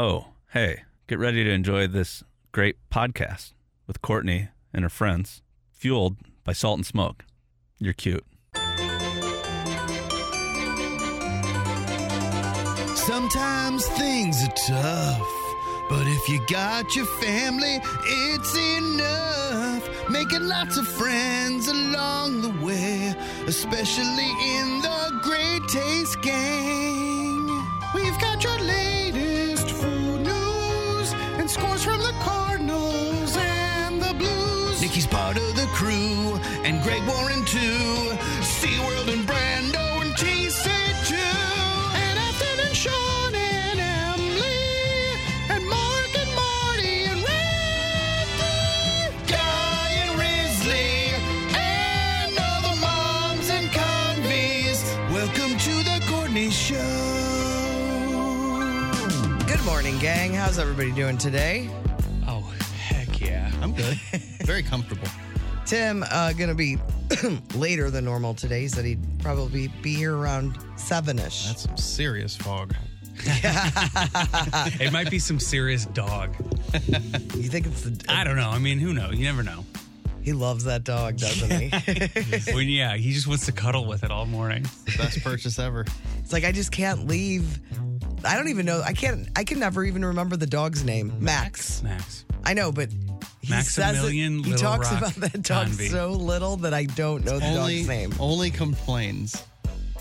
Oh, hey, get ready to enjoy this great podcast with Courtney and her friends, fueled by Salt and Smoke. You're cute. Sometimes things are tough, but if you got your family, it's enough. Making lots of friends along the way, especially in the Great Taste Gang. We've got your latest food news and scores from the Cardinals and the Blues. Nikki's part of the crew, and Greg Warren too. SeaWorld and Brando and TC2. And Afton and Sean and Emily. And Mark and Marty and Randy. Guy and Risley. And all the moms and convies. Welcome to the Courtney Show. Good morning, gang. How's everybody doing today? Oh, heck yeah. I'm good. Very comfortable. Tim uh, gonna be later than normal today. He said he'd probably be here around seven ish. That's some serious fog. It might be some serious dog. You think it's the? I don't know. I mean, who knows? You never know. He loves that dog, doesn't he? When, yeah, he just wants to cuddle with it all morning. Best purchase ever. it's like I just can't leave. I don't even know. I can't. I can never even remember the dog's name, Max. Max. I know, but he Maximilian says it, he Little talks Rock about that dog Convy. so little that I don't know the only, dog's name. only complains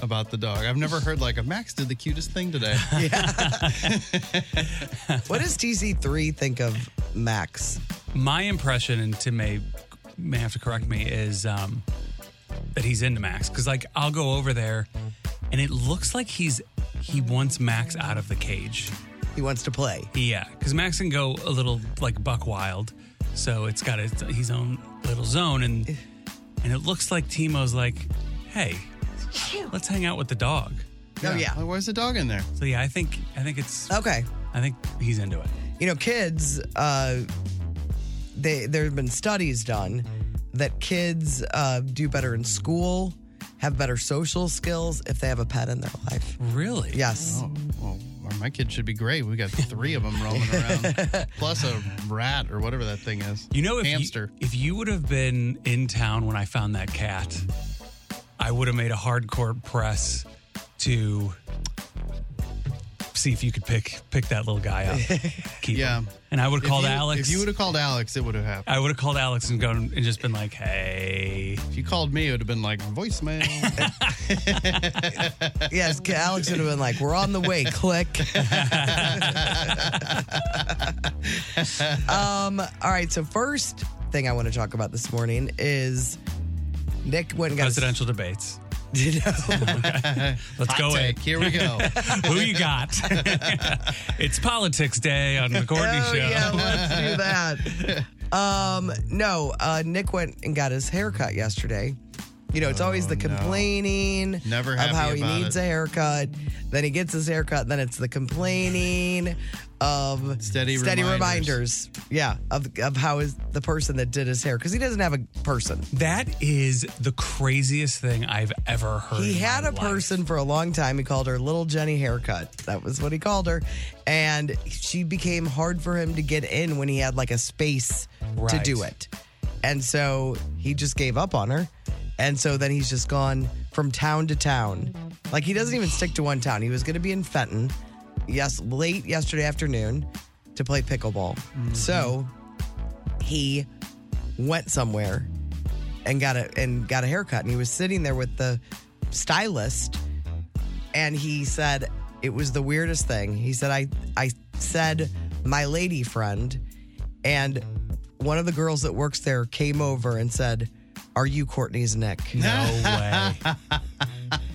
about the dog. I've never heard like a Max did the cutest thing today. What does TC three think of Max? My impression, and Tim may, may have to correct me, is um, that he's into Max. Because, like, I'll go over there and it looks like he's he wants Max out of the cage. He wants to play. Yeah, because Max can go a little like buck wild, so it's got its, his own little zone, and and it looks like Timo's like, hey, let's hang out with the dog. Oh yeah. Like, where's the dog in there? So yeah, I think I think it's Okay. I think he's into it. you know kids uh, they there have been studies done that kids uh, do better in school have better social skills if they have a pet in their life Really? yes Oh, well, my kid should be great. We got three of them roaming around, plus a rat or whatever that thing is. You know, if hamster. You, if you would have been in town when I found that cat, I would have made a hardcore press to see if you could pick pick that little guy up. Keep Yeah. him. And I would If have called you- Alex. If you would have called Alex, it would have happened. I would have called Alex and gone and just been like, "Hey, If you called me, it would have been like voicemail. yes K- alex would have been like we're on the way click um all right so first thing i want to talk about this morning is nick went and got a- presidential debates. you know, Let's Hot go in. take. Here we go. Who you got? it's politics day on the Courtney oh, Show. Yeah, let's do that. Um, no, uh, Nick went and got his haircut yesterday. You know, it's always the complaining Oh, Never of happy how he about needs it. a haircut. Then he gets his haircut. Then it's the complaining of Steady reminders. reminders. Yeah, of of how is the person that did his hair because he doesn't have a person. That is the craziest thing I've ever heard. He in had my a life. person for a long time. He called her Little Jenny Haircut. That was what he called her. And she became hard for him to get in when he had like a space to Right. do it. And so he just gave up on her. And so then he's just gone from town to town. Like he doesn't even stick to one town. He was going to be in Fenton, yes, late yesterday afternoon to play pickleball. So he went somewhere and got a and got a haircut and he was sitting there with the stylist and he said it was the weirdest thing he said i i said my lady friend and one of the girls that works there came over and said are you courtney's nick No way.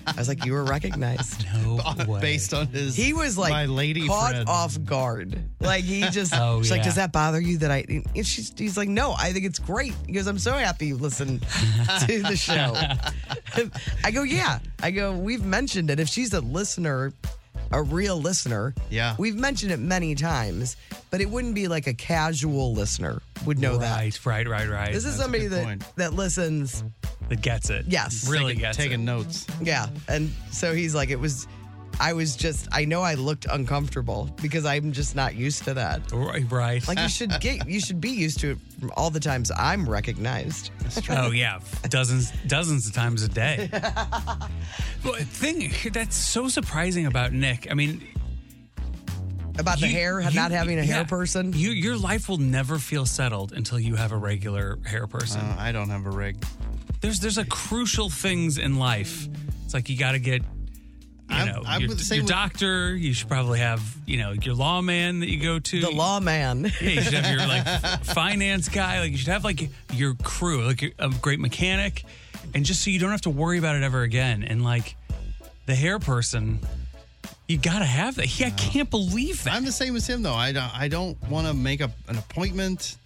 I was like, you were recognized. No way. Based on his, He was like my lady caught friend. off guard. Like he just, Oh, she's like, yeah. does that bother you that I? And she's, he's like, no, I think it's great. He goes, I'm so happy you listen to the show. I go, yeah. I go, we've mentioned it. If she's a listener, a real listener, Yeah. we've mentioned it many times, but it wouldn't be like a casual listener would know that. Right, right, right, right. This is somebody good that, point. that listens. that gets it. Yes. really taking, gets it. taking notes. Yeah. And so he's like, it was, I was just, I know I looked uncomfortable because I'm just not used to that. Right, right. Like you should get, you should be used to it from all the times I'm recognized. oh yeah, dozens, dozens of times a day. well, thing that's so surprising about Nick. I mean, About the you- hair, you- not having a yeah. hair person. You, your life will never feel settled until you have a regular hair person. Uh, I don't have a rig. there's there's a crucial things in life. It's like you got to get. You I'm- know, I'm your, the same your with- doctor. You should probably have, you know, your lawman that you go to. the lawman. Yeah, you should have your like f- finance guy. Like you should have like your crew, like your- a great mechanic, and just so you don't have to worry about it ever again. And like the hair person, you gotta have that. Yeah, I can't believe that. I'm the same as him though. I don't. I don't want to make a, an appointment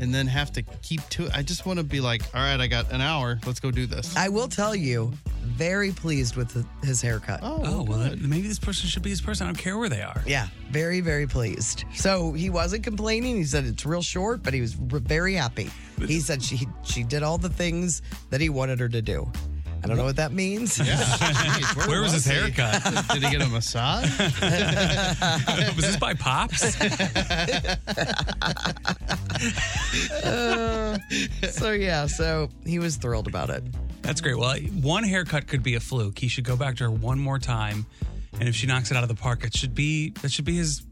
and then have to keep to. I just want to be like, all right, I got an hour. Let's go do this. I will tell you, very pleased with the, his haircut. oh well, then maybe this person should be this person. I don't care where they are. Yeah, very, very pleased. So he wasn't complaining. He said it's real short, but he was r- very happy. He said she she did all the things that he wanted her to do. I don't know what that means. Yeah. Jeez, Where was his he? haircut? Did he get a massage? was this by Pops? So yeah, so he was thrilled about it. That's great. Well, one haircut could be a fluke. He should go back to her one more time, and if she knocks it out of the park, it should be that should be his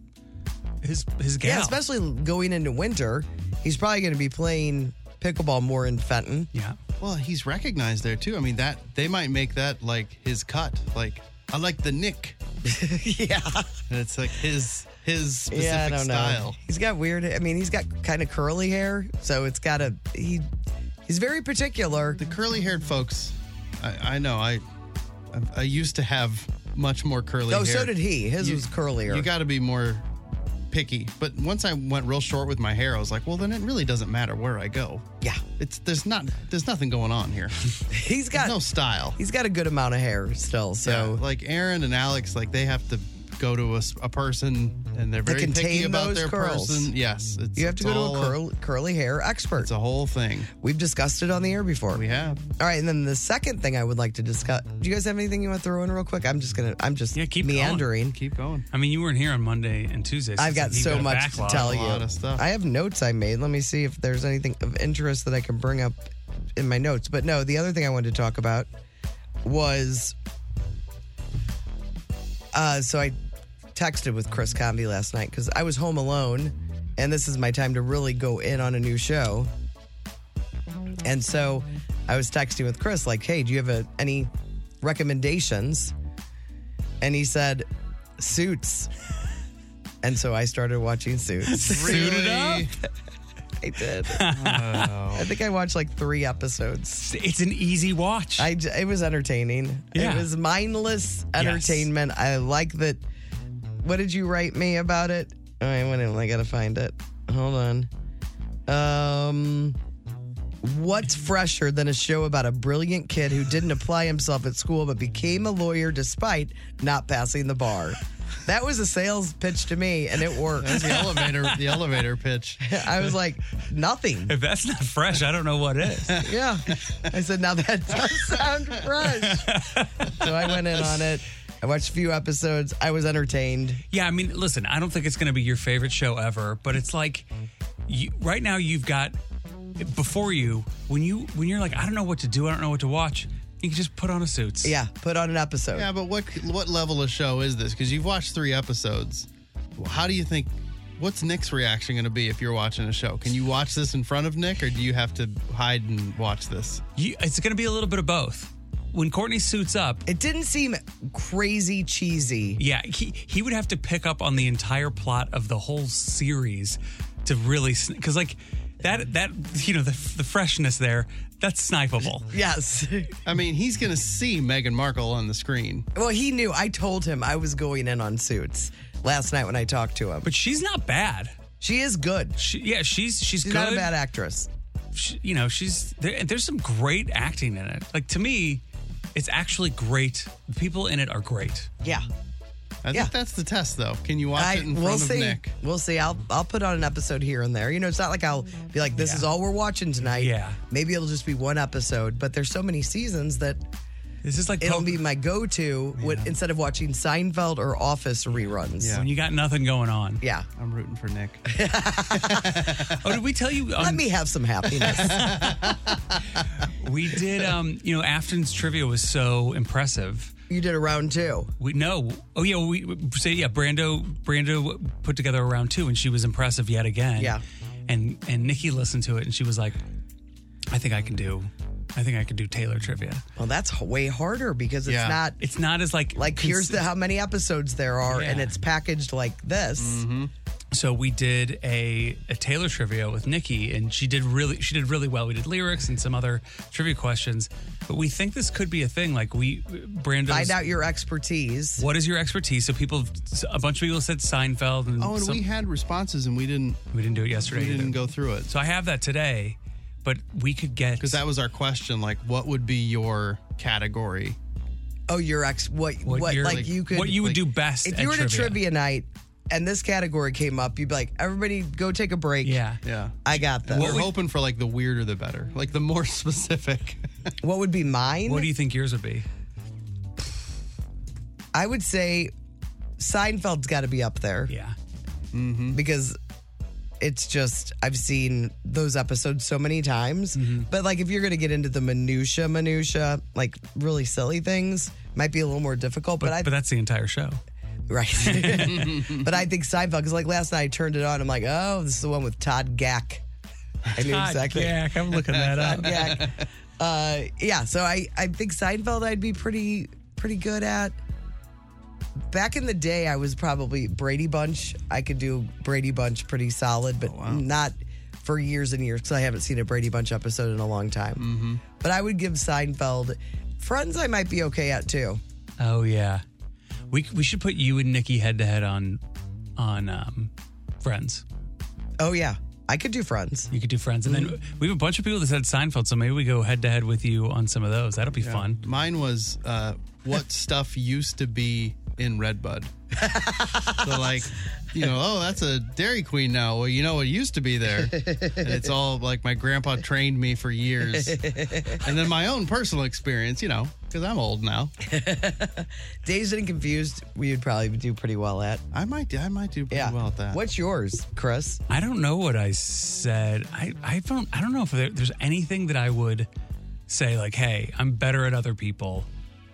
his his gal. Yeah, especially going into winter, he's probably going to be playing pickleball more in Fenton. yeah. Well, he's recognized there too. I mean, that they might make that like his cut. Like I like the Nick. yeah, And it's like his his specific yeah, I don't know. style. He's got weird. I mean, he's got kind of curly hair, so it's got a he. He's very particular. The curly haired folks, I, I know. I, I I used to have much more curly. Oh, hair. so did he. His was curlier. You got to be more picky. But once I went real short with my hair, I was like, well, then it really doesn't matter where I go. yeah, It's there's not there's nothing going on here. he's got no style. He's got a good amount of hair still, so Yeah, like Aaron and Alex, like they have to go to a, s- a person and they're very contain picky about those their curls. person. Yes, it's, you have to it's go to all a curl, curly hair expert. It's a whole thing. We've discussed it on the air before. We have. All right, and then the second thing I would like to discuss. Do you guys have anything you want to throw in real quick? I'm just gonna. I'm just Yeah, keep going. meandering. Keep going. I mean, you weren't here on Monday and Tuesday. so I've it's got like you've so a much to backlog. tell a you. lot of stuff. I have notes I made. Let me see if there's anything of interest that I can bring up in my notes. But no, the other thing I wanted to talk about was uh so I texted with Chris Comby last night because I was home alone and this is my time to really go in on a new show. And so I was texting with Chris, like, hey, do you have a, any recommendations? And he said, Suits. And so I started watching Suits. Suited Really? I did. I think I watched like three episodes. It's an easy watch. I j- it was entertaining. Yeah. It was mindless Yes. entertainment. I like that. What did you write me about it? Oh, I went in. I gotta find it. Hold on. Um, what's fresher than a show about a brilliant kid who didn't apply himself at school but became a lawyer despite not passing the bar? That was a sales pitch to me, and it worked. the elevator the elevator pitch. I was like, nothing. if that's not fresh, I don't know what is. Yeah. I said, now that does sound fresh. so I went in on it. I watched a few episodes. I was entertained. yeah, I mean, listen, I don't think it's going to be your favorite show ever, but it's like you, right now you've got before you when you when you're like I don't know what to do, I don't know what to watch. You can just put on a suits. Yeah, put on an episode. Yeah, but what what level of show is this? Because you've watched three episodes. How do you think? What's Nick's reaction going to be if you're watching a show? Can you watch this in front of Nick, or do you have to hide and watch this? You, it's going to be a little bit of both. When Courtney suits up, It didn't seem crazy cheesy. yeah, he he would have to pick up on the entire plot of the whole series to really because like That that you know the the freshness there. That's snipeable. Yes. I mean, he's going to see Meghan Markle on the screen. Well, he knew. I told him I was going in on suits last night when I talked to him. But But she's not bad. she is good. She's She, yeah, she's she's, good. not a bad actress. she, you know, she's there, there's some great acting in it. Like to me, it's actually great. The people in it are great. Yeah. I Yeah. think that's the test, though. Can you watch I, it in front we'll of see. Nick? We'll see. I'll I'll put on an episode here and there. You know, it's not like I'll be like, this Yeah. is all we're watching tonight. Yeah. Maybe it'll just be one episode, but there's so many seasons that This is like it'll poke- be my go-to when, instead of watching Seinfeld or Office reruns. Yeah. when you got nothing going on. Yeah. I'm rooting for Nick. Oh, did we tell you? Let um, me have some happiness. We did. Um, you know, Afton's trivia was so impressive. you did a round two. We no. Oh yeah, we say yeah. Brando Brando put together a round two, and she was impressive yet again. Yeah. And and Nikki listened to it, and she was like, "I think I can do. I think I can do Taylor trivia. Well, that's h- way harder because it's Yeah. not It's not as like like here's the how many episodes there are and Yeah. it's packaged like this. Mm-hmm. so we did a, a Taylor trivia with Nikki, and she did really she did really well. We did lyrics and some other trivia questions, but we think this could be a thing. Like we Find Brando. out your expertise. What is your expertise? So people, a bunch of people said Seinfeld, and, Oh, and some- we had responses, and we didn't. we didn't do it yesterday. We didn't either. go through it So I have that today, but we could get because that was our question. Like, what would be your category? Oh, your ex what what, your- like, you could what you would like, do best. if at you were at a trivia. trivia night and this category came up, you'd be like, everybody go take a break. yeah. Yeah, I got that. we're hoping for like the weirder the better, like the more specific. What would be mine? What do you think yours would be? I would say Seinfeld's got to be up there Mm-hmm. Yeah, because it's just I've seen those episodes so many times. Mm-hmm. But like if you're going to get into the minutia minutia, like really silly things, might be a little more difficult, but, but, I but that's the entire show. Right. but I think Seinfeld, because like last night I turned it on. I'm like, oh, this is the one with Todd Gack. I knew exactly. Yeah, I'm looking that up. Gack. Uh, yeah, so I, I think Seinfeld I'd be pretty pretty good at. Back in the day, I was probably Brady Bunch. I could do Brady Bunch pretty solid, Oh, but not for years and years because I haven't seen a Brady Bunch episode in a long time. But I would give Seinfeld. Friends, I might be okay at too. Oh yeah, we we should put you and Nikki head to head on on um, Friends. Oh yeah, I could do Friends. Mm-hmm. You could do Friends, and then we have a bunch of people that said Seinfeld, so maybe we go head to head with you on some of those. That'll be fun. Mine was uh, what stuff used to be in Redbud. so like, you know, oh, that's a Dairy Queen now. Well, you know what used to be there, and it's all like my grandpa trained me for years, and then my own personal experience, you know, because I'm old now. Dazed and Confused, we would probably do pretty well at. I might, I might do pretty Yeah. well at that. What's yours, Chris? I don't know what I said. I, I don't I don't know if there, there's anything that I would say like, hey, I'm better at other people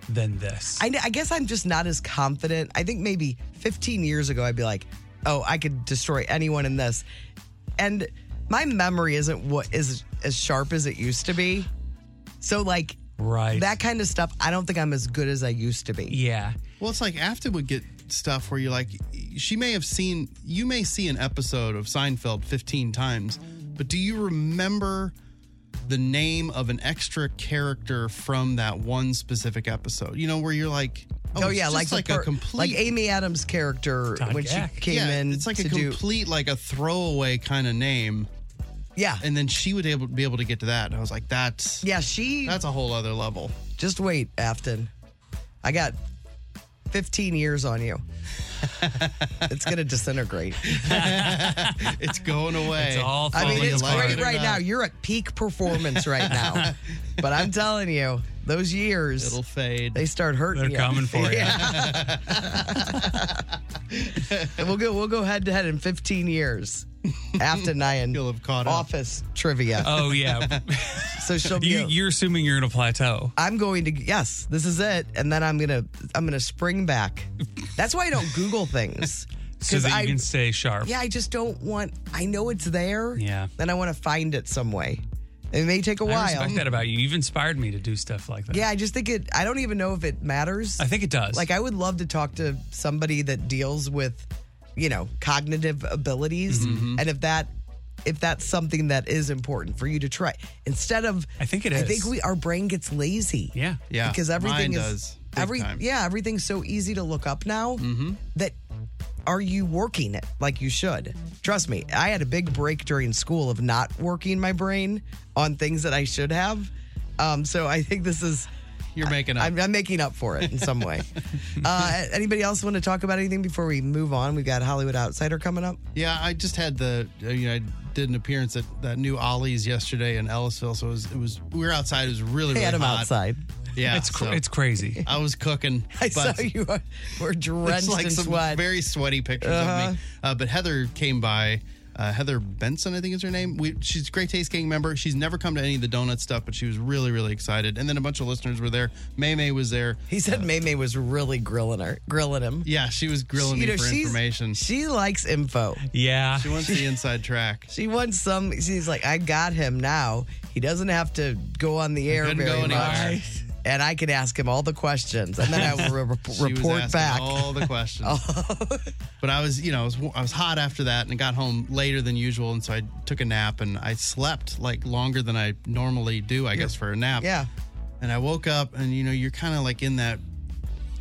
than this. I, I guess I'm just not as confident. I think maybe 15 years ago, I'd be like, oh, I could destroy anyone in this. And my memory isn't what is as sharp as it used to be. So, like, right. that kind of stuff, I don't think I'm as good as I used to be. yeah. Well, it's like Afton would get stuff where you're like, she may have seen, you may see an episode of Seinfeld 15 times, but do you remember the name of an extra character from that one specific episode? You know, where you're like, oh, Oh, it's yeah, just like, the like per- a complete. like Amy Adams' character Todd when she Gack. came yeah, in. it's like a to do, complete, like a throwaway kind of name, yeah, and then she would able be able to get to that. And I was like, that's yeah. She that's a whole other level. Just wait, Afton. I got 15 years on you. it's going to disintegrate. It's going away. It's all I mean, falling it's apart. great it or right not. now. You're at peak performance right now. but I'm telling you, those years, It'll fade. they start hurting They're you. coming for you. And we'll go we'll go head to head in 15 years. Afton I and You'll have caught up. office trivia. Oh yeah. so she'll be you, you're assuming you're in a plateau. I'm going to yes, this is it, and then I'm gonna I'm gonna spring back. That's why I don't Google things. So 'Cause that you I- can stay sharp. Yeah, I just don't want. I know it's there. Yeah. And I want to find it some way. It may take a I while. respect that about you. You've inspired me to do stuff like that. Yeah, I just think it. I don't even know if it matters. I think it does. like I would love to talk to Mm-hmm. somebody that deals with, you know, cognitive abilities, and if that if that's something that is important for you to try. Instead of I think it I is. think we our brain gets lazy. Yeah. Yeah, Because everything mine is does, big every time. Mm-hmm. yeah, everything's so easy to look up now that are you working it like you should? Trust me, I had a big break during school of not working my brain on things that I should have. Um, so I think this is You're making up. I'm, I'm making up for it in some way. uh, anybody else want to talk about anything before we move on? We've got Hollywood Outsider coming up. Yeah, I just had the I mean, I did an appearance at that new Ollie's yesterday in Ellisville, so it was it was we were outside. It was really They really had him hot. outside. Yeah, It's cr- so it's crazy. I was cooking. I saw but you were- were It's drenched like in some sweat. Uh-huh. very sweaty pictures of me. Uh, but Heather came by. Uh, Heather Benson, I think is her name. We, she's a great Taste Gang member. She's never come to any of the donut stuff, but she was really, really excited. And then a bunch of listeners were there. May May was there. Uh, he said May May was really grilling her, grilling him. Yeah, she was grilling me You know, for she's- information. She likes info. Yeah. She wants the inside track. She wants some. She's like, I got him now. He doesn't have to go on the air couldn't very go much, anywhere. and I can ask him all the questions, and then I will re- She was report asking back. Oh. all the questions. But I was, you know, I was, I was hot after that and got home later than usual. And so I took a nap and I slept like longer than I normally do, I guess, for a nap. yeah. And I woke up and, you know, you're kind of like in that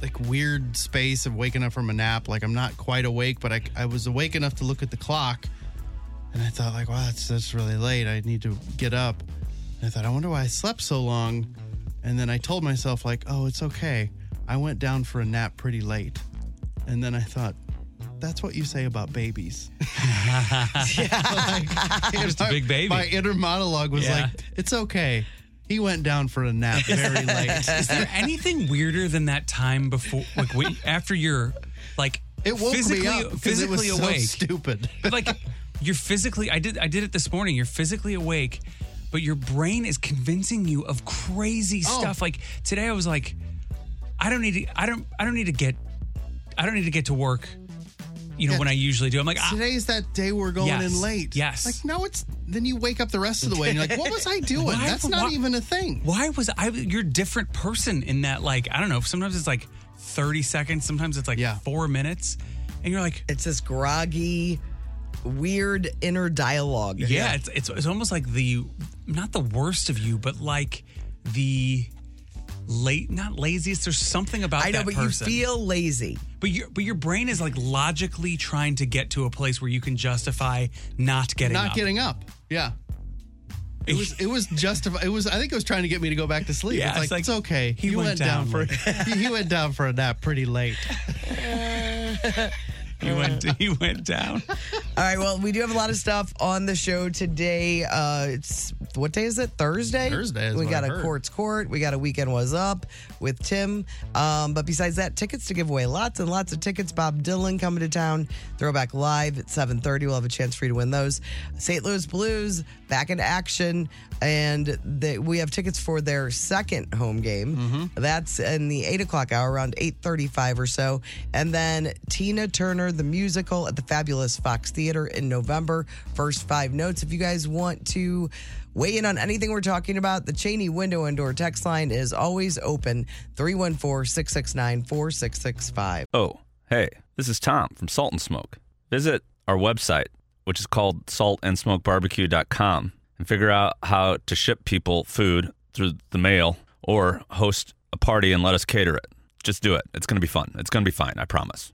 like weird space of waking up from a nap. Like I'm not quite awake, but I, I was awake enough to look at the clock. And I thought, like, wow, that's, that's really late. I need to get up. And I thought, I wonder why I slept so long. And then I told myself, like, oh, it's okay. I went down for a nap pretty late. And then I thought, that's what you say about babies. Just a big baby. My inner monologue was Yeah. like, it's okay. He went down for a nap very late. Is there anything weirder than that time before, like when, after you're like It woke physically, me up because it physically was awake? so stupid. But, like you're physically, I did, I did it this morning. You're physically awake, but your brain is convincing you of crazy Oh. stuff. Like today, I was like, I don't need to, I don't, I don't need to get, I don't need to get to work. You know when I usually do. I'm like, I, Today's that day we're going Yes. in late. Yes. Like, no, it's then you wake up the rest of the way and you're like, what was I doing? Why- That's not why- even a thing. why was I? You're a different person in that. Like I don't know. Sometimes it's like 30 seconds. Sometimes it's like Yeah. four minutes, and you're like. It's this groggy, weird inner dialogue. Yeah, It's, it's it's almost like the not the worst of you, but like the late not laziest. There's something about I know, that but person. you feel lazy. but your but your brain is like logically trying to get to a place where you can justify not getting Not up. getting up. Yeah. It was it was justified. It was I think it was trying to get me to go back to sleep. Yeah, it's, like, it's like, it's okay. he You went down for he went down for a nap pretty late. He went he went down. All right. Well, we do have a lot of stuff on the show today. Uh, it's what day is it? Thursday. Thursday is we what got I a heard. courts court. We got a weekend was up with Tim. Um, but besides that, tickets to give away. Lots and lots of tickets. Bob Dylan coming to town. Throwback live at seven thirty. We'll have a chance for you to win those. St. Louis Blues back in action, and they, we have tickets for their second home game. That's in the eight o'clock hour, around eight thirty-five or so. And then Tina Turner the musical at the fabulous Fox Theater in November. First five notes. If you guys want to weigh in on anything we're talking about, the Cheney window and door text line is always open 314 669 4665. Oh, hey, this is Tom from Salt and Smoke. Visit our website, which is called saltandsmokebarbecue.com, and figure out how to ship people food through the mail or host a party and let us cater it. Just do it. It's going to be fun. It's going to be fine. I promise.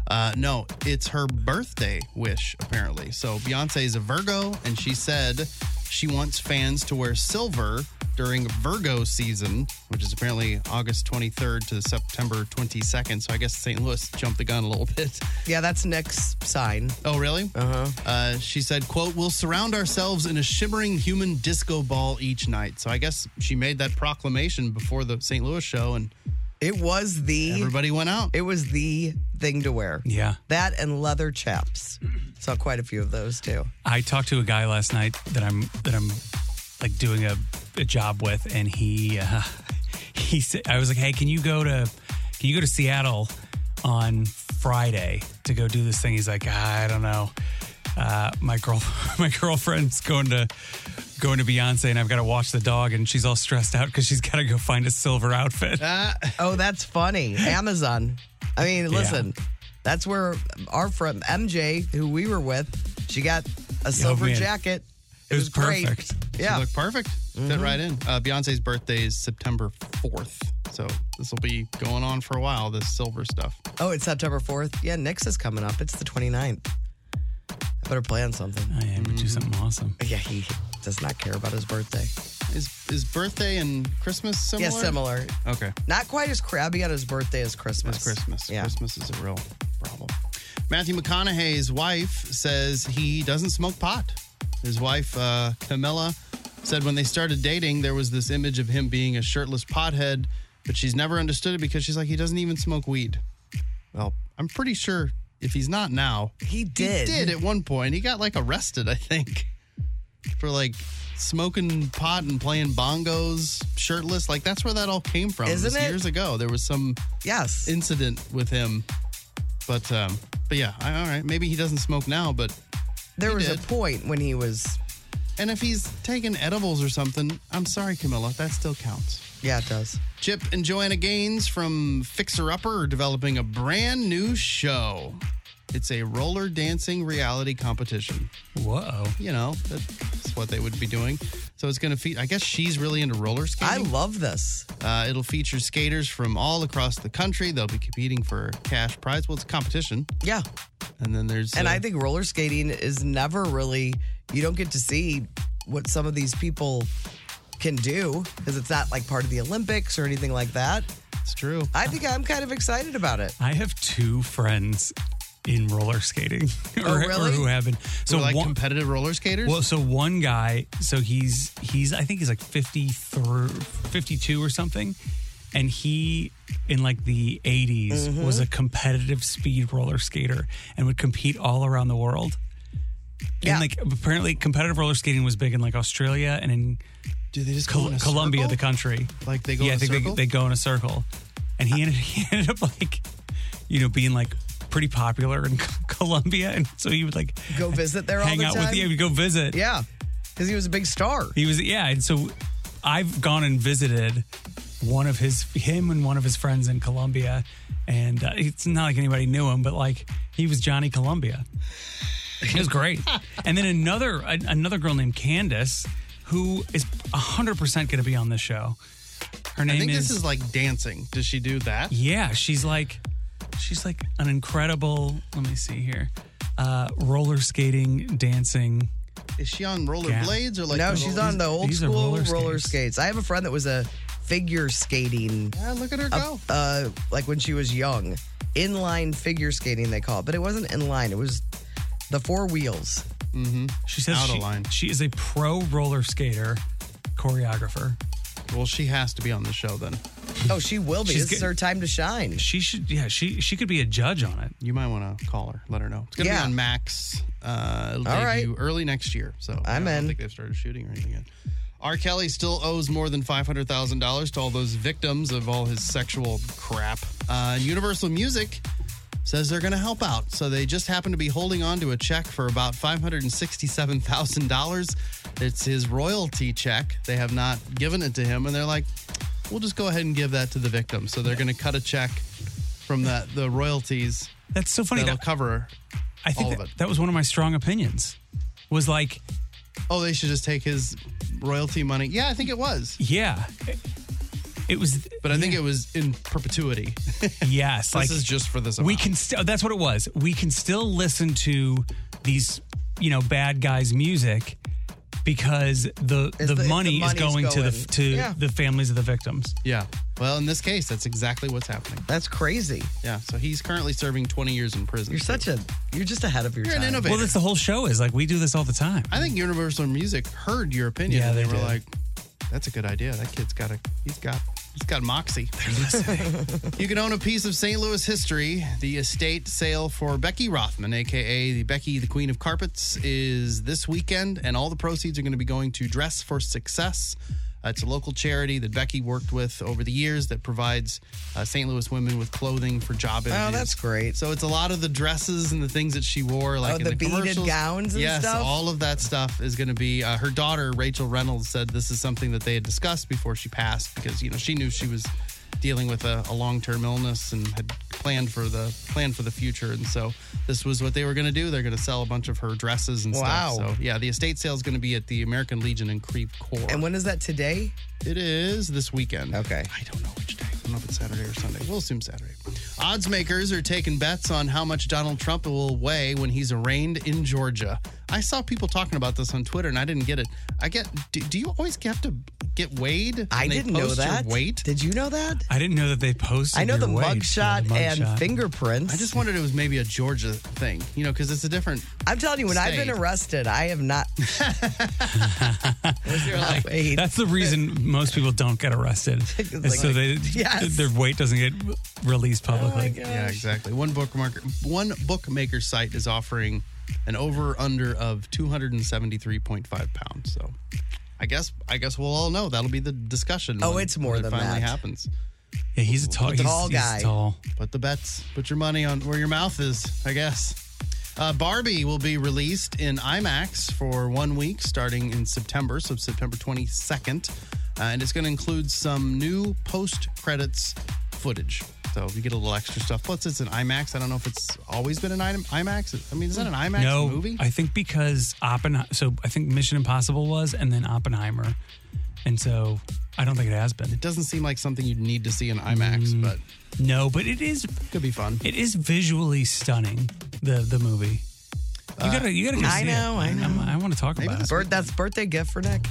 Uh, no, it's her birthday wish, apparently. So Beyonce is a Virgo, and she said she wants fans to wear silver during Virgo season, which is apparently August 23rd to September 22nd. So I guess St. Louis jumped the gun a little bit. Yeah, that's Nick's sign. Oh, really? Uh-huh. she said, quote, we'll surround ourselves in a shimmering human disco ball each night. So I guess she made that proclamation before the St. Louis show, and It was the everybody went out. it was the thing to wear. Yeah. That and leather chaps. Saw quite a few of those too. I talked to a guy last night that I'm that I'm like doing a, a job with, and he uh, he said I was like, hey, can you go to can you go to Seattle on Friday to go do this thing? He's like, I don't know. Uh, my girl, my girlfriend's going to going to Beyonce, and I've got to watch the dog, and she's all stressed out because she's got to go find a silver outfit. Oh, that's funny. Amazon. I mean, listen, that's where our friend MJ, who we were with, she got a silver Oh, man. jacket. It, It was, was great. perfect. Yeah. Look perfect. Fit Mm-hmm. right in. Uh, Beyonce's birthday is September 4th. So this will be going on for a while, this silver stuff. Oh, it's September 4th. Yeah, Nick's is coming up. It's the 29th. I better plan something. I am Oh, Mm-hmm. gonna do something awesome. Yeah, he does not care about his birthday. Is is birthday and Christmas similar? Yeah, similar. Okay. Not quite as crabby on his birthday as Christmas. It's Christmas. Yeah. Christmas is a real problem. Matthew McConaughey's wife says he doesn't smoke pot. His wife, uh, Camilla, said when they started dating, there was this image of him being a shirtless pothead, but she's never understood it because she's like, he doesn't even smoke weed. Well, I'm pretty sure if he's not now, He did. He did at one point. He got like arrested, I think, for like smoking pot and playing bongos shirtless. Like that's where that all came from. It was Isn't it? Years ago, there was some Yes. incident with him, but um, but yeah, I, all right. Maybe he doesn't smoke now, but there was a did. point when he was. and if he's taking edibles or something, I'm sorry, Camilla, that still counts. Yeah, it does. Chip and Joanna Gaines from Fixer Upper are developing a brand new show. It's a roller dancing reality competition. Whoa. you know, that's what they would be doing. So it's going to feed. I guess she's really into roller I skating. love this. uh, it'll feature skaters from all across the country. They'll be competing for cash prize. Well, it's a competition, Yeah. and then there's And uh, I think roller skating is never really, you don't get to see what some of these people can do because it's not like part of the Olympics or anything like that. it's true. I think I'm kind of excited about it. I have two friends in roller skating, or, Oh, really? or who have been. So So like one, competitive roller skaters. well, so one guy, so he's he's I think he's like 53, 52 or something, and he in like the 80s Mm-hmm. was a competitive speed roller skater and would compete all around the world. Yeah. And like apparently competitive roller skating was big in like Australia and in do they just go Col- in a Colombia, circle? the country. Like, they go yeah, in a I think circle? They, they go in a circle, and he ended, he ended up like, you know, being like pretty popular in Co- Colombia, and so he would like Go visit there all hang the out time. with yeah, we'd go visit. Yeah. Because he was a big star. he was yeah, and so I've gone and visited one of his him and one of his friends in Colombia, and uh, it's not like anybody knew him, but like he was Johnny Colombia. It was great. and then another a- another girl named Candace, who is hundred percent going to be on this show. Her name I think is, this is like dancing. Does she do that? yeah. She's like she's like an incredible. Let me see here. Uh, roller skating, dancing. Is she on roller Yeah. blades or like? No, the she's roller- on the old these are school roller roller skates. skates. I have a friend that was a figure skating, Yeah, look at her go. uh, like when she was young, inline figure skating they call it, but it wasn't inline. It was the four wheels. She says Mm-hmm. Out of she, line. she is a pro roller skater choreographer. well, she has to be on the show then. Oh, she will be. She's this is good. her time to shine. She should yeah, she she could be a judge on it. You might want to call her, let her know. It's gonna Yeah. be on Max. Uh, it'll All debut right. early next year. So I'm I in. don't think they've started shooting or anything yet. R. Kelly still owes more than five hundred thousand dollars to all those victims of all his sexual crap. Uh, Universal Music says they're going to help out. So they just happen to be holding on to a check for about $567,000. It's his royalty check. They have not given it to him. And they're like, we'll just go ahead and give that to the victim. So they're going to cut a check from that, the royalties That's so funny. that'll That, cover. I think all of that, it. that was one of my strong opinions. Was like, Oh, they should just take his royalty money. Yeah, I think it was. yeah, it was. But I think it was in perpetuity. Yes, like this is just for this amount. we can still. That's what it was. We can still listen to these, you know, bad guys' music because the the, the- money the money's is going, to the going. to Yeah. the families of the victims. Yeah. Well, in this case, that's exactly what's happening. That's crazy. Yeah. So he's currently serving 20 years in prison. You're such a you're just ahead of your You're an time. innovator. Well, that's the whole show is like we do this all the time. I think Universal Music heard your opinion. Yeah, and they, they were did. like, "That's a good idea. That kid's got a. He's got. He's got moxie." you can own a piece of St. Louis history. The estate sale for Becky Rothman, aka the Becky, the Queen of Carpets, is this weekend, and all the proceeds are going to be going to Dress for Success. Uh, It's a local charity that Becky worked with over the years that provides uh, St. Louis women with clothing for job interviews. Oh, that's great. So it's a lot of the dresses and the things that she wore, like Oh, in the the beaded commercials. gowns and yes, stuff? all all of that stuff is going to be uh, her daughter rachel reynolds said this is something that they had discussed before she passed because you know she knew she was dealing with a, a long-term illness and had planned for the planned for the future and so this was what they were going to do they're going to sell a bunch of her dresses and Wow. stuff so yeah the estate sale is going to be at the american legion in creve coeur And when is that today? it is this weekend. Okay. I don't know which day. I don't know if it's Saturday or Sunday. We'll assume Saturday. Odds makers are taking bets on how much Donald Trump will weigh when he's arraigned in Georgia. I saw people talking about this on Twitter, and I didn't get it. I get. Do, do you always have to get weighed? when I they didn't know post your that. Weight. Did you know that? I didn't know that they posted. I know your the weight. mugshot Yeah, the and mugshot. fingerprints. I just wondered it was maybe a Georgia thing, you know, because it's a different. I'm telling you, when I've been Stayed. arrested, I have not. Wait. That's the reason most people don't get arrested. It's is like- so they, Yes. Oh their weight doesn't get released publicly. Yeah, exactly. One bookmaker, one bookmaker site is offering an over under of 273.5 pounds. So I guess I guess we'll all know that'll be the discussion. Oh, when- it's more when than it finally that. happens. Yeah, he's a tall, he's, tall he's guy. tall. Put the bets, put your money on where your mouth is, I guess. Uh, Barbie will be released in IMAX for one week starting in September, so September 22nd. Uh, and it's going to include some new post credits footage. So you get a little extra stuff. Plus, it's an IMAX. I don't know if it's always been an item, IMAX. I mean, is that an IMAX no, movie? I think because Oppen. So I think Mission Impossible was, and then Oppenheimer, and so I don't think it has been. Mm. it doesn't seem like something you'd need to see in IMAX, but No, but it is. could be fun. It is visually stunning. The the movie. You Uh, gotta you gotta go I see it. know, I know. I'm- I, want to talk about it. Bird, that's birthday gift for Nick.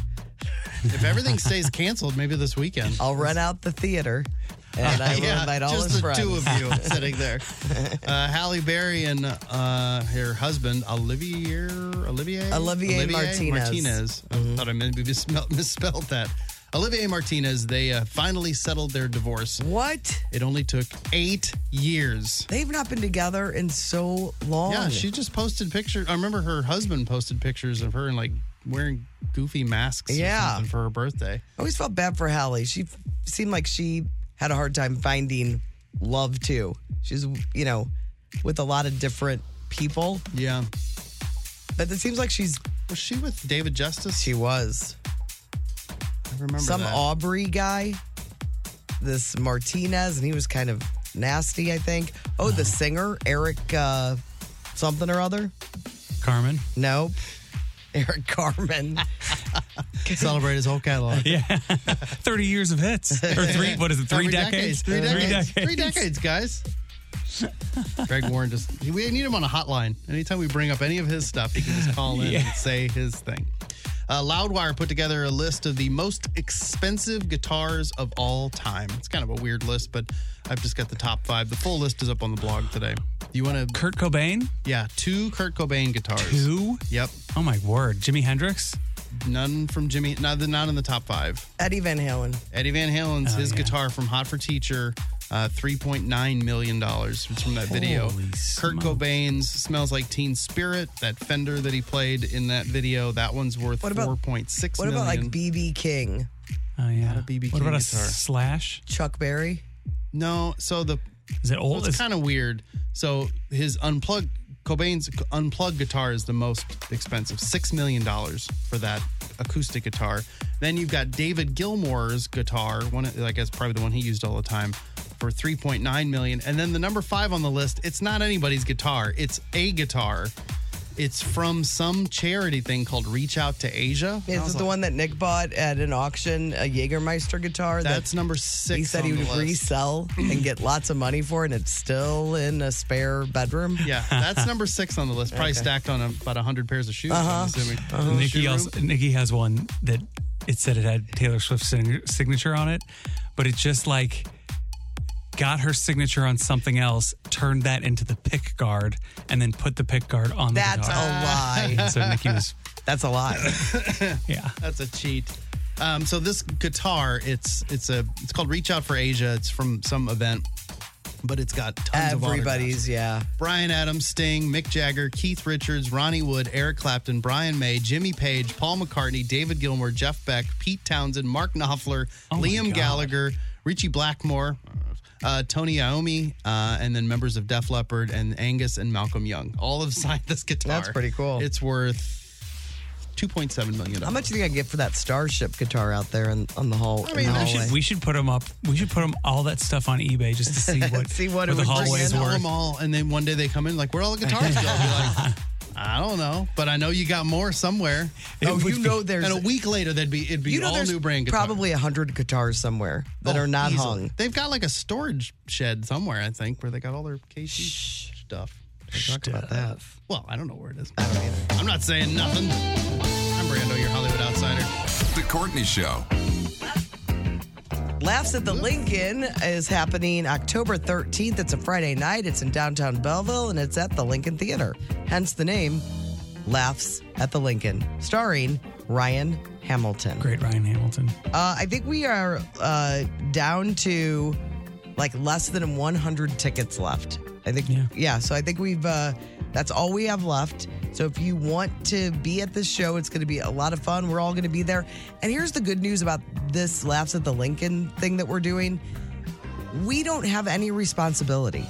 if everything stays canceled, maybe this weekend. I'll run out the theater, and I will invite all just his the friends. two of you sitting there. Uh, Halle Berry and uh, her husband Olivier Olivier Olivier Martinez. Mm-hmm. Martinez. I thought I maybe misspelled, misspelled that. Olivier Martinez. They uh, finally settled their divorce. What? It only took eight years. They've not been together in so long. Yeah, she just posted pictures. I remember her husband posted pictures of her and like wearing goofy masks. or Yeah. something for her birthday. I always felt bad for Hallie. She f- seemed like she had a hard time finding love too. She's, you know, with a lot of different people, Yeah. but it seems like she's Was she with David Justice? she was I remember some that. Aubrey guy, this Martinez, and he was kind of nasty, I think. Oh, the singer Eric uh, something or other. Carmen. Nope. Eric Carmen. celebrate his whole catalog. Yeah, thirty years of hits or three. What is it? Three, decades? Three decades. Three Three decades, guys. Greg Warren just, we need him on a hotline. Anytime we bring up any of his stuff, he can just call in and say his thing. Uh, Loudwire put together a list of the most expensive guitars of all time. It's kind of a weird list, but I've just got the top five. The full list is up on the blog today. You want to, Kurt Cobain. yeah, two Kurt Cobain guitars. Who? Yep, Oh my word. Jimi Hendrix. none from Jimmy, not, not in the top five. Eddie Van Halen. Eddie Van Halen's his Oh, yeah. guitar from Hot for Teacher, uh, three point nine million dollars. It's from that video. Holy Kurt smokes. Cobain's "Smells Like Teen Spirit," that Fender that he played in that video, that one's worth What about- four point six What million. about like BB King, Oh yeah. BB King what about a guitar. Slash? Chuck Berry? no, so the Is it old? Well, it's kind of weird. So his unplugged Cobain's unplugged guitar is the most expensive, six million dollars for that acoustic guitar. Then you've got David Gilmour's guitar, one of- I guess probably the one he used all the time, for three point nine million. And then the number five on the list, it's not anybody's guitar, it's a guitar. It's from some charity thing called Reach Out to Asia. Is it the one that Nick bought at an auction, a Jägermeister guitar? that That's number six. he said on he the would list. resell and get lots of money for, it, and it's still in a spare bedroom. Yeah, that's number six on the list. Probably stacked on about hundred pairs of shoes. Uh-huh. I'm assuming. In the shoe Nikki, room. also, Nikki has one that it said it had Taylor Swift's sign- signature on it, but it just like got her signature on something else, turned that into the pick guard, and then put the pick guard on the That's a guitar. lie. so Nikki was, That's a lie. yeah. That's a cheat. Um, so this guitar, it's it's a it's called Reach Out for Asia. It's from some event, but it's got tons of autographs. Everybody's, yeah. Brian Adams, Sting, Mick Jagger, Keith Richards, Ronnie Wood, Eric Clapton, Brian May, Jimmy Page, Paul McCartney, David Gilmour, Jeff Beck, Pete Townsend, Mark Knopfler, Oh Liam Gallagher, Richie Blackmore, uh, Tony Iommi, uh, and then members of Def Leppard and Angus and Malcolm Young. All have signed this guitar. That's pretty cool. It's worth. Two point seven million. How much do you think I get for that Starship guitar out there in, on the hall? in mean, the there should- hallway? We should put them up. We should put them all that stuff on eBay just to see what See what it the would bring hallway is in. sell worth. them all, and then one day they come in like, "Where all the guitars go?" I'll be like, I don't know, but I know you got more somewhere. Oh, would you be- know there's and a week later, that'd be it'd be you know all there's new brand guitar. probably a hundred guitars somewhere that Oh, are not easily. hung. They've got like a storage shed somewhere, I think, where they got all their KC stuff. Talk about that. Well, I don't know where it is. I don't either. I'm not saying nothing. I'm Brando, your Hollywood outsider. The Courtney Show. Laughs at the Lincoln is happening October 13th. It's a Friday night. It's in downtown Belleville and it's at the Lincoln Theater. Hence the name Laughs at the Lincoln, starring Ryan Hamilton. Great Ryan Hamilton. Uh, I think we are uh, down to like less than 100 tickets left. I think, yeah. Yeah. so I think we've, uh, that's all we have left. So if you want to be at this show, it's going to be a lot of fun. We're all going to be there. And here's the good news about this Laughs at the Lincoln thing that we're doing we don't have any responsibility.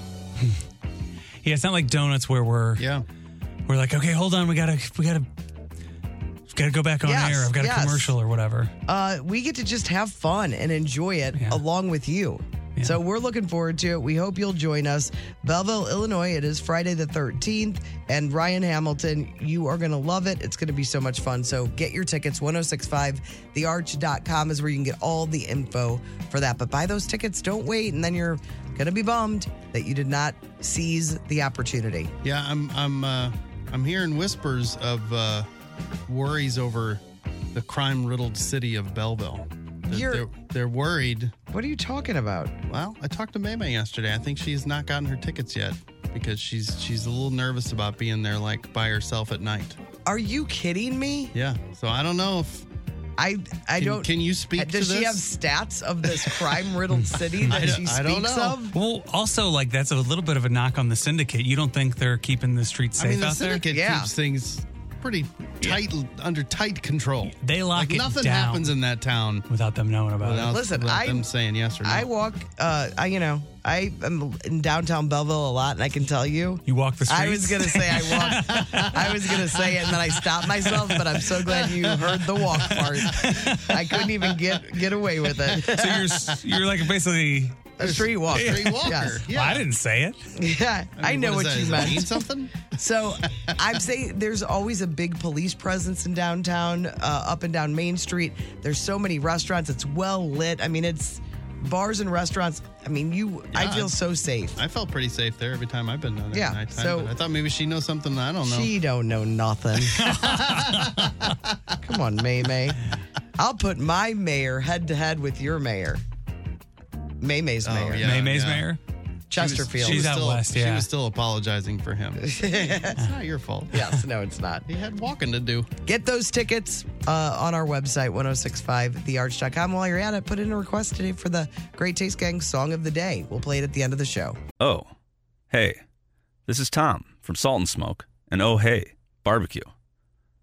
Yeah, it's not like donuts where we're Yeah. we're like, okay, hold on, we gotta we gotta we've gotta go back on Yes, air. I've got yes. a commercial or whatever. uh, we get to just have fun and enjoy it Yeah. along with you. So we're looking forward to it. We hope you'll join us. Belleville, Illinois, it is Friday the 13th. And Ryan Hamilton, you are going to love it. It's going to be so much fun. So get your tickets. 1065thearch.com is where you can get all the info for that. But buy those tickets. Don't wait. And then you're going to be bummed that you did not seize the opportunity. Yeah, I'm I'm uh, I'm hearing whispers of uh, worries over the crime-riddled city of Belleville. They're- You're- they're, they're worried. What are you talking about? Well, I talked to Maymay yesterday. I think she's not gotten her tickets yet because she's she's a little nervous about being there like by herself at night. Are you kidding me? Yeah. So I don't know if I I can, don't. can you speak Does to she this? have stats of this crime-riddled city that I don't- she speaks I don't know. of? Well, also like that's a little bit of a knock on the syndicate. You don't think they're keeping the streets I safe mean, the out there? syndicate Yeah. keeps things pretty tight under tight control. They lock like it nothing down. happens in that town Without them knowing about without, Listen, without I- them saying yes or no. I walk, uh, I you know, I am in downtown Belleville a lot, and I can tell you. it. You walk the streets. I was gonna say I walked. I was gonna say it, and then I stopped myself. But I'm so glad you heard the walk part. I couldn't even get get away with it. So you're s- you're like basically A street walker. Tree Walker. Yes. Yeah. well, I didn't say it. Yeah, I, mean, know is what, that? you Does that meant. mean something? So I'm saying there's always a big police presence in downtown, uh, up and down Main Street. There's so many restaurants. It's well lit. I mean, it's bars and restaurants. I mean, you. I Yeah, feel it's- so safe. I felt pretty safe there every time I've been down there. at Yeah, nighttime, so- but I thought maybe she knows something I don't know. She don't know nothing. Come on, May May. I'll put my mayor head to head with your mayor. May May's mayor. Oh, yeah. May May's mayor. Chesterfield. she was- She's out still, west, She yeah. was still apologizing for him. it's not your fault. yes, no, it's not. He had walking to do. Get those tickets uh, on our website, 1065thearch.com. While you're at it, put in a request today for the Great Taste Gang Song of the Day. We'll play it at the end of the show. Oh, hey, this is Tom from Salt and Smoke, and oh, hey, barbecue.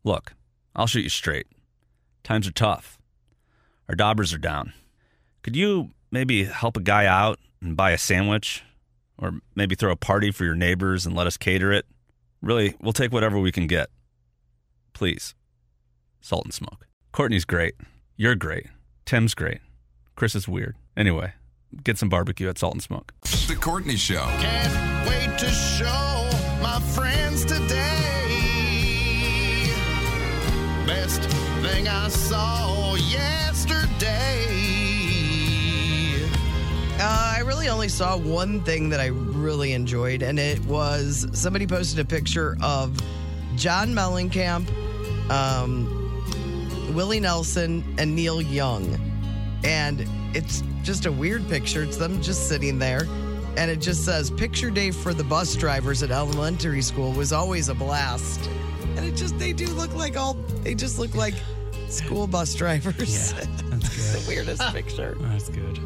Look, I'll shoot you straight. Times are tough. Our daubers are down. Could you maybe help a guy out and buy a sandwich? or maybe throw a party for your neighbors and let us cater it. Really, we'll take whatever we can get. Please. Salt and smoke. Courtney's great. You're great. Tim's great. Chris is weird. Anyway, get some barbecue at Salt and Smoke. The Courtney Show. Can't wait to show my friends today. Best thing I saw yesterday. Uh, I really only saw one thing that I really enjoyed, and it was somebody posted a picture of John Mellencamp, um, Willie Nelson, and Neil Young. And it's just a weird picture. It's them just sitting there. And it just says, Picture day for the bus drivers at elementary school was always a blast. And it just, they do look like all, they just look like school bus drivers. Yeah, that's it's good. the weirdest Ah. picture. Oh, That's good.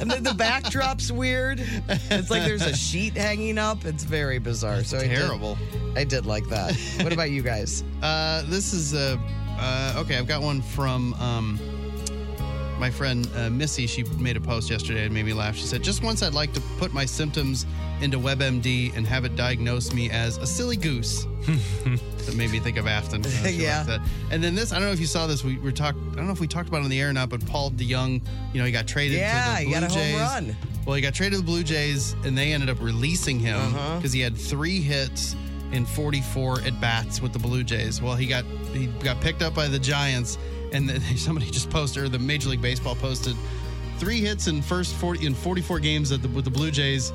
And then the backdrop's weird. It's like there's a sheet hanging up. It's very bizarre. so I did- Terrible. I did, like that. What about you guys? Uh, this is a uh, okay. I've got one from um, my friend uh, Missy. She made a post yesterday and made me laugh. She said, "Just once, I'd like to put my symptoms into WebMD and have it diagnose me as a silly goose." that made me think of Afton. She likes Yeah. that. And then this, I don't know if you saw this. We were talk. I don't know if we talked about it on the air or not, but Paul DeYoung, you know, he got traded. Yeah, to the he Blue got a home Jays. run. Well, he got traded to the Blue Jays, and they ended up releasing him Uh-huh. because he had three hits in 44 at bats with the Blue Jays. Well, he got he got picked up by the Giants, and then somebody just posted, or the Major League Baseball posted, three hits in first 40 in 44 games at the, with the Blue Jays,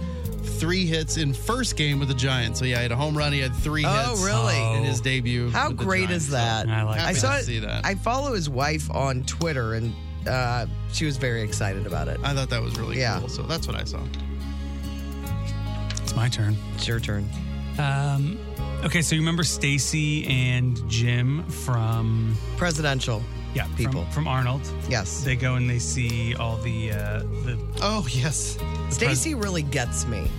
three hits in first game with the Giants. So yeah, he had a home run. He had three Oh, hits really? in his debut. How with the great Giants. is that? I like I that. saw Happy it. to see that. I follow his wife on Twitter, and uh, she was very excited about it. I thought that was really Yeah. cool. So that's what I saw. It's my turn. It's your turn. Um, okay, so you remember Stacy and Jim from Presidential. yeah from- People. from, Arnold. Yes. They go and they see all the uh, the. Oh yes. Stacy really gets me.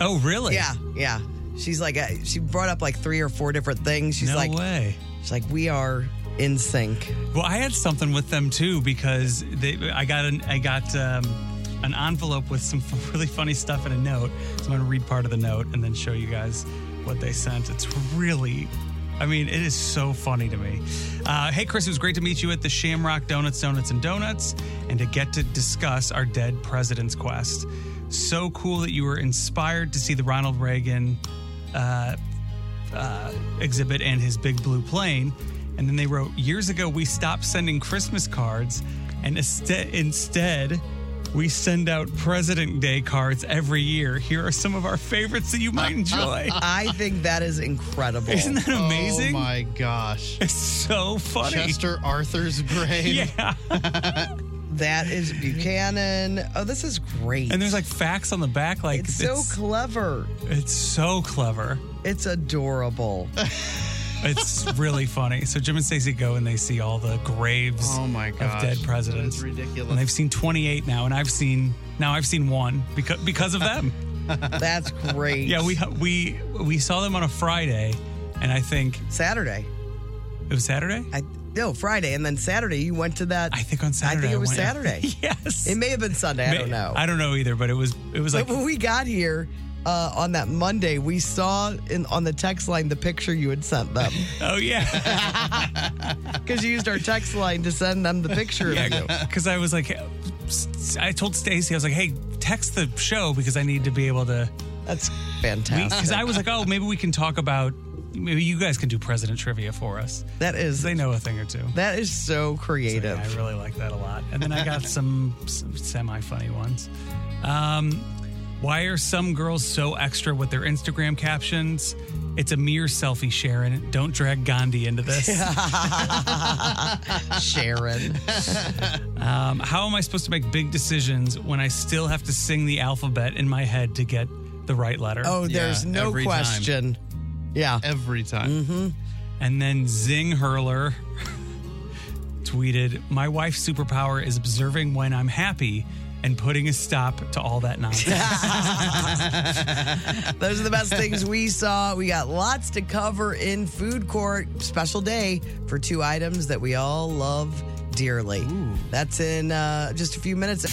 Oh really? Yeah, yeah. She's like, uh, she brought up like three or four different things. She's no like, way. she's like, we are in sync. Well, I had something with them too because they, I got an I got um, an envelope with some really funny stuff and a note. So I'm going to read part of the note and then show you guys what they sent. It's really. I mean, it is so funny to me. Uh, hey, Chris, it was great to meet you at the Shamrock Donuts, Donuts, and Donuts, and to get to discuss our dead president's quest. So cool that you were inspired to see the Ronald Reagan uh, uh, exhibit and his big blue plane. And then they wrote, Years ago, we stopped sending Christmas cards, and instead, instead, we send out President Day cards every year. Here are some of our favorites that you might enjoy. I think that is incredible. Isn't that amazing? Oh my gosh. It's so funny. Chester Arthur's grave. yeah. That is Buchanan. Oh, this is great. And there's like facts on the back. Like, it's so clever. it's so clever. It's adorable. It's really funny. So Jim and Stacey go and they see all the graves Oh my gosh. of dead presidents. That is ridiculous. And they've seen 28 now, and I've seen now I've seen one because because of them. That's great. yeah, we we we saw them on a Friday, and I think Saturday. it was Saturday. I no Friday, and then Saturday you went to that. I think on Saturday. I think it was went- Saturday. yes. It may have been Sunday. I don't know. I don't know either, but it was it was like but when we got here uh, on that Monday, we saw in on the text line the picture you had sent them oh yeah because you used our text line to send them the picture of you. because I was like I told Stacy I was like hey text the show because I need to be able to That's because fantastic. I was like oh maybe we can talk about maybe you guys can do president trivia for us that is they know a thing or two. that is so Yeah, creative. I really like that a lot. And then I got some, some semi funny ones. Um, why are some girls so extra with their Instagram captions? It's a mere selfie, Sharon. Don't drag Gandhi into this. Sharon. Um, how am I supposed to make big decisions when I still have to sing the alphabet in my head to get the right letter? Oh, there's Yeah, no every time. question. Yeah. Mm-hmm. every time. And then Zing Hurler tweeted, My wife's superpower is observing when I'm happy and putting a stop to all that nonsense. Those are the best things we saw. We got lots to cover in food court. Special day for two items that we all love dearly. That's in uh, just a few minutes.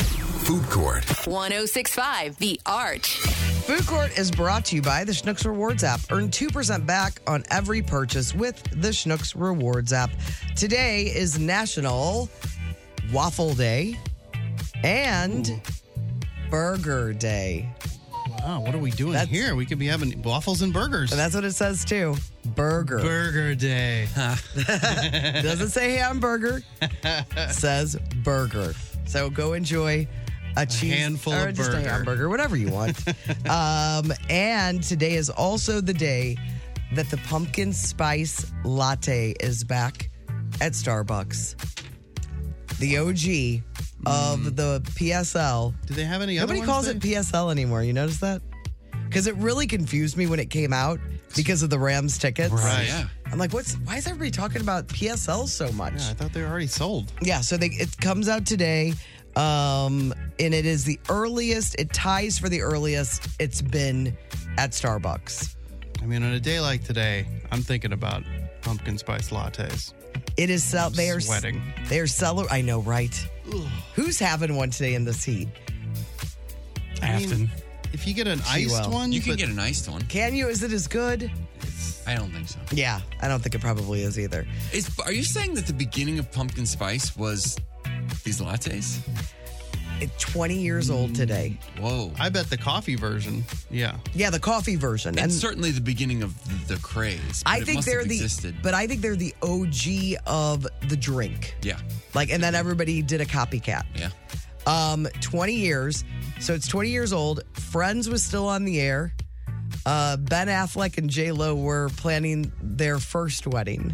Food Court. 1065 The Arch. Food Court is brought to you by the Schnucks Rewards app. Earn 2% back on every purchase with the Schnucks Rewards app. Today is National Waffle Day and Burger Day. Wow, what are we doing That's- here? We could be having waffles and burgers. And that's what it says too. Burger. Burger day. Doesn't say hamburger. says burger. So go enjoy a cheese handful or of just a burger. hamburger, whatever you want. um, and today is also the day that the pumpkin spice latte is back at Starbucks. The OG of the PSL. Mm. Do they have any Nobody other calls ones it they- PSL anymore. You notice that? Because it really confused me when it came out because of the Rams tickets. Right. Yeah. I'm like, what's? Why is everybody talking about PSL so much? Yeah, I thought they were already sold. Yeah, so they, it comes out today, um, and it is the earliest. It ties for the earliest it's been at Starbucks. I mean, on a day like today, I'm thinking about pumpkin spice lattes. It is sell. They are s- sweating. They are seller. I know, right? Who's having one today in this heat? Afton. If you get an iced will. one, You can but get an iced one. Can you? Is it as good? I don't think so. Yeah, I don't think it probably is either. Is, are you saying that the beginning of pumpkin spice was these lattes? It, Twenty years old Hmm. today. Whoa. I bet the coffee version. Yeah. Yeah, the coffee version. and certainly the beginning of the, the craze. but I it think must they're have the. existed. But I think they're the OG of the drink. yeah, Like, and then everybody did a copycat. yeah. um 20 years so it's 20 years old friends was still on the air uh ben affleck and j lo were planning their first wedding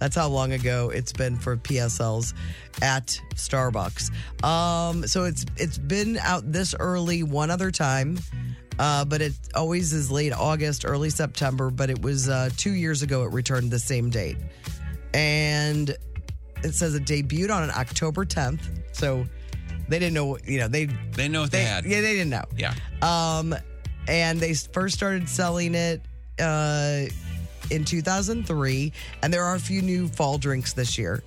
that's how long ago it's been for psls at starbucks um so it's it's been out this early one other time uh, but it always is late August, early September. But it was uh, two years ago it returned the same date. And it says it debuted on October 10th. So they didn't know, you know, they, They know what they, they had. yeah, they didn't know. Yeah. Um, and they first started selling it uh, in 2003. And there are a few new fall drinks this year.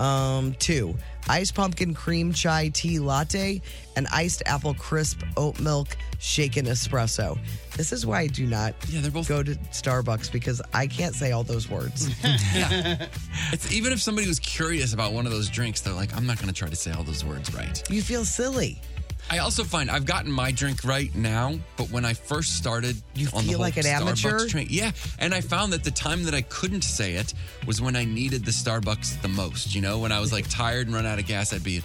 Um, two ice pumpkin cream chai tea latte and iced apple crisp oat milk shaken espresso. This is why I do not Yeah, they're both. go to Starbucks because I can't say all those words. It's, even if somebody was curious about one of those drinks, they're like, I'm not going to try to say all those words right. you feel silly. I also find I've gotten my drink right now, but when I first started You on the feel whole like an Starbucks amateur? train- yeah, and I found that the time that I couldn't say it was when I needed the Starbucks the most. You know, when I was like tired and run out of gas, I'd be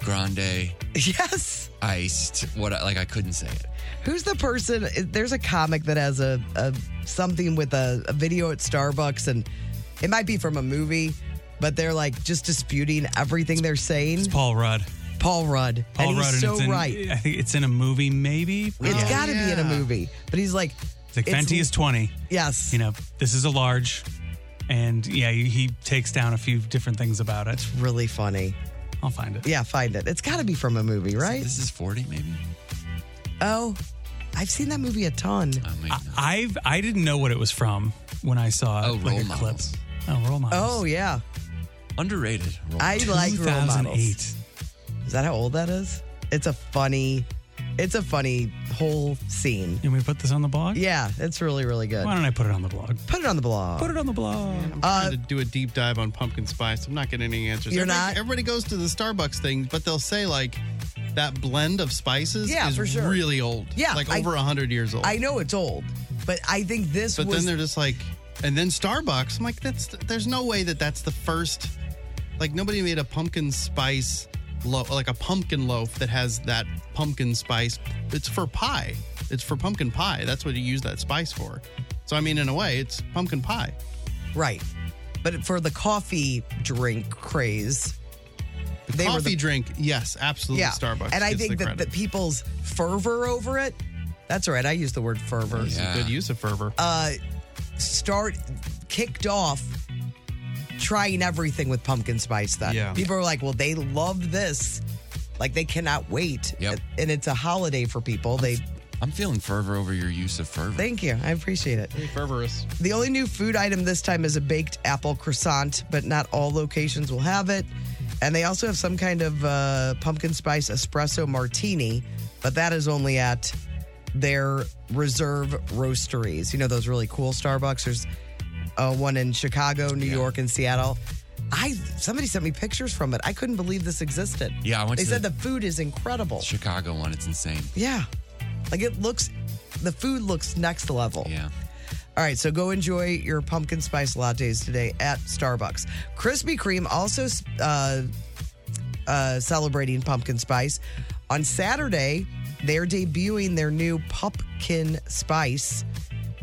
grande, Yes. iced, what? I- Like I couldn't say it. Who's the person? There's a comic that has a, a something with a, a video at Starbucks, and it might be from a movie, but they're like just disputing everything they're saying. It's Paul Rudd. Paul Rudd, Paul and he's Rudd, so it's in, right. I think it's in a movie, maybe. It's Yeah. got to be in yeah. a movie, but he's like, It's like it's- Fenty is 20. yes, You know, this is a large. And yeah, he he takes down a few different things about it. really funny. I'll find it. Yeah, find it. It's got to be from a movie, right? This is 40, maybe. Oh, I've seen that movie a ton. Oh, maybe not. I've I didn't know what it was from when I saw Oh, like Role a Models. clip. Oh, role models. Oh yeah, Underrated. Role I like role models. 2008. Is that how old that is? It's a funny, it's a funny whole scene. Can we put this on the blog? Yeah, it's really really good. Why don't I put it on the blog? Put it on the blog. Put it on the blog. I'm trying to do a deep dive on pumpkin spice. I'm not getting any answers. Uh, You're everybody, not? Everybody goes to the Starbucks thing, but they'll say like that blend of spices Yeah, is for sure. really old. Yeah, like I- over hundred years old. I know it's old, but I think this but was then they're just like, and then Starbucks. I'm like, that's there's no way that that's the first. Like nobody made a pumpkin spice loaf, like a pumpkin loaf that has that pumpkin spice. It's for pie. It's for pumpkin pie. That's what you use that spice for. So I mean, in a way, it's pumpkin pie. right. But for the coffee drink craze, The They were coffee the- drink, yes, absolutely. yeah, Starbucks, and I gets think the that the credit. people's fervor over it. That's all right. I use the word fervor. Yeah. It's a good use of fervor. Uh, start kicked off trying everything with pumpkin spice. Then Yeah. people are like, "Well, they love this. Like they cannot wait." Yep. And it's a holiday for people. They I'm feeling fervor over your use of fervor. thank you. I appreciate it. Very fervorous. The only new food item this time is a baked apple croissant, but not all locations will have it. And they also have some kind of uh, pumpkin spice espresso martini, but that is only at their reserve roasteries. You know, those really cool Starbucks. There's uh, one in Chicago, New York, and Seattle. I somebody sent me pictures from it. I couldn't believe this existed. Yeah, I went They to said the- the food is incredible. Chicago one. It's insane. Yeah. Like it looks, the food looks next level. Yeah. All right, so go enjoy your pumpkin spice lattes today at Starbucks. Krispy Kreme also uh, uh, celebrating pumpkin spice. On Saturday, they're debuting their new pumpkin spice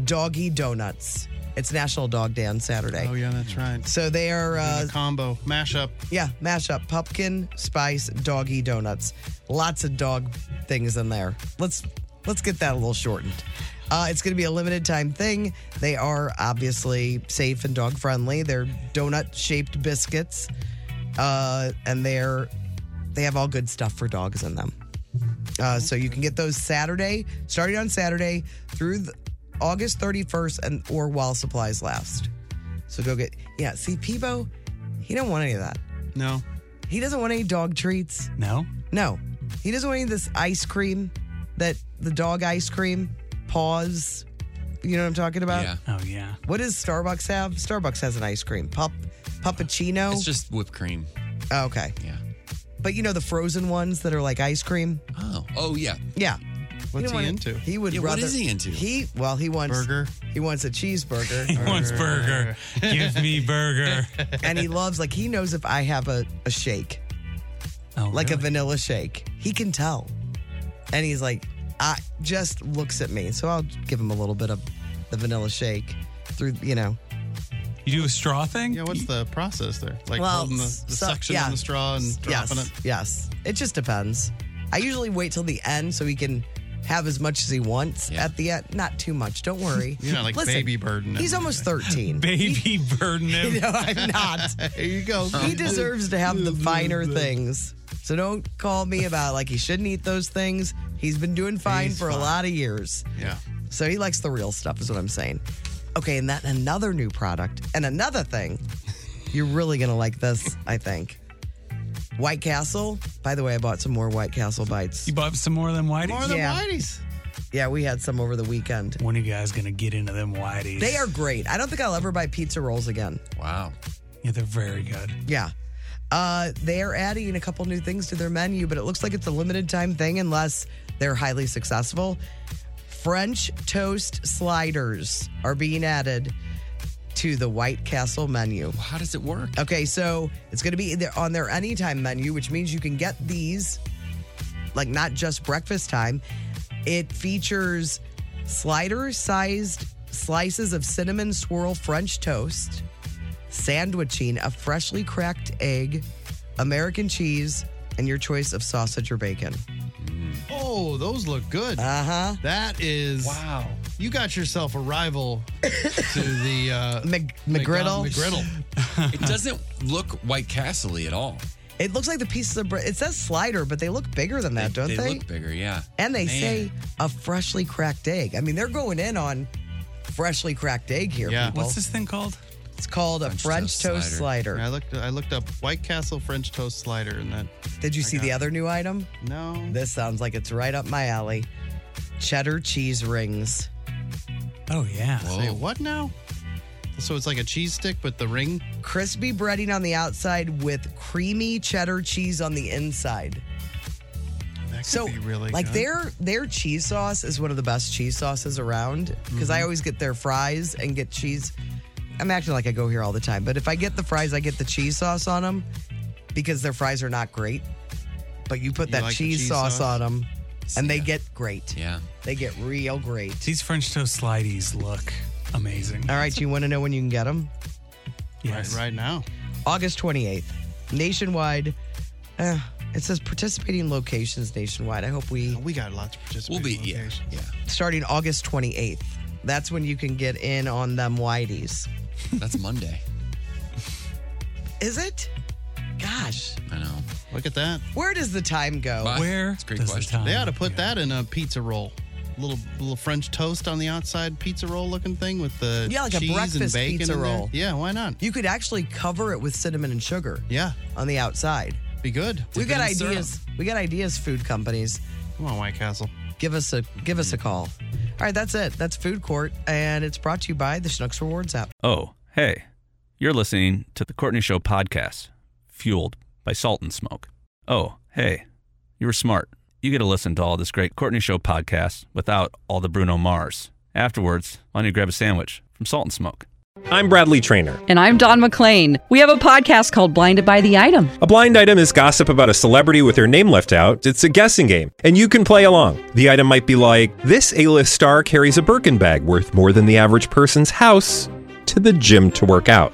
doggy donuts. It's National Dog Day on Saturday. Oh yeah, that's right. So they are uh, Doing a combo mashup. yeah, mashup pumpkin spice doggy donuts. Lots of dog things in there. Let's let's get that a little shortened. Uh, it's going to be a limited time thing. They are obviously safe and dog friendly. They're donut shaped biscuits, uh, and they're they have all good stuff for dogs in them. Uh, so you can get those Saturday, starting on Saturday through the, August 31st, and or while supplies last. So go get yeah. See, Peebo, he don't want any of that. No, He doesn't want any dog treats. No? No, he doesn't want any of this ice cream that the dog ice cream paws. You know what I'm talking about? yeah. Oh, yeah. What does Starbucks have? Starbucks has an ice cream pup, puppuccino. It's just whipped cream. oh, okay, Yeah. but you know the frozen ones that are like ice cream. Oh. Oh yeah. Yeah, what's he into? He would Yeah, what rather. is he into? He well, he wants Burger. He wants a cheeseburger. He wants burger. Give me burger. and he loves like he knows if I have a, a shake, Oh, like a really? vanilla shake. He can tell. And he's like, I just looks at me. So I'll give him a little bit of the vanilla shake through, you know. You do a straw thing? Yeah, what's the process there? Like Well, holding the, the so- suction yeah. on the straw and dropping yes. it. Yes. It just depends. I usually wait till the end so he can have as much as he wants Yeah. at the end. Not too much. Don't worry. You're not, like, baby burden him. He's almost 13. Baby burden him. no, I'm not. There you go. he deserves to have the finer things. So don't call me about like he shouldn't eat those things. He's been doing fine He's for a fine. lot of years. Yeah. So he likes the real stuff, is what I'm saying. Okay, and that another new product and another thing. You're really gonna like this, I think. White Castle. By the way, I bought some more White Castle bites. You bought some more of them whiteies? More than Yeah. whitey's. Yeah, we had some over the weekend. When are you guys going to get into them whiteies? They are great. I don't think I'll ever buy pizza rolls again. Wow. Yeah, they're very good. Yeah. Uh, they are adding a couple new things to their menu, but it looks like it's a limited time thing unless they're highly successful. French toast sliders are being added to the White Castle menu. Well, how does it work? Okay, so it's going to be there on their anytime menu, which means you can get these, like not just breakfast time. It features slider-sized slices of cinnamon swirl French toast, sandwiching a freshly cracked egg, American cheese, and your choice of sausage or bacon. Oh, those look good. Uh huh. that is. Wow. You got yourself a rival to the uh, Mc, McGriddle. McDonald's McGriddle. It doesn't look White Castle at all. It looks like the pieces of bread. It says slider, but they look bigger than that, don't they? look bigger, yeah. And they Man. say a freshly cracked egg. I mean, they're going in on freshly cracked egg here, Yeah. people. What's this thing called? It's called a French French toast toast slider. I looked. I looked up White Castle French toast slider, and that Did you see the other new item? no. This sounds like it's right up my alley. Cheddar cheese rings. Oh, yeah. Say what now? So it's like a cheese stick with the ring. Crispy breading on the outside with creamy cheddar cheese on the inside. That could So be really like good. their their cheese sauce is one of the best cheese sauces around because Mm-hmm. I always get their fries and get cheese. I'm acting like I go here all the time, but if I get the fries, I get the cheese sauce on them because their fries are not great. But you put You that like the cheese, cheese sauce, sauce? on them, and they get great. Yeah. They get real great. These French toast slideys look amazing. All right, you want to know when you can get them? Yes. right now. August 28th, nationwide. Eh, it says participating locations nationwide. I hope we Oh, We got lots of We'll participants. be, yeah. Yeah. starting August 28th. That's when you can get in on them whiteys. That's Monday. Is it? Gosh, I know. Look at that. where does the time go? Bye. Where It's a great does question. the time They ought to put that in a pizza roll. little little French toast on the outside pizza roll looking thing with the Yeah, like a cheese and breakfast bacon pizza in there. roll. Yeah, why not? You could actually cover it with cinnamon and sugar. Yeah, on the outside. be good. we got ideas. We got ideas. Food companies, Come on, White Castle. give us a give us a call. All right, that's it. That's food court, and it's brought to you by the Schnucks Rewards app. Oh, hey, you're listening to the Courtney Show podcast, fueled by salt and smoke. Oh, hey, you were smart. You get to listen to all this great Courtney Show podcast without all the Bruno Mars. Afterwards, why don't you grab a sandwich from Salt and Smoke? I'm Bradley Trainer. And I'm Don McClain. We have a podcast called Blinded by the Item. A blind item is gossip about a celebrity with their name left out. It's a guessing game, and you can play along. The item might be like this: A-list star carries a Birkin bag worth more than the average person's house to the gym to work out.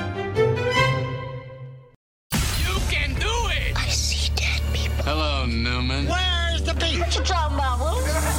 You can do it! I see dead people. Hello, Newman. Where's the beach? What you talking about,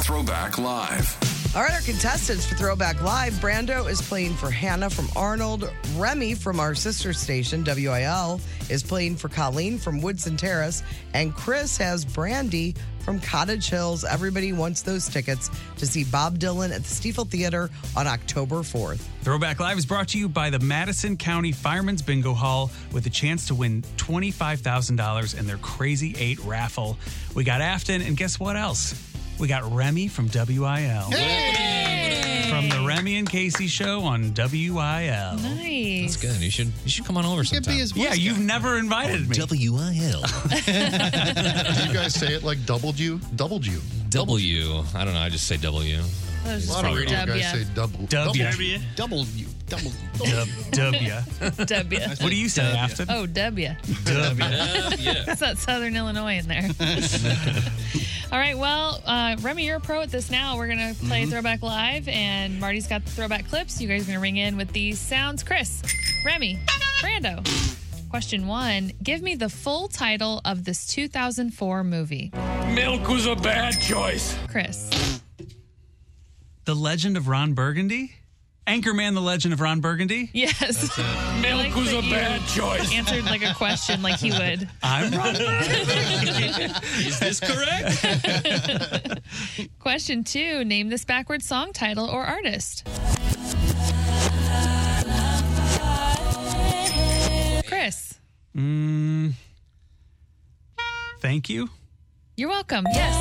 Throwback Live. All right, our contestants for Throwback Live, Brando is playing for Hannah from Arnold. Remy from our sister station, WIL, is playing for Colleen from Woodson Terrace. And Chris has Brandy from Cottage Hills. Everybody wants those tickets to see Bob Dylan at the Stiefel Theater on October 4th. Throwback Live is brought to you by the Madison County Firemen's Bingo Hall with a chance to win $25,000 in their Crazy Eight raffle. We got Afton, and guess what else? We got Remy from WIL. From the Remy and Casey show on WIL. Nice. Good. You should you should come on over sometime. yeah, you've never invited me. WIL. Do you guys say it like doubled you? Doubled you. W. I don't know. I just say W. That was It's a lot of probably radio wrong. guys say double. W. Double you. Double. W. W. What do you say, Afton? Oh, W. W. That's not Southern Illinois in there. All right, well, uh, Remy, you're a pro at this now. We're going to play Mhm. Throwback Live, and Marty's got the throwback clips. You guys are going to ring in with these sounds. Chris, Remy, Brando. Question one Give me the full title of this 2004 movie. Milk was a bad choice. Chris, The Legend of Ron Burgundy? Anchorman, The Legend of Ron Burgundy? yes. I Milk like was that a you bad choice. Answered like a question, like he would. I'm Ron Is this correct? Question two Name this backwards song title or artist. Chris, Mm, thank you. you're welcome. Yes.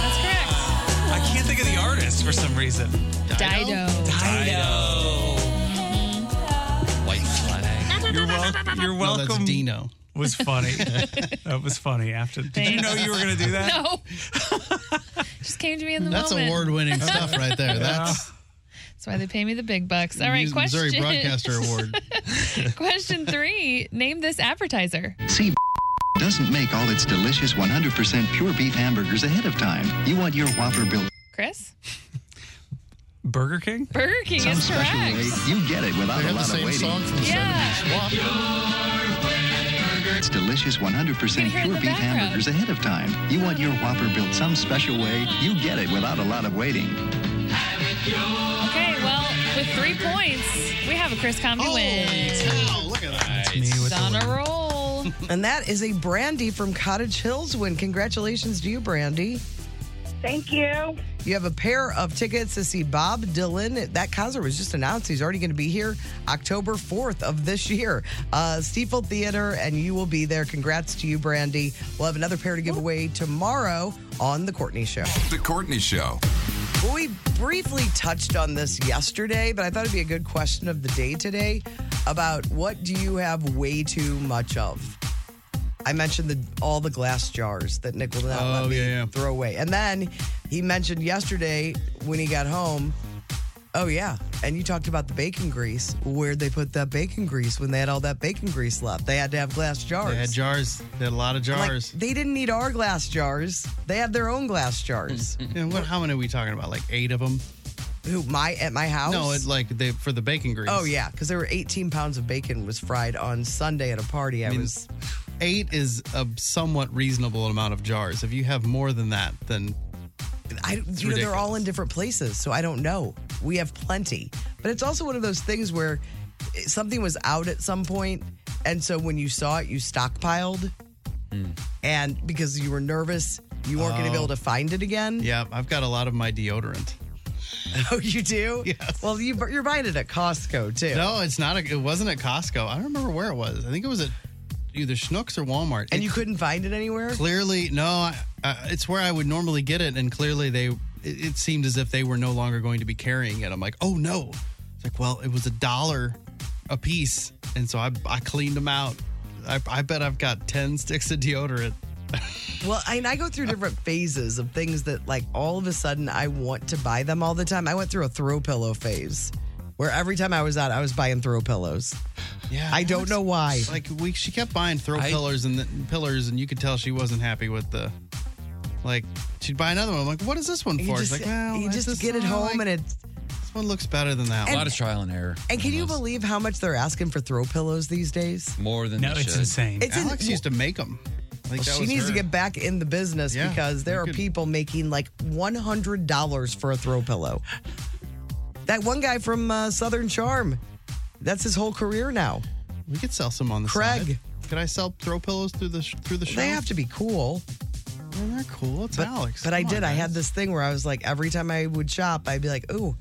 That's correct. I can't think of the artist for some reason. Dido. Dido. White flag. You're, wel- you're welcome. Dino. Was funny. that was funny. After did you Thanks. know you were going to do that? No. Just came to me in the That's moment. award-winning stuff right there. That's That's why they pay me the big bucks. All right, Use question. Missouri Broadcaster Award. question three. Name this advertiser. See, doesn't make all its delicious 100% pure beef hamburgers ahead of time. You want your Whopper built Chris? Burger King. Burger King some is special correct. way. You get it without They a have the lot same of waiting. song from the Yeah. 70s. It's delicious 100% You can hear it in pure the beef background. hamburgers ahead of time. You want your Whopper built some special way. You get it without a lot of waiting. Okay, well, with three points, we have a Chris Comedy win. Oh, look at that. me with the on a roll. And that is a Brandy from Cottage Hills win. Congratulations to you, Brandy. Thank you. You have a pair of tickets to see Bob Dylan. That concert was just announced. He's already going to be here October 4th of this year. Uh, Stiefel Theater, and you will be there. Congrats to you, Brandy. We'll have another pair to give away tomorrow on The Courtney Show. The Courtney Show. Well, we briefly touched on this yesterday, but I thought it'd be a good question of the day today about what do you have way too much of? I mentioned the, all the glass jars that Nick will not Oh, let me throw away. And then he mentioned yesterday when he got home, oh, yeah. And you talked about the bacon grease. Where'd they put that bacon grease when they had all that bacon grease left? They had to have glass jars. They had jars. They had a lot of I'm like, jars. they didn't need our glass jars. They had their own glass jars. and what? How many are we talking about? Like eight of them? Who? My at my house? No, it, like they for the bacon grease. Oh yeah, because there were 18 pounds of bacon was fried on Sunday at a party. I, mean, was Eight is a somewhat reasonable amount of jars. If you have more than that, then I, you know, they're all in different places, so I don't know. We have plenty, but it's also one of those things where eh, something was out at some point, and so when you saw it, you stockpiled, and because you were nervous, you weren't going to be Hmm. Oh. able to find it again. Yeah, I've got a lot of my deodorant. Oh, you do? Yes. Well, you, you're buying it at Costco too. No, it's not. A, it wasn't at Costco. I don't remember where it was. I think it was at either Schnucks or Walmart. And you couldn't find it anywhere. Clearly, no. I, I, it's where I would normally get it, and clearly they. It, it seemed as if they were no longer going to be carrying it. I'm like, oh no. It's like, well, it was a dollar a piece, and so I I cleaned them out. I, I bet I've got ten sticks of deodorant. Well, I, and I go through different phases of things that, like, all of a sudden I want to buy them all the time. I went through a throw pillow phase where every time I was out, I was buying throw pillows. Yeah, I don't know why. Like we, she kept buying throw pillars and the, pillars, and you could tell she wasn't happy with the. Like she'd buy another one. I'm like, what is this one You for? She's just- like, well, you it's just this get it one I home and it. This one looks better than that. A one. lot of trial and error. And can you believe how much they're asking for throw pillows these days? More than No, they it's should. insane. It's in- Alex used to make them. Like, that she was needs to her. get back in the business Yeah, because there you are could- people making like $100 for a throw pillow. that one guy from uh, Southern Charm, that's his whole career now. We could sell some on the Craig. Could I sell throw pillows through the sh- through the show? They have to be cool. they're cool. It's but, Alex. But I Come did. on, I had guys. this thing where I was like, every time I would shop, I'd be like, ooh,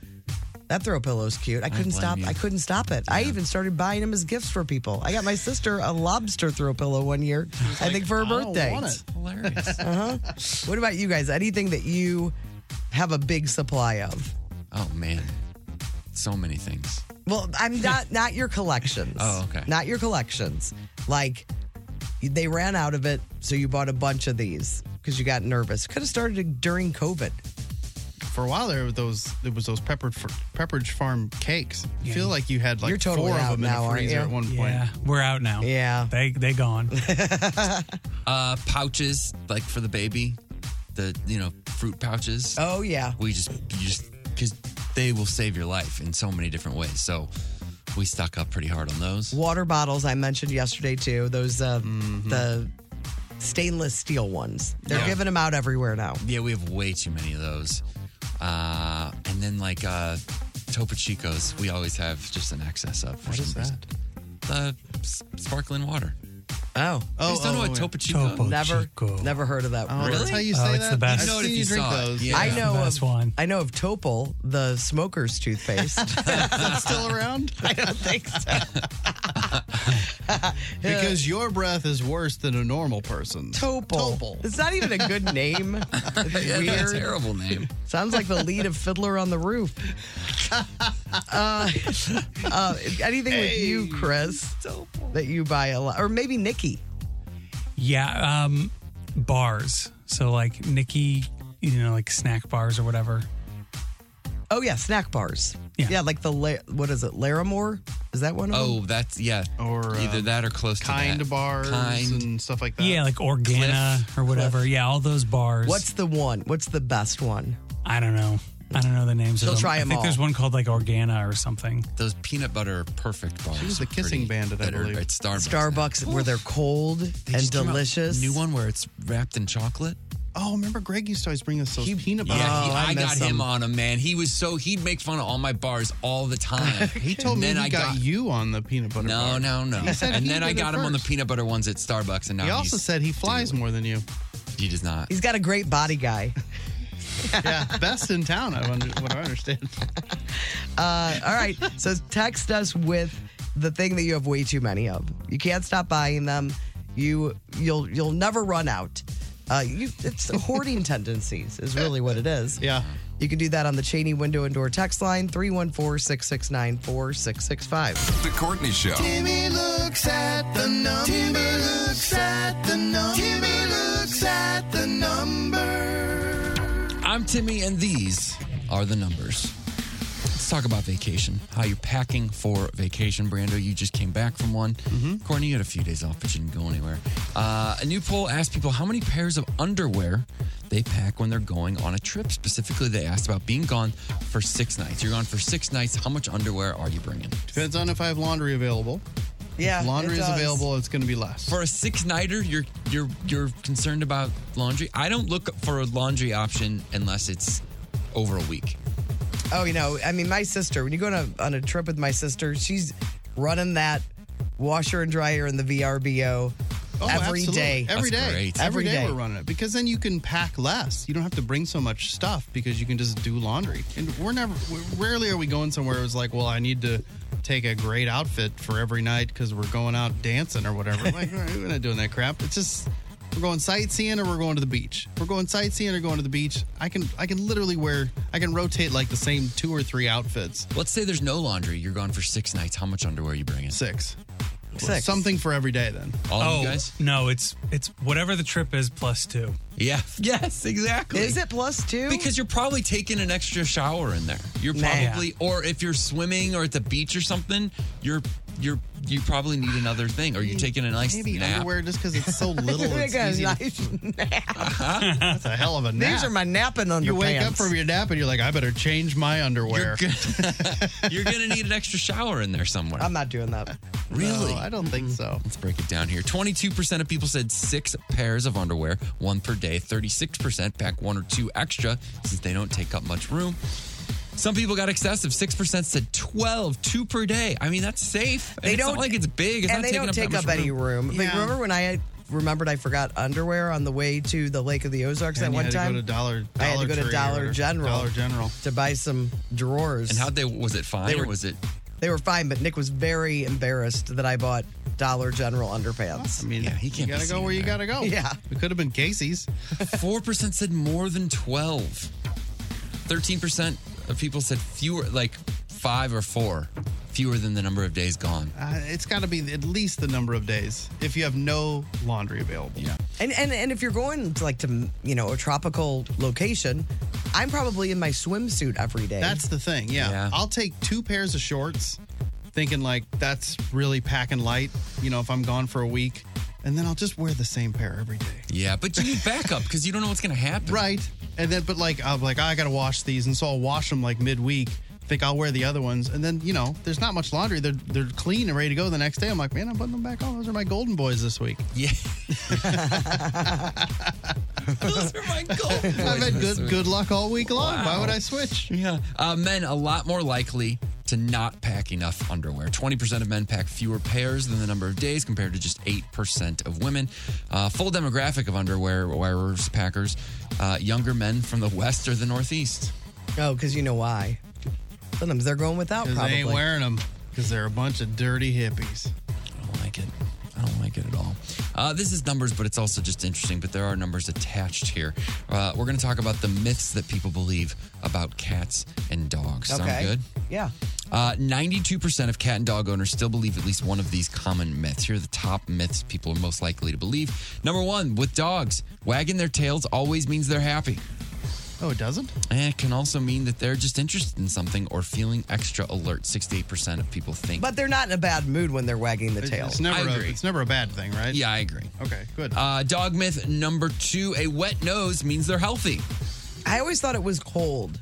that throw pillow's cute. I couldn't blame stop. you. I couldn't stop it. I even started buying them as gifts for people. I got my sister a lobster throw pillow one year, I think for her I don't birthday. want it. Hilarious. uh-huh. What about you guys? Anything that you have a big supply of? Oh man, so many things. Well, I'm not not your collections. Oh, okay. Not your collections. Like they ran out of it, so you bought a bunch of these because you got nervous. Could have started during COVID. For a while there, were those there was those Pepperidge, Pepperidge Farm cakes. I feel like you had like You're totally four of out them now, in the aren't freezer you? at one point. Yeah, we're out now. Yeah, they they gone. Uh, pouches like for the baby, the you know fruit pouches. Oh yeah. We just you just because they will save your life in so many different ways. So we stuck up pretty hard on those. Water bottles I mentioned yesterday too. Those uh, the stainless steel ones. They're Mm-hmm. Yeah. giving them out everywhere now. Yeah, we have way too many of those. Uh, and then like uh, Topo Chicos, we always have just an excess of for some reason. Uh, s- sparkling water. Oh, Oh, don't know what Topo Chico. Never, never heard of that. Oh, word. that's Really? how you Oh, say it's that? the best. You know it if you saw it. Yeah. I It's the know best of I know of Topol, the smoker's toothpaste. That's still around? I don't think so. because your breath is worse than a normal person's. Topol. It's not even a good name. It's Yeah, weird. that's a terrible name. Sounds like the lead of Fiddler on the Roof. Uh, uh, anything with you, Chris, that you buy a lot, or maybe Nikki. Yeah, um, bars. So like Nikki, you know, like snack bars or whatever. Oh yeah, snack bars. Yeah, like the La- what is it, Larimore? Is that one? Of Oh, them? that's yeah. Or um, either that or close to Kind that. bars Kind. and stuff like that. Yeah, like Organa or whatever. Yeah, all those bars. What's the one? What's the best one? I don't know. I don't know the names. She'll of them. try I 'em think there's all. one called like Organa or something. Those peanut butter perfect bars. She was are the kissing pretty- bandit, I that are believe. At Starbucks. Starbucks, where they're cold and just came out delicious. New one where it's wrapped in chocolate. Oh, remember Greg used to always bring us those peanut Yeah, butter. Oh, he, I, got him on him, man. He was so he'd make fun of all my bars all the time. He told And me then he I got, you on the peanut butter. No, bar. no, no. He said and he then did I got it him on the first. peanut butter ones at Starbucks, and now He also he's- said he flies more than you. he does not. He's got a great body guy. yeah, best in town. I wonder, what I understand. Uh, all right. So text us with the thing that you have way too many of. You can't stop buying them. You you'll you'll never run out. Uh, you, it's hoarding tendencies is really what it is. Yeah. You can do that on the Cheney window and door text line 314-669-4665. The Courtney Show. Timmy looks at the number. Timmy looks at the number. Timmy looks at the number. I'm Timmy, and these are the numbers. Let's talk about vacation. How you're packing for vacation, Brando. You just came back from one. Courtney, you had a few days off, but you didn't go anywhere. Uh, a new poll asked people how many pairs of underwear they pack when they're going on a trip. Specifically, they asked about being gone for six nights. You're gone for six nights. How much underwear are you bringing? Depends on if I have laundry available. Yeah, If laundry is available. It's going to be less. For a six nighter, you're you're you're concerned about laundry. I don't look for a laundry option unless it's over a week. Oh, you know, I mean, my sister, when you go on a, on a trip with my sister, she's running that washer and dryer in the VRBO every day. Oh, Every day. Every day. we're running it because then you can pack less. You don't have to bring so much stuff because you can just do laundry. And we're never, we- rarely are we going somewhere where it's like, well, I need to take a great outfit for every night because we're going out dancing or whatever. like, we're not doing that crap. It's just we're going sightseeing or we're going to the beach. If we're going sightseeing or going to the beach. I can, I can literally wear, I can rotate like the same two or three outfits. Let's say there's no laundry. You're gone for six nights. How much underwear are you bringing? Six. Something for every day then. All oh, of you guys? No, it's it's whatever the trip is plus two. Yeah. Yes, exactly. Is it plus two? Because you're probably taking an extra shower in there. You're Nah. probably, or if you're swimming or at the beach or something, you're you're you probably need another thing, or you're taking a nice Maybe nap. underwear just because it's so little. Like it's a easy to nice nap. That's a hell of a These nap. are my napping underpants. You wake up from your nap and you're like, I better change my underwear. You're gonna need an extra shower in there somewhere. I'm not doing that. Really? I don't think so. Let's break it down here. 22% of people said six pairs of underwear, one per day. 36% pack one or two extra since they don't take up much room. Some people got excessive. 6% said 12, two per day. I mean, that's safe. And They it's don't not like it's big. It's and not they taking don't up take that up much any room. Like, remember when I remembered I forgot underwear on the way to the Lake of the Ozarks And that you one had to go time? to Dollar- I had to Dollar go to Tree Dollar or General. Dollar General to buy some drawers. And how'd they, was it fine They or were- was it? They were fine, but Nick was very embarrassed that I bought Dollar General underpants. I mean, yeah, he You gotta go where you gotta go. Yeah. It could have been Casey's. 4% said more than 12. 13% of people said fewer, like five or four, fewer than the number of days gone. Uh, it's got to be at least the number of days if you have no laundry available. Yeah. And and and if you're going to like to you know a tropical location, I'm probably in my swimsuit every day. That's the thing. Yeah. I'll take two pairs of shorts, thinking like that's really packing light, you know, if I'm gone for a week. And then I'll just wear the same pair every day. Yeah, but you need backup because you don't know what's going to happen. Right. And then, but like, I'm like, I got to wash these. And so I'll wash them like midweek. Think I'll wear the other ones. And then, you know, there's not much laundry. They're, they're clean and ready to go the next day. I'm like, man, I'm putting them back on. Those are my golden boys this week. Yeah. Those are my golden boys. I've had this good, week. good luck all week long. Why Wow. would I switch? Yeah. Uh, men a lot more likely to not pack enough underwear. 20% of men pack fewer pairs than the number of days compared to just 8% of women. Uh, full demographic of underwear wearers, packers, uh, younger men from the West or the Northeast. Oh, because you know why? Sometimes they're going without. 'Cause Probably they ain't wearing them because they're a bunch of dirty hippies. I don't like it. I don't like it at all. Uh, this is numbers, but it's also just interesting. But there are numbers attached here. Uh, we're going to talk about the myths that people believe about cats and dogs. Sound Okay. good? Yeah. Uh, 92% of cat and dog owners still believe at least one of these common myths. Here are the top myths people are most likely to believe. Number one, with dogs, wagging their tails always means they're happy. Oh, it doesn't? And it can also mean that they're just interested in something or feeling extra alert. 68% of people think. But they're not in a bad mood when they're wagging the tail. it's never I a- agree. It's never a bad thing, right? Yeah, I agree. Okay, good. Uh, dog myth number two a wet nose means they're healthy. I always thought it was cold.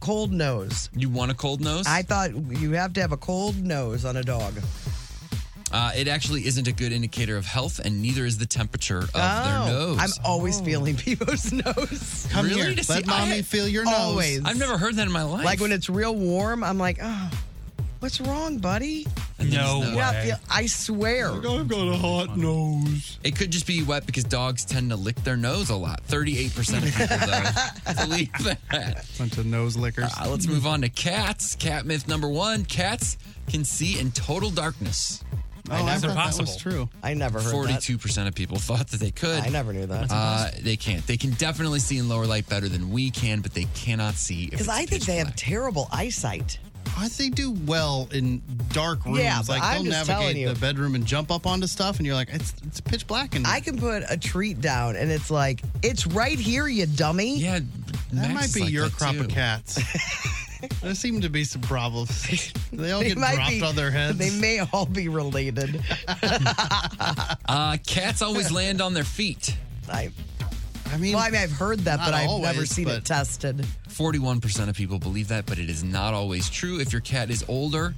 Cold nose. You want a cold nose? I thought you have to have a cold nose on a dog. Uh, it actually isn't a good indicator of health, and neither is the temperature of Oh, their nose. I'm always feeling people's nose. Oh. Come Really? here. To see- Let mommy I- feel your nose. Always. I've never heard that in my life. Like when it's real warm, I'm like, oh, what's wrong, buddy? No You're not feel- I swear. I've got a hot nose. It could just be wet because dogs tend to lick their nose a lot. 38% of people, though, believe that. Bunch of nose lickers. Uh, let's move on to cats. Cat myth number one cats can see in total darkness. Oh, I thought that was true. I never heard that. 42% of people thought that they could. I never knew that. Uh, they can't. They can definitely see in lower light better than we can, but they cannot see. If Because it's I think pitch they have terrible eyesight. I think they do well in dark rooms. Yeah, but like I'm they'll just telling navigate you. the bedroom and jump up onto stuff, and you're like, it's it's pitch black in I can put a treat down and it's like, it's right here, you dummy. Yeah, That might be your crop of cats. there seem to be some problems. They all get dropped on their heads. They may all be related. black. Uh, cats always land on their feet. I, I mean, well, I mean, I've heard that, not but I've never always, seen but- it tested. 41% of people believe that, but it is not always true. If your cat is older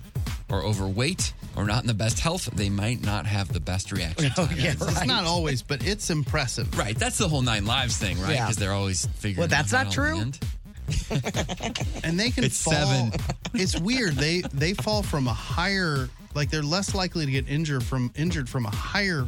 or overweight or not in the best health, they might not have the best reaction. Oh, time. yeah, It's right. not always, but it's impressive. Right. That's the whole nine lives thing, right? Yeah. Because they're always figuring. Well, that's out not how to true. end. and they can It's fall. seven. It's weird. They they fall from a higher like they're less likely to get injured from injured from a higher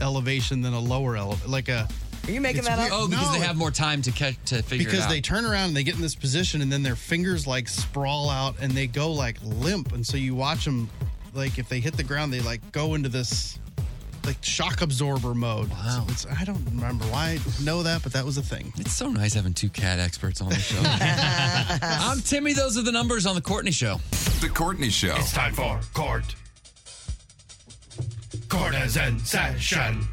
elevation than a lower elevation. Like a Are you It's weird. Oh, because they have more time to catch to figure it because out. they turn around and they get in this position and then their fingers like sprawl out and they go like limp and so you watch them like if they hit the ground they like go into this like shock absorber mode. Wow. it's I don't remember why I know that but that was a thing. It's so nice having two cat experts on the show. I'm Timmy. Those are the numbers on the Courtney Show. The Courtney Show. It's time for Court. Courtesan session.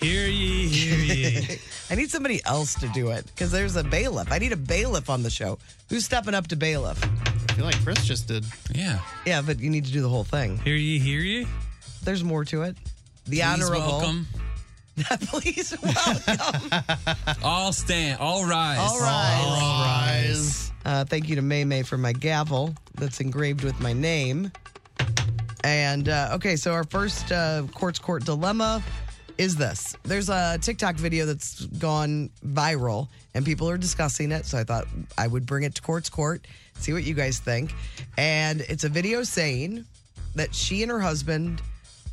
Hear ye, hear ye. I need somebody else to do it because there's a bailiff. I need a bailiff on the show. Who's stepping up to bailiff? I feel like Chris just did. Yeah. Yeah, but you need to do the whole thing. Hear ye, hear ye. There's more to it. The Please honorable. welcome. Please welcome. All stand. All rise. All rise. All rise. Uh, thank you to May May for my gavel that's engraved with my name. And uh, okay, so our first uh, court's court dilemma is this. There's a TikTok video that's gone viral and people are discussing it. So I thought I would bring it to court's court, see what you guys think. And it's a video saying that she and her husband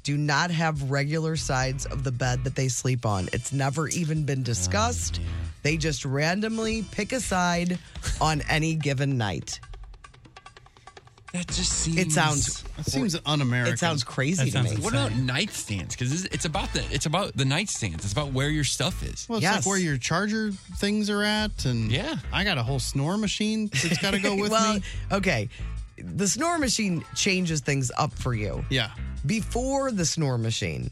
do not have regular sides of the bed that they sleep on. It's never even been discussed. they just randomly pick a side on any given night. That just seems. It sounds. That seems un-American. It sounds That crazy to sounds me. What about nightstands? Because it's about the it's about the nightstands. It's about where your stuff is. Well, it's like where your charger things are at, and yeah, I got a whole snore machine that's got to go with well, me. Okay. The snore machine changes things up for you. Yeah. Before the snore machine,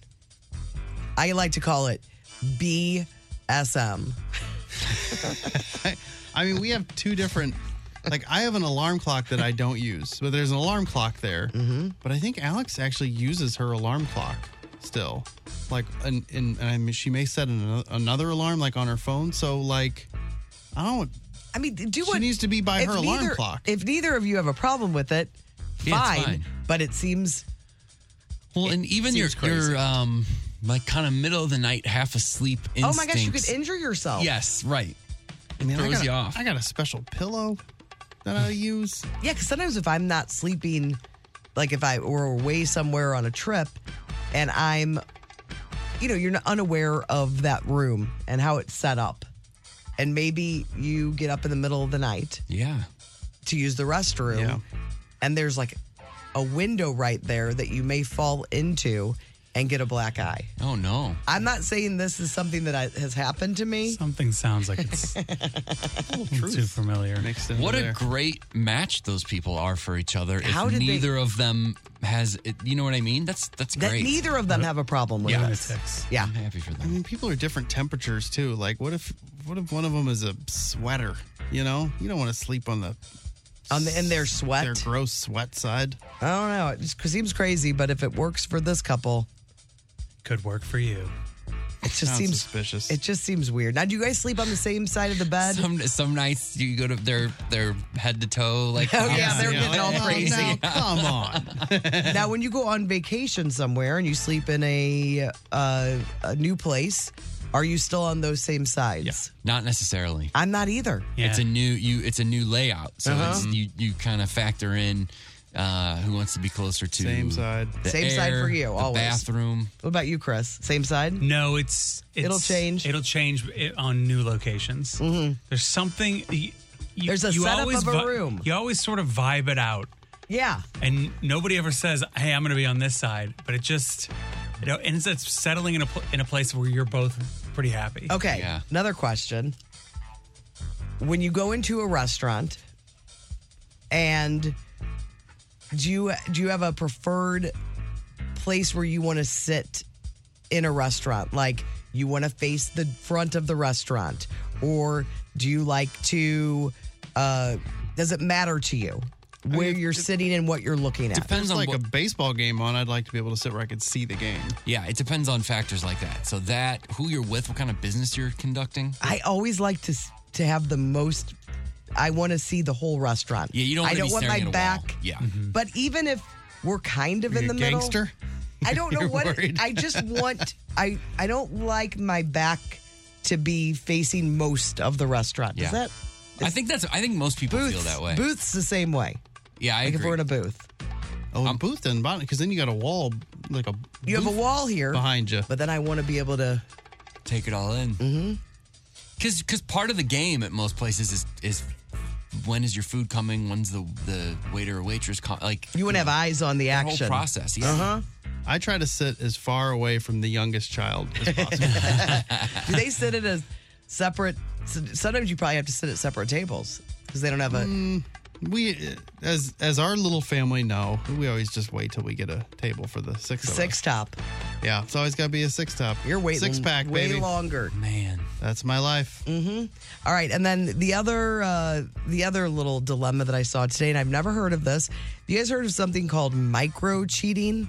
I like to call it BSM. I mean, we have two different. Like, I have an alarm clock that I don't use, but there's an alarm clock there. Mm-hmm. But I think Alex actually uses her alarm clock still. Like, and and, and I mean, she may set an, another alarm like on her phone. So like, I don't. I mean, do she needs to be by If her alarm neither- clock. If neither of you have a problem with it, fine. Yeah, it's fine. But it seems Well, and even your seems crazy. your um like kind of middle of the night, half asleep. oh Instincts. my gosh, you could injure yourself. Yes, right. It I mean, I throws got, you a- off. I got a special pillow that I use. Yeah, because sometimes if I'm not sleeping, like if I were away somewhere on a trip, and I'm, you know, you're not unaware of that room and how it's set up, and maybe you get up in the middle of the night Yeah. to use the restroom, and there's like a window right there that you may fall into and get a black eye. Oh no. I'm not saying this is something that I, has happened to me. Something sounds like it's too familiar. What a great match those people are for each other. How if did they- neither of them has, it, you know what I mean? That's that's That great. neither of them have a problem with Yeah. this. Yeah. I'm happy for them. I mean, people are different temperatures too. Like, what if what if one of them is a sweater? You know, you don't want to sleep on the on the in their sweat, their gross sweat side. I don't know. It just seems crazy, but if it works for this couple, Could work for you. it just Sounds seems suspicious. It just seems weird. Now, do you guys sleep on the same side of the bed? Some some nights you go to their their head to toe like Oh, yeah, they're you know, getting all like, crazy. come on. now, when you go on vacation somewhere and you sleep in a uh, a new place, are you still on those same sides? Not necessarily. I'm not either. It's a new you. It's a new layout, so Uh-huh. it's, you you kind of factor in uh, who wants to be closer to Same side. the Same side air, for you, the always. Bathroom. What about you, Chris? Same side? No, it's, it's It'll change. Mm-hmm. It'll change it on new locations. There's something. You, There's a you setup always of a vi- room. You always sort of vibe it out, Yeah. and nobody ever says, "Hey, I'm going to be on this side," but it just you know ends up settling in a pl- in a place where you're both pretty happy. Okay. Another question. When you go into a restaurant and do you do you have a preferred place where you want to sit in a restaurant? Like you want to face the front of the restaurant or do you like to uh does it matter to you where you're sitting and what you're looking at? Depends like a baseball game on. I'd like to be able to sit where I could see the game. Yeah, it depends on factors like that. So that who you're with, what kind of business you're conducting. I always like to s- to have the most I want to see the whole restaurant. Yeah, you don't I wanna don't be want staring at my a back. Mm-hmm. wall. Yeah. But even if we're kind of Are you in a the middle, gangster? I don't know You're what. it- worried? I just want. I I don't like my back to be facing most of the restaurant. Yeah. Is that I think that's. I think most people feel booths- that way. Booths the same way. Yeah, I like agree. if we're in a booth. Oh, Um, a booth then, because then you got a wall, like a. You have a booth wall here behind you, but then I want to be able to Take it all in. Mm-hmm. Because because part of the game at most places is is when is your food coming? When's the the waiter or waitress com- like you wouldn't have eyes on the Hmm. whole action. process, yeah. Uh-huh. I try to sit as far away from the youngest child as possible. Do they sit at a separate? so- Sometimes you probably have to sit at separate tables because they don't have a. Mm, we as as our little family know, we always just wait till we get a table for the six of Six top. Yeah, it's always got to be a six top. You're waiting six pack, way baby. longer. Man, that's my life. Mm-hmm. All right, and then the other uh, the other little dilemma that I saw today, and I've never heard of this. You guys heard of something called micro cheating?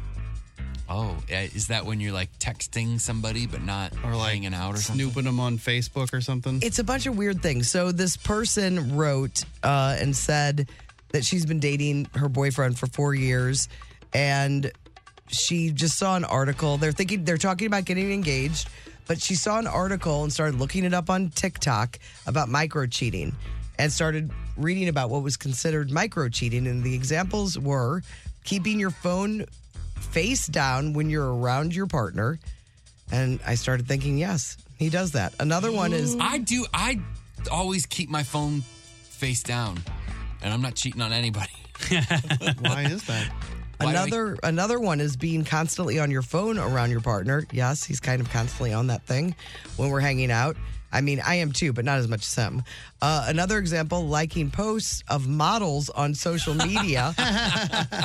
Oh, uh, is that when you're like texting somebody but not or like hanging out or something? snooping them on Facebook or something? It's a bunch of weird things. So this person wrote uh, and said that she's been dating her boyfriend for four years, and she just saw an article. They're thinking they're talking about getting engaged, but she saw an article and started looking it up on TikTok about micro cheating, and started reading about what was considered micro cheating. And the examples were keeping your phone face down when you're around your partner. And I started thinking, yes, he does that. Another one is I do. I always keep my phone face down, and I'm not cheating on anybody. Why is that? Why do we- another another one is being constantly on your phone around your partner. Yes, he's kind of constantly on that thing when we're hanging out. I mean, I am too, but not as much as him. Uh, another example: liking posts of models on social media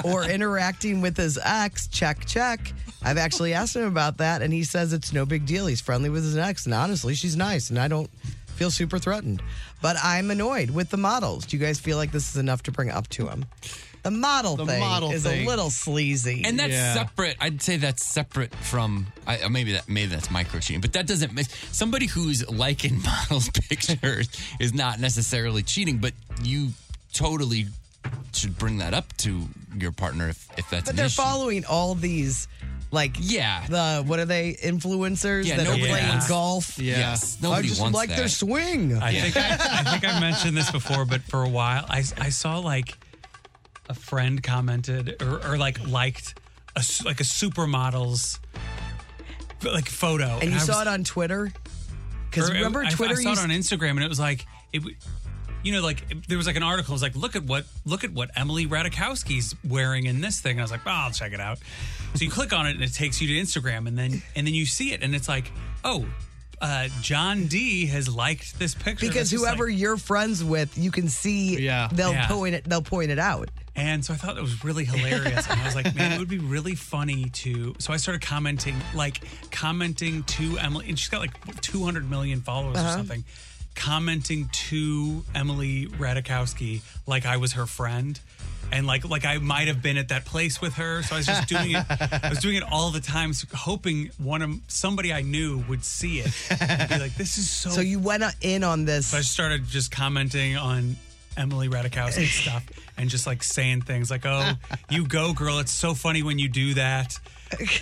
or interacting with his ex. Check, check. I've actually asked him about that, and he says it's no big deal. He's friendly with his ex, and honestly, she's nice, and I don't feel super threatened. But I'm annoyed with the models. Do you guys feel like this is enough to bring up to him? The model The thing model is thing. a little sleazy. And that's separate. I'd say that's separate from I, or maybe that maybe that's micro cheating, but that doesn't make somebody who's liking models' pictures is not necessarily cheating. But you totally should bring that up to your partner if, if that's But an they're issue. following all these, like yeah, the what are they influencers Yeah, that are nobody playing wants- golf? Yeah. Yes, nobody I just wants like their that. swing. I think I, I think I mentioned this before, but for a while, I I saw like a friend commented or, or like liked a s- like a supermodel's like photo, and you I saw was- it on Twitter. Because or it- remember, I- Twitter I, saw used it on Instagram, and it was like it. w- You know, like it- there was like an article. It was like, look at what look at what Emily Radikowski's wearing in this thing. And I was like, oh, I'll check it out. So you click on it, and it takes you to Instagram, and then and then you see it, and it's like, oh, uh, John D has liked this picture. because It's just like- whoever you're friends with, you can see. Yeah. they'll Yeah. point it. They'll point it out. And so I thought that was really hilarious. And I was like, man, it would be really funny to. So I started commenting, like commenting to Emily, and she's got like 200 million followers or Uh-huh. something. Commenting to Emily Radikowski like I was her friend, and like like I might have been at that place with her. So I was just doing it. I was doing it all the time, so hoping one of somebody I knew would see it and be like, "This is so." So you went in on this. So I started just commenting on Emily Radikowski stuff and just like saying things like, "Oh, you go, girl! It's so funny when you do that,"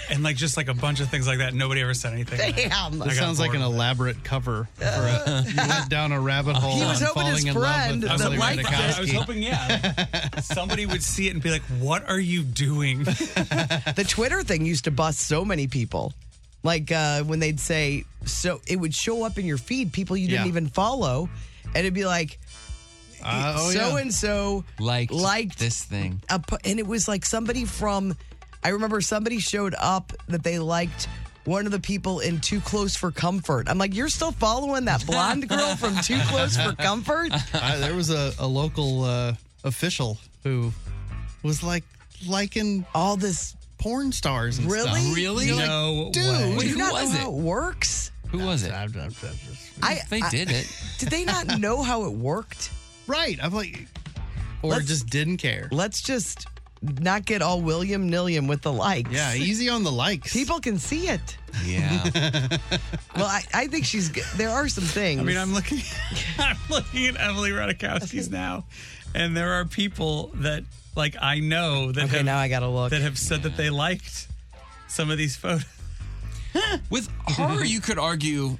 and like just like a bunch of things like that. Nobody ever said anything. Damn. This sounds like an elaborate cover for a, you went down a rabbit hole. He on was hoping falling his in love friend with that Emily liked it. I was Ratajkowski. hoping, yeah, somebody would see it and be like, "What are you doing?" the Twitter thing used to bust so many people. Like uh, when they'd say, so it would show up in your feed, people you didn't Yeah. even follow, and it'd be like, Uh, oh, so yeah. and so Liked this thing. a pu- and it was like somebody from I remember somebody showed up that they liked one of the people in Too Close for Comfort. I'm like, you're still following that blonde girl from Too Close for Comfort? I, there was a, a local uh, official who was like liking all this porn stars and Really? stuff. Really? You're like, No Dude, way. do you Who not was know it? how works? Who was it? I- They I- did it. Did they not know how it worked? Right. I'm like, or just didn't care. Let's just not get all William Nilliam with the likes. Yeah, easy on the likes. People can see it. Yeah. well, I, I think she's. g- There are some things. I mean, I'm looking, I'm looking at Emily Radikowski's now, and there are people that like I know that have, now I gotta look that have said that they liked some of these photos. With her, you could argue.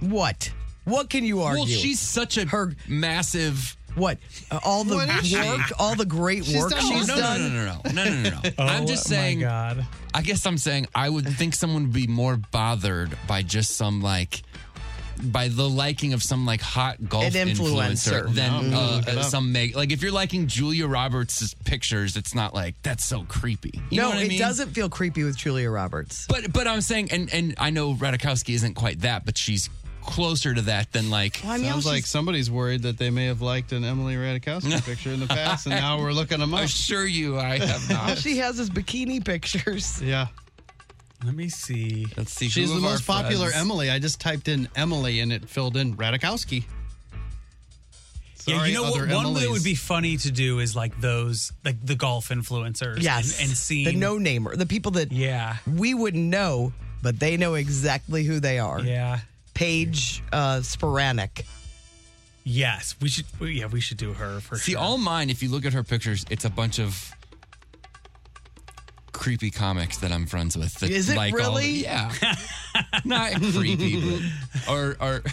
What? What can you argue? Well, she's such a her massive. What? Uh, all the What is she? work, all the great She's work done all- she's no, no, done. no, no, no, no, no, no, no. Oh, I'm just my saying. God. I guess I'm saying I would think someone would be more bothered by just some like. By the liking of some like hot golf An influencer. than Mm, uh, look it uh, up. some Meg. Like if you're liking Julia Roberts' pictures, it's not like that's so creepy. You know no, what I it mean? doesn't feel creepy with Julia Roberts. But but I'm saying, and and I know Radikowski isn't quite that, but she's closer to that than like. Sounds like somebody's worried that they may have liked an Emily Radikowski picture in the past, and now we're looking them up. I assure you, I have All she has is bikini pictures. yeah. Let me see. Let's see. She's who the of our most popular friends- Emily. I just typed in Emily and it filled in Radikowski. yeah, Sorry, you know what? other One way Emilys. it would be funny to do is like those, like the golf influencers. Yes, and, and seeing the no namer, the people that yeah we wouldn't know, but they know exactly who they are. Yeah, Paige uh, Sporanic. Yes, we should. we- Yeah, we should do her for See, sure. all mine. If you look at her pictures, it's a bunch of creepy comics that I'm friends with. That Is it like All, really? yeah, not creepy, but or or.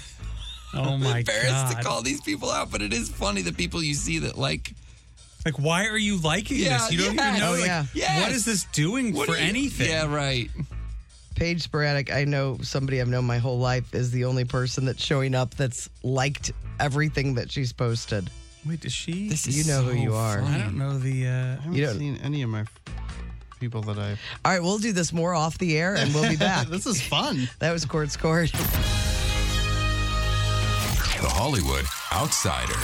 Oh my embarrassed God. to call these people out, but it is funny the people you see that like. Like, why are you liking Yeah, this? You don't yes. even know. Oh, like, yeah. What Yes. is this doing What for are you- anything? Yeah, right. Paige Sporadic, I know somebody I've known my whole life is the only person that's showing up that's liked everything that she's posted. Wait, does she? This is You know who so you are. funny. I don't know the. Uh, I haven't You don't- seen any of my f- people that I. All right, we'll do this more off the air and we'll be back. this is fun. That was Court Scored. The Hollywood Outsider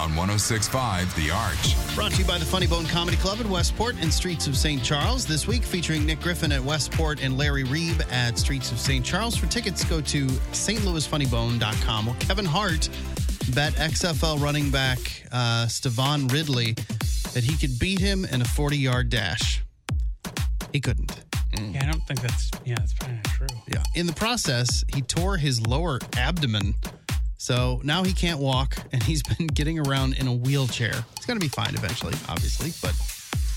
on 1065 The Arch. Brought to you by the Funny Bone Comedy Club in Westport and Streets of St. Charles. This week featuring Nick Griffin at Westport and Larry Reeb at Streets of St. Charles. For tickets, go to stlouisfunnybone.com. Well, Kevin Hart bet XFL running back uh, Stevan Ridley that he could beat him in a 40 yard dash. He couldn't. Yeah, I don't think that's. Yeah, that's probably not true. Yeah. In the process, he tore his lower abdomen. So now he can't walk and he's been getting around in a wheelchair. He's going to be fine eventually, obviously, but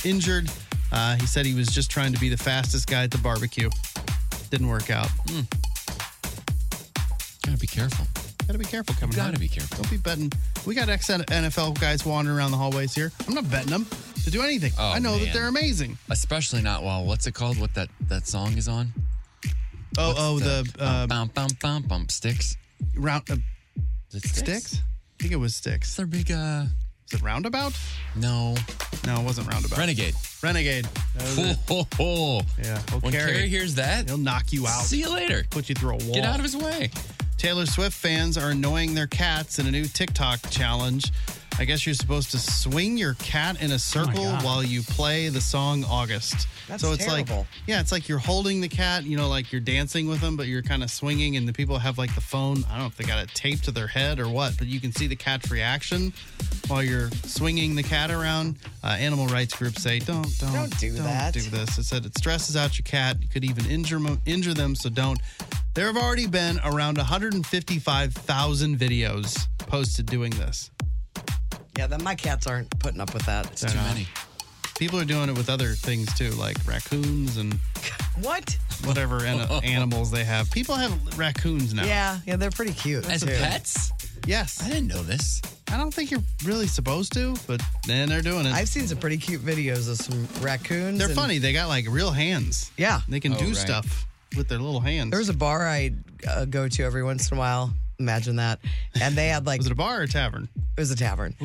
injured. Uh, he said he was just trying to be the fastest guy at the barbecue. Didn't work out. Hmm. Gotta be careful. Gotta be careful, Kevin. Gotta Hart. be careful. Don't be betting. We got ex NFL guys wandering around the hallways here. I'm not betting them to do anything. Oh, I know that man. they're amazing. Especially not while what's it called? What that that song is on? Oh, What's oh, the, uh, bump, bump, bump, bump sticks. Round uh, sticks? sticks? I think it was sticks. Is there big? Uh, is it roundabout? No, no, it wasn't roundabout. Renegade. Renegade. That was Ho, it. ho, ho. Yeah. Well, When Carrie- Carrie hears that, he'll knock you out. See you later. Put you through a wall. Get out of his way. Taylor Swift fans are annoying their cats in a new TikTok challenge. I guess you're supposed to swing your cat Oh in a circle God. while you play the song August. That's so it's like terrible. yeah, it's like you're holding the cat, you know, like you're dancing with them, but you're kind of swinging and the people have like the phone, I don't know if they got it taped to their head or what, but you can see the cat's reaction while you're swinging the cat around. Uh, animal rights groups say don't don't Don't do don't that. do this. It said it stresses out your cat. You could even injure mo- injure them, so don't. There have already been around 155,000 videos posted doing this. Yeah, then my cats aren't putting up with that. They're not- People are doing it with other things too, like raccoons and What? whatever an- animals they have. People have raccoons now. Yeah, yeah, they're pretty cute. As too. pets? Yes. I didn't know this. I don't think you're really supposed to, but then they're doing it. I've seen some pretty cute videos of some raccoons. They're and- funny. They got like real hands. Yeah. They can Oh, do right. stuff with their little hands. There was a bar I uh, go to every once in a while. Imagine that. And they had like. was it a bar or a tavern? It was a tavern.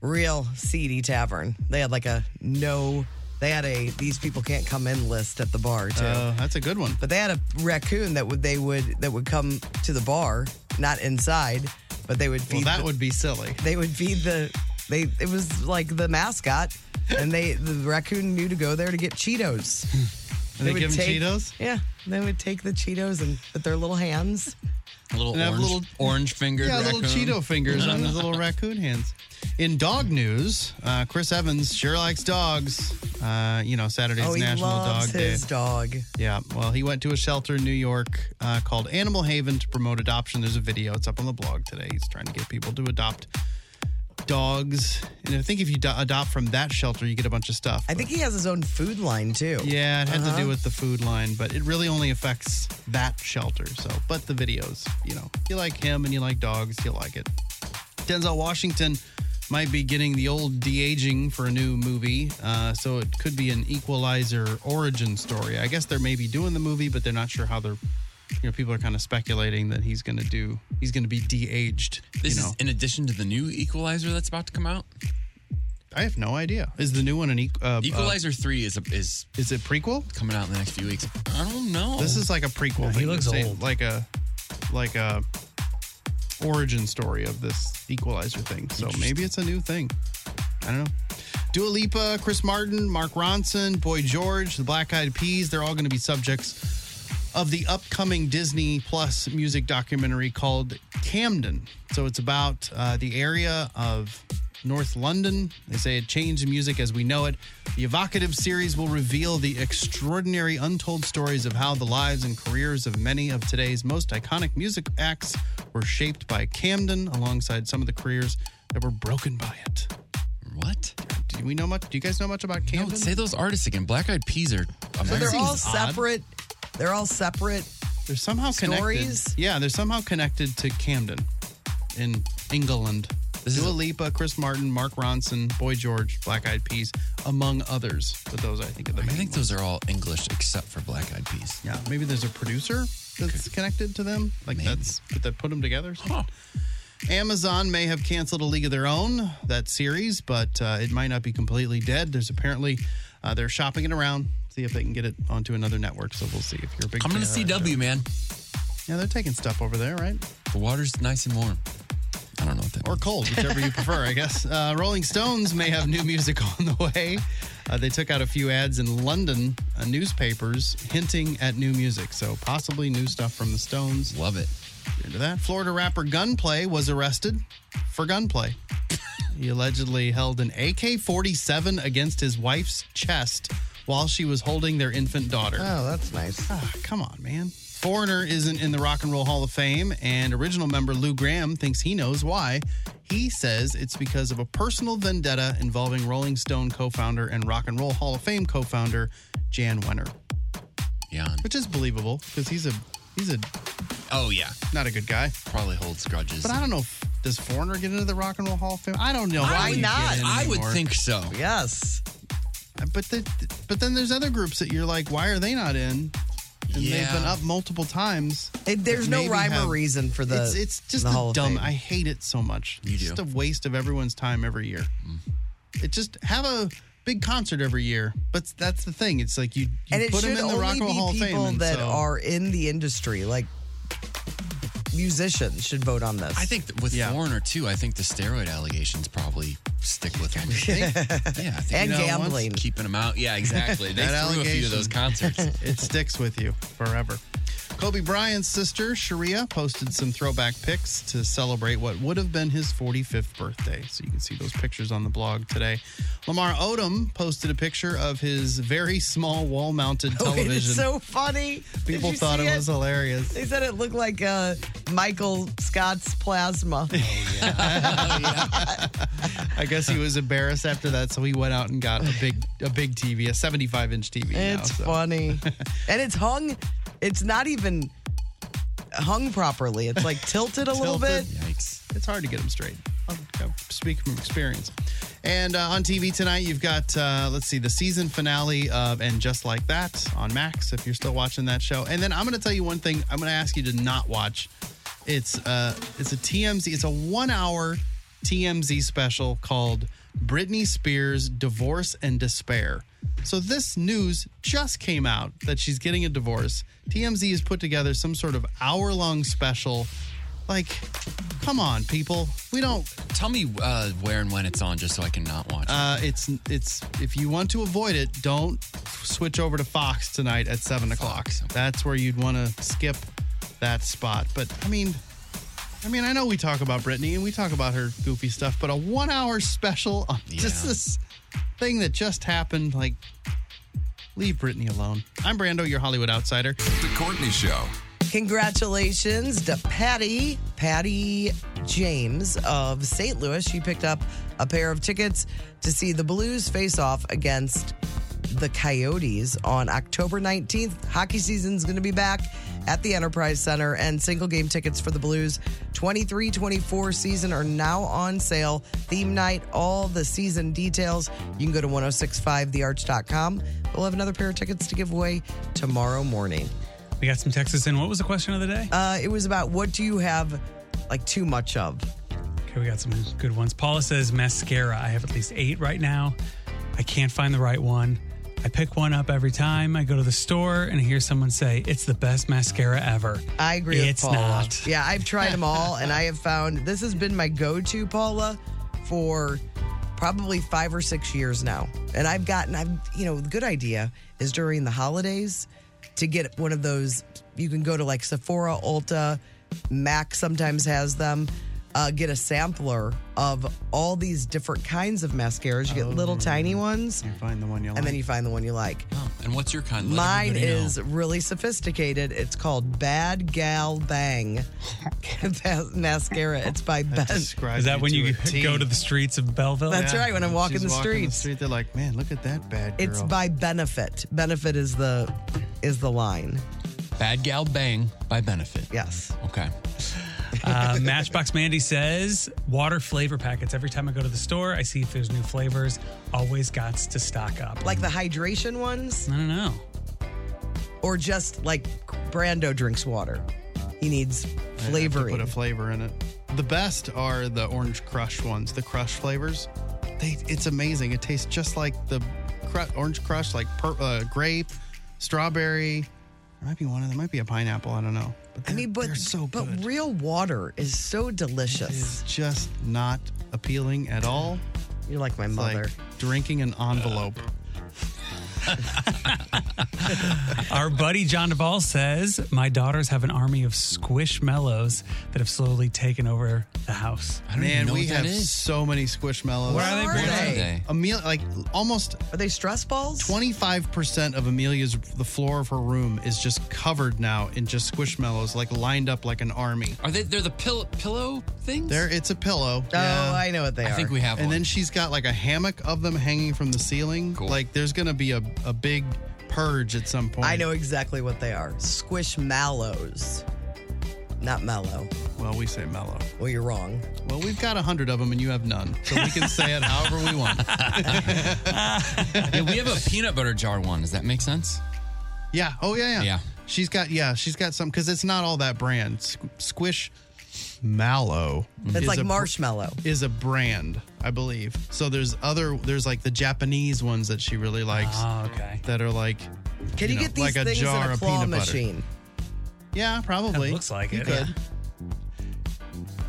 Real seedy tavern. They had like a no. They had a these people can't come in list at the bar too. Oh, that's a good one. But they had a raccoon that would they would that would come to the bar, not inside, but they would feed. that the- would be silly. They would feed the. They it was like the mascot, and they the raccoon knew to go there to get Cheetos. And they give 'em Cheetos? Yeah, they would take the Cheetos and with their little hands. A little And have orange, little- orange finger. yeah, little Cheeto fingers on his little raccoon hands. In dog news, uh, Chris Evans sure likes dogs. Uh, you know, Saturday's Oh, he National loves Dog his Day. dog. Yeah. Well, he went to a shelter in New York uh, called Animal Haven to promote adoption. There's a video. It's up on the blog today. He's trying to get people to adopt dogs. And I think if you do- adopt from that shelter, you get a bunch of stuff. I think he has his own food line too. Yeah, it had to Uh-huh. do with the food line, but it really only affects that shelter. So, but the videos, you know, if you like him and you like dogs, you'll like it. Denzel Washington might be getting the old de aging for a new movie, uh, so it could be an Equalizer origin story. I guess they're maybe doing the movie, but they're not sure how they're. You know, people are kind of speculating that he's going to do. He's going to be de-aged. This you is know, in addition to the new Equalizer that's about to come out. I have no idea. Is the new one an equ- uh, Equalizer three is a, is is it prequel coming out in the next few weeks? I don't know. This is like a prequel. Yeah, Oh. he thing. looks It's a- old. Like a like a origin story of this Equalizer thing. So maybe it's a new thing. I don't know. Dua Lipa, Chris Martin, Mark Ronson, Boy George, the Black Eyed Peas, they're all going to be subjects of the upcoming Disney Plus music documentary called Camden. So it's about uh, the area of North London. They say it changed music as we know it. The evocative series will reveal the extraordinary untold stories of how the lives and careers of many of today's most iconic music acts were shaped by Camden alongside some of the careers that were broken by it. What? Do we know much? Do you guys know much about Camden? say those artists again. Black Eyed Peas are. So they're all Seems odd. separate. They're all separate. They're somehow stories. Connected. Yeah, they're somehow connected to Camden in England. Dua Lipa, Chris Martin, Mark Ronson, Boy George, Black Eyed Peas, among others. But those I think are the main. I think those are all English except for Black Eyed Peas. Yeah, maybe there's a producer that's connected to them. Like that's but that put them together. Amazon may have canceled A League of Their Own that series, but uh, it might not be completely dead. There's apparently uh, they're shopping it around, see if they can get it onto another network. So we'll see if you're a big. I'm going to fan of that CW, man. Yeah, they're taking stuff over there, right? The water's nice and warm. I don't know what that or cold, whichever you prefer, I guess. Uh, Rolling Stones may have new music on the way. Uh, they took out a few ads in London uh, newspapers hinting at new music, so possibly new stuff from the Stones. Love it. Into that, Florida rapper Gunplay was arrested for gunplay. he allegedly held an AK-47 against his wife's chest while she was holding their infant daughter. Oh, that's nice. Ah, come on, man. Foreigner isn't in the Rock and Roll Hall of Fame, and original member Lou Graham thinks he knows why. He says it's because of a personal vendetta involving Rolling Stone co founder and Rock and Roll Hall of Fame co founder Jan Wenner. Jan. Which is believable because he's a, he's a, oh, yeah. Not a good guy. Probably holds grudges. but I don't know, if, does Foreigner get into the Rock and Roll Hall of Fame? I don't know. I Why would- not? I would think so. Yes. But the, but then there's other groups that you're like, why are they not in? And Yeah. they've been up multiple times. there's that no maybe rhyme or have- reason for the- It's, it's just the a Hall of dumb. Fame. I hate it so much. You just do. a waste of everyone's time every year. Mm. It just have a big concert every year. But that's the thing. It's like you, you and it put should them in the only Rock and Roll be Hall of Fame. people and that so- are in the industry, like musicians, should vote on this. I think th- with Foreigner, too, I think the steroid allegations probably stick with him. think? yeah. I think, And you know, gambling. once Keeping him out. Yeah, exactly. They That threw a few of those allegation. concerts. it sticks with you forever. Kobe Bryant's sister, Sharia, posted some throwback pics to celebrate what would have been his 45th birthday. So you can see those pictures on the blog today. Lamar Odom posted a picture of his very small wall mounted Oh, it television. is so funny. Did People you thought see it was hilarious. They said it looked like uh, Michael Scott's plasma. I guess he was embarrassed after that, so he went out and got a big a big TV, a 75 inch TV. now, It's so. funny. and it's hung, it's not even hung properly. It's like tilted a little bit. Tilted. It's hard to get them straight. I'll, I'll uh, speak from experience. And uh, on TV tonight, you've got, uh, let's see, the season finale of And Just Like That on Max, if you're still watching that show. And then I'm going to tell you one thing I'm going to ask you to not watch. It's, uh, it's a TMZ, it's a one hour TMZ special called Britney Spears Divorce and Despair. So this news just came out that she's getting a divorce. TMZ has put together some sort of hour long special. Like, come on, people. We don't. Tell me uh, where and when it's on just so I can not watch it. Uh, it's it's if you want to avoid it, don't switch over to Fox tonight at seven o'clock. That's where you'd want to skip that spot. But I mean, I mean, I know we talk about Britney and we talk about her goofy stuff, but a one hour special on just this thing that just happened, like, leave Britney alone. I'm Brando, your Hollywood outsider. The Courtney Show. Congratulations to Patty, Patty James of St. Louis. She picked up a pair of tickets to see the Blues face off against the Coyotes on October 19th. Hockey season's going to be back at the Enterprise Center, and single game tickets for the Blues 23 24 season are now on sale. Theme night, all the season details. You can go to 1065thearch.com. We'll have another pair of tickets to give away tomorrow morning. We got some Texas in. What was the question of the day? Uh, it was about what do you have like too much of? Okay, we got some good ones. Paula says mascara. I have at least eight right now. I can't find the right one. I pick one up every time I go to the store and hear someone say, it's the best mascara ever. I agree It's with Paula. not. Yeah, I've tried them all and I have found this has been my go to, Paula, for probably five or six years now. And I've gotten, I've, you know, the good idea is during the holidays to get one of those. You can go to like Sephora, Ulta, Mac sometimes has them. Uh, get a sampler of all these different kinds of mascaras. You get little tiny ones. You find the one Oh, you And then you find the one you like. And what's your kind? Let Mine everybody know. is really sophisticated. It's called Bad Gal Bang mascara. It's by Ben. Is that when you go to the streets of Belleville? That's right, when I'm walking She's the walking streets. street, they're like, man, look at that bad girl. It's by Benefit. Benefit is the is the line. Bad Gal Bang by Benefit. Yes. Okay. Uh, Matchbox Mandy says water flavor packets. Every time I go to the store, I see if there's new flavors. Always gots to stock up. Like the hydration ones? I don't know. Or just like Brando drinks water. He needs flavoring. Put a flavor in it. The best are the orange crush ones, the crush flavors. They, it's amazing. It tastes just like the cru- orange crush, like per, uh, grape, strawberry. There might be one of them. Might be a pineapple. I don't know. But I mean, but but real water is so delicious. It's just not appealing at all. You're like my mother. drinking an envelope. Our buddy John Duvall says, My daughters have an army of squishmallows that have slowly taken over the house. I Man, we have so many squishmallows. Where are they, Where Brandon? are they? Amelia, like almost. Are they stress balls? Twenty-five percent of Amelia's the floor of her room is just covered now in just squishmallows, like lined up like an army. Are they? They're the pill, pillow things. There, it's a pillow. Oh, I know what they I think are. we have And one. then she's got like a hammock of them hanging from the ceiling. Like there's gonna be a, a big purge at some point. I know exactly what they are. Squish mallows. Not mellow. Well, we say mellow. Well, you're wrong. Well, we've got a hundred of them, and you have none, so we can say it however we want. yeah, we have a peanut butter jar one. Does that make sense? Yeah. Oh yeah. Yeah. Yeah. She's got yeah. She's got some because it's not all that brand. Squ- Squish Mallow. It's is like a br- marshmallow. Is a brand, I believe. So there's other there's like the Japanese ones that she really likes. Oh, okay. That are like. Can you, know, get these like a things jar in a of claw peanut butter. machine? Yeah, probably. looks like You it. could. Yeah.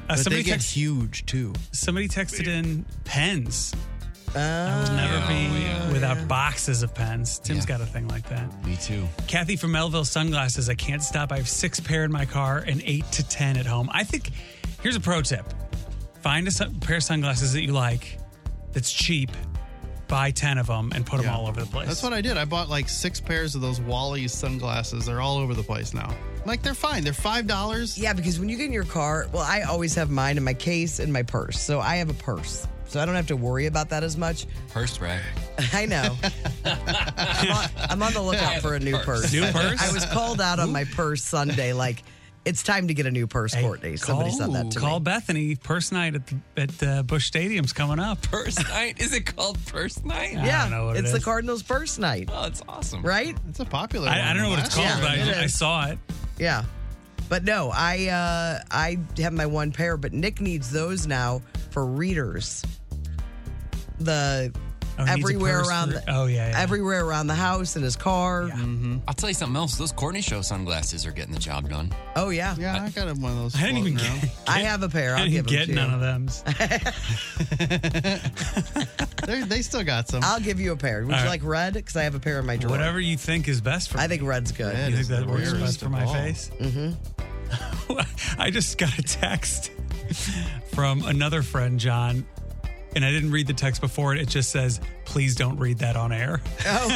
But they get huge too. Uh, Somebody texted in pens. I Oh, will never be without boxes of pens. Tim's got a thing like that. Me too. Kathy from Melville Sunglasses. I can't stop. I have six pair in my car and eight to ten at home. I think here's a pro tip: find a su- pair of sunglasses that you like, that's cheap. Buy ten of them and put them all over the place. That's what I did. I bought like six pairs of those Wally's sunglasses. They're all over the place now. Like they're fine. They're five dollars. Yeah, because when you get in your car, well, I always have mine in my case and my purse. So I have a purse. So I don't have to worry about that as much. Purse brag. I know. I'm, on, I'm on the lookout for a new Purse. purse. New purse? I was called out on my purse Sunday. Like, it's time to get a new purse, Courtney. Somebody said that to me. Call Bethany. Purse night at, the, at uh, Bush Stadium's coming up. Purse night? Is it called purse night? Yeah, it's the car. Cardinals purse night. Oh, it's awesome. Right? It's a popular I, I don't know what it's called, but I, I saw it. Yeah. But no, I uh I have my one pair, but Nick needs those now for readers. The Oh, he needs a everywhere purse around for- the, oh, yeah, yeah. everywhere around the house in his car. Mm-hmm. I'll tell you something else. Those Courtney Show sunglasses are getting the job done. Oh yeah. Yeah, I got one of those. I didn't even floating get- I have a pair. I I'll didn't give them get to none you. of them. they they still got some. I'll give you a pair. Would you All right. like red? Because I have a pair in my drawer. Whatever you think is best for I think red's good. you think that works best for my face? Mm-hmm. I just got a text from another friend, John, and I didn't read the text before it. It just says, "Please don't read that on air." Oh.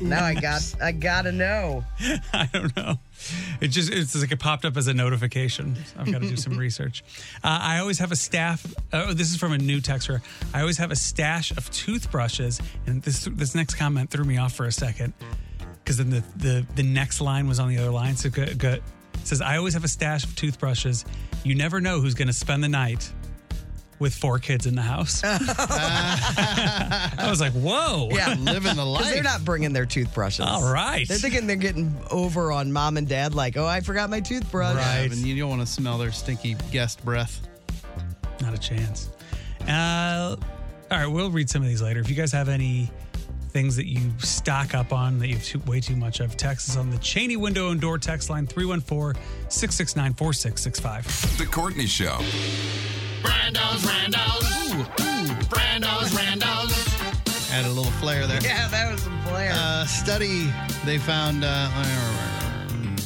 now I got I gotta know. I don't know. It just it's like it popped up as a notification. I've got to do some research. Uh, I always have a staff. Oh, this is from a new texter. I always have a stash of toothbrushes, and this this next comment threw me off for a second because then the, the the next line was on the other line. So good. good. It says I always have a stash of toothbrushes. You never know who's going to spend the night with four kids in the house. I was like, whoa, Yeah, 'Cause They're not bringing their toothbrushes. All right. They're thinking they're getting over on mom and dad. Like, oh, I forgot my toothbrush. And you don't want to smell their stinky guest breath. Not a chance. Uh, all right, we'll read some of these later. If you guys have any things that you stock up on that you have too, way too much of, text us on the Cheney window and door text line 314 669 4665. The Courtney Show. Brando's, Brando's. Ooh, ooh. Brando's, Brando's. Add a little flair there. Yeah, that was some flair. Uh, study they found. Uh,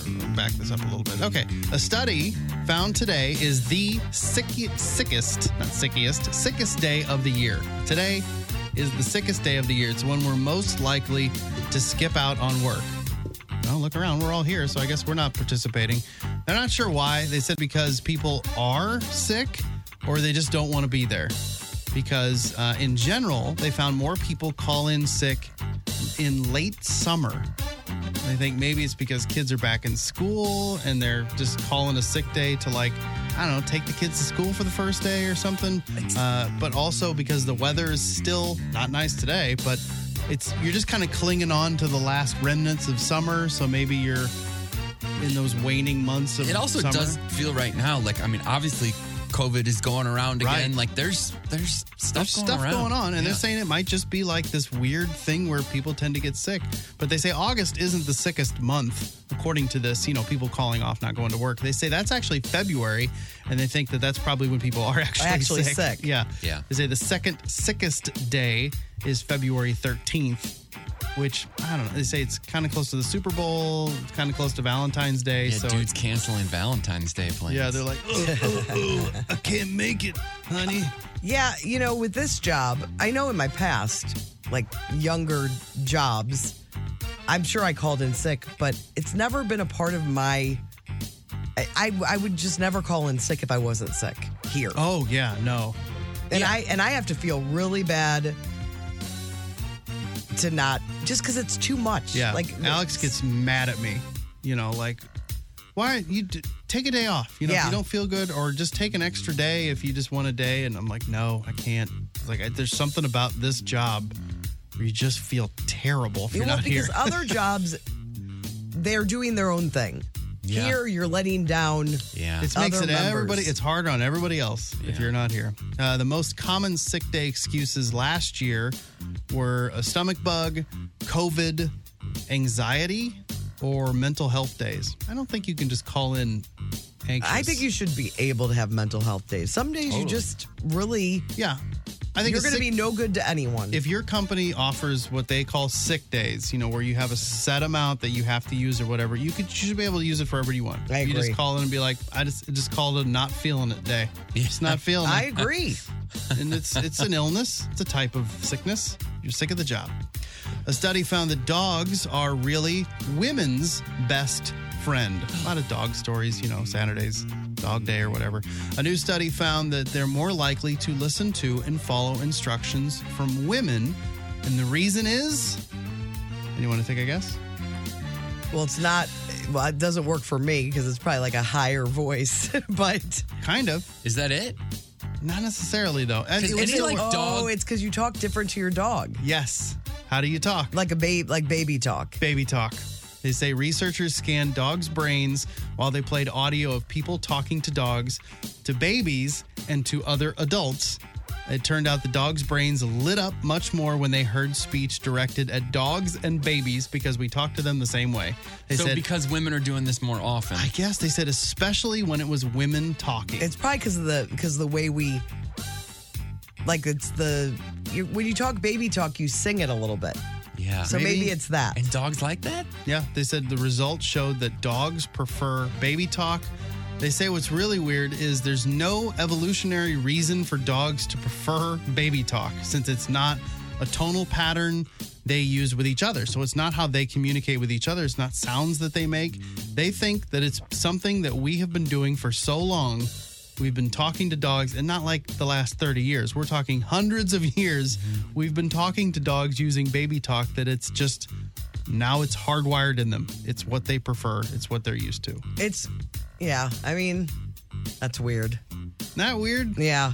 Mm, back this up a little bit. Okay, a study found today is the sick, sickest, not sickiest, sickest day of the year. Today is the sickest day of the year. It's when we're most likely to skip out on work. Well, look around. We're all here, so I guess we're not participating. They're not sure why. They said because people are sick or they just don't want to be there. Because uh, in general, they found more people call in sick in late summer. I think maybe it's because kids are back in school and they're just calling a sick day to like, I don't know, take the kids to school for the first day or something. Uh, but also because the weather is still not nice today, but it's you're just kind of clinging on to the last remnants of summer. So maybe you're in those waning months of It also summer. does feel right now like I mean obviously COVID is going around Right. again. Like there's there's stuff There's going stuff around. going on, and Yeah. they're saying it might just be like this weird thing where people tend to get sick. But they say August isn't the sickest month, according to this. You know, people calling off, not going to work. They say that's actually February, and they think that that's probably when people are actually Actually sick. Yeah, Yeah. They say the second sickest day is February thirteenth, which I don't know. They say it's kind of close to the Super Bowl, kind of close to Valentine's Day. Yeah, so dude's canceling Valentine's Day plans. yeah, they're like, "Ugh, ugh, ugh, I can't make it, honey. Yeah, you know, with this job, I know in my past, like younger jobs, I'm sure I called in sick, but it's never been a part of my. I, I, I would just never call in sick if I wasn't sick here. Oh yeah, no. And I and I have to feel really bad to not just because it's too much. Yeah. like Alex gets mad at me. You know, like why aren't you d- take a day off? You know, if Yeah. you don't feel good, or just take an extra day if you just want a day. And I'm like, no, I can't. It's like I, there's something about this job where you just feel terrible if You you're well, not here. because other jobs, they're doing their own thing. Yeah. Here, you're letting down. Yeah. It makes other it members. everybody it's hard on everybody else if you're not here. Uh, the most common sick day excuses last year were a stomach bug, COVID, anxiety, or mental health days. I don't think you can just call in anxious. I think you should be able to have mental health days. Some days you Totally. just really. Yeah. I think you're a going to sick- be no good to anyone. If your company offers what they call sick days, you know, where you have a set amount that you have to use or whatever, you could you should be able to use it for whatever you want. I You agree. just call in and be like, I just I just called a not feeling it day. Just not feeling it. I agree. and it's it's an illness. It's a type of sickness. You're sick of the job. A study found that dogs are really women's best friend. A lot of dog stories, you know, Saturdays, dog day or whatever. A new study found that they're more likely to listen to and follow instructions from women, and the reason is anyone want to take a guess? Well, it's not. Well, it doesn't work for me because it's probably like a higher voice, but kind of. Is that it? Not necessarily though. And it would it's still like work. oh, it's because you talk different to your dog. Yes. How do you talk? Like a babe, like baby talk. Baby talk. They say researchers scanned dogs' brains while they played audio of people talking to dogs, to babies, and to other adults. It turned out the dogs' brains lit up much more when they heard speech directed at dogs and babies because we talk to them the same way. They so said, because women are doing this more often. I guess they said, especially when it was women talking. It's probably because of the because the way we like it's the you when you talk baby talk, you sing it a little bit. Yeah. So maybe, it's that. And dogs like that? Yeah, they said the results showed that dogs prefer baby talk. They say what's really weird is there's no evolutionary reason for dogs to prefer baby talk since it's not a tonal pattern they use with each other. So it's not how they communicate with each other, it's not sounds that they make. They think that it's something that we have been doing for so long. We've been talking to dogs, and not like the last 30 years. We're talking hundreds of years. Mm-hmm. We've been talking to dogs using baby talk that it's just now it's hardwired in them. It's what they prefer, it's what they're used to. It's, yeah, I mean, that's weird. Not weird? Yeah.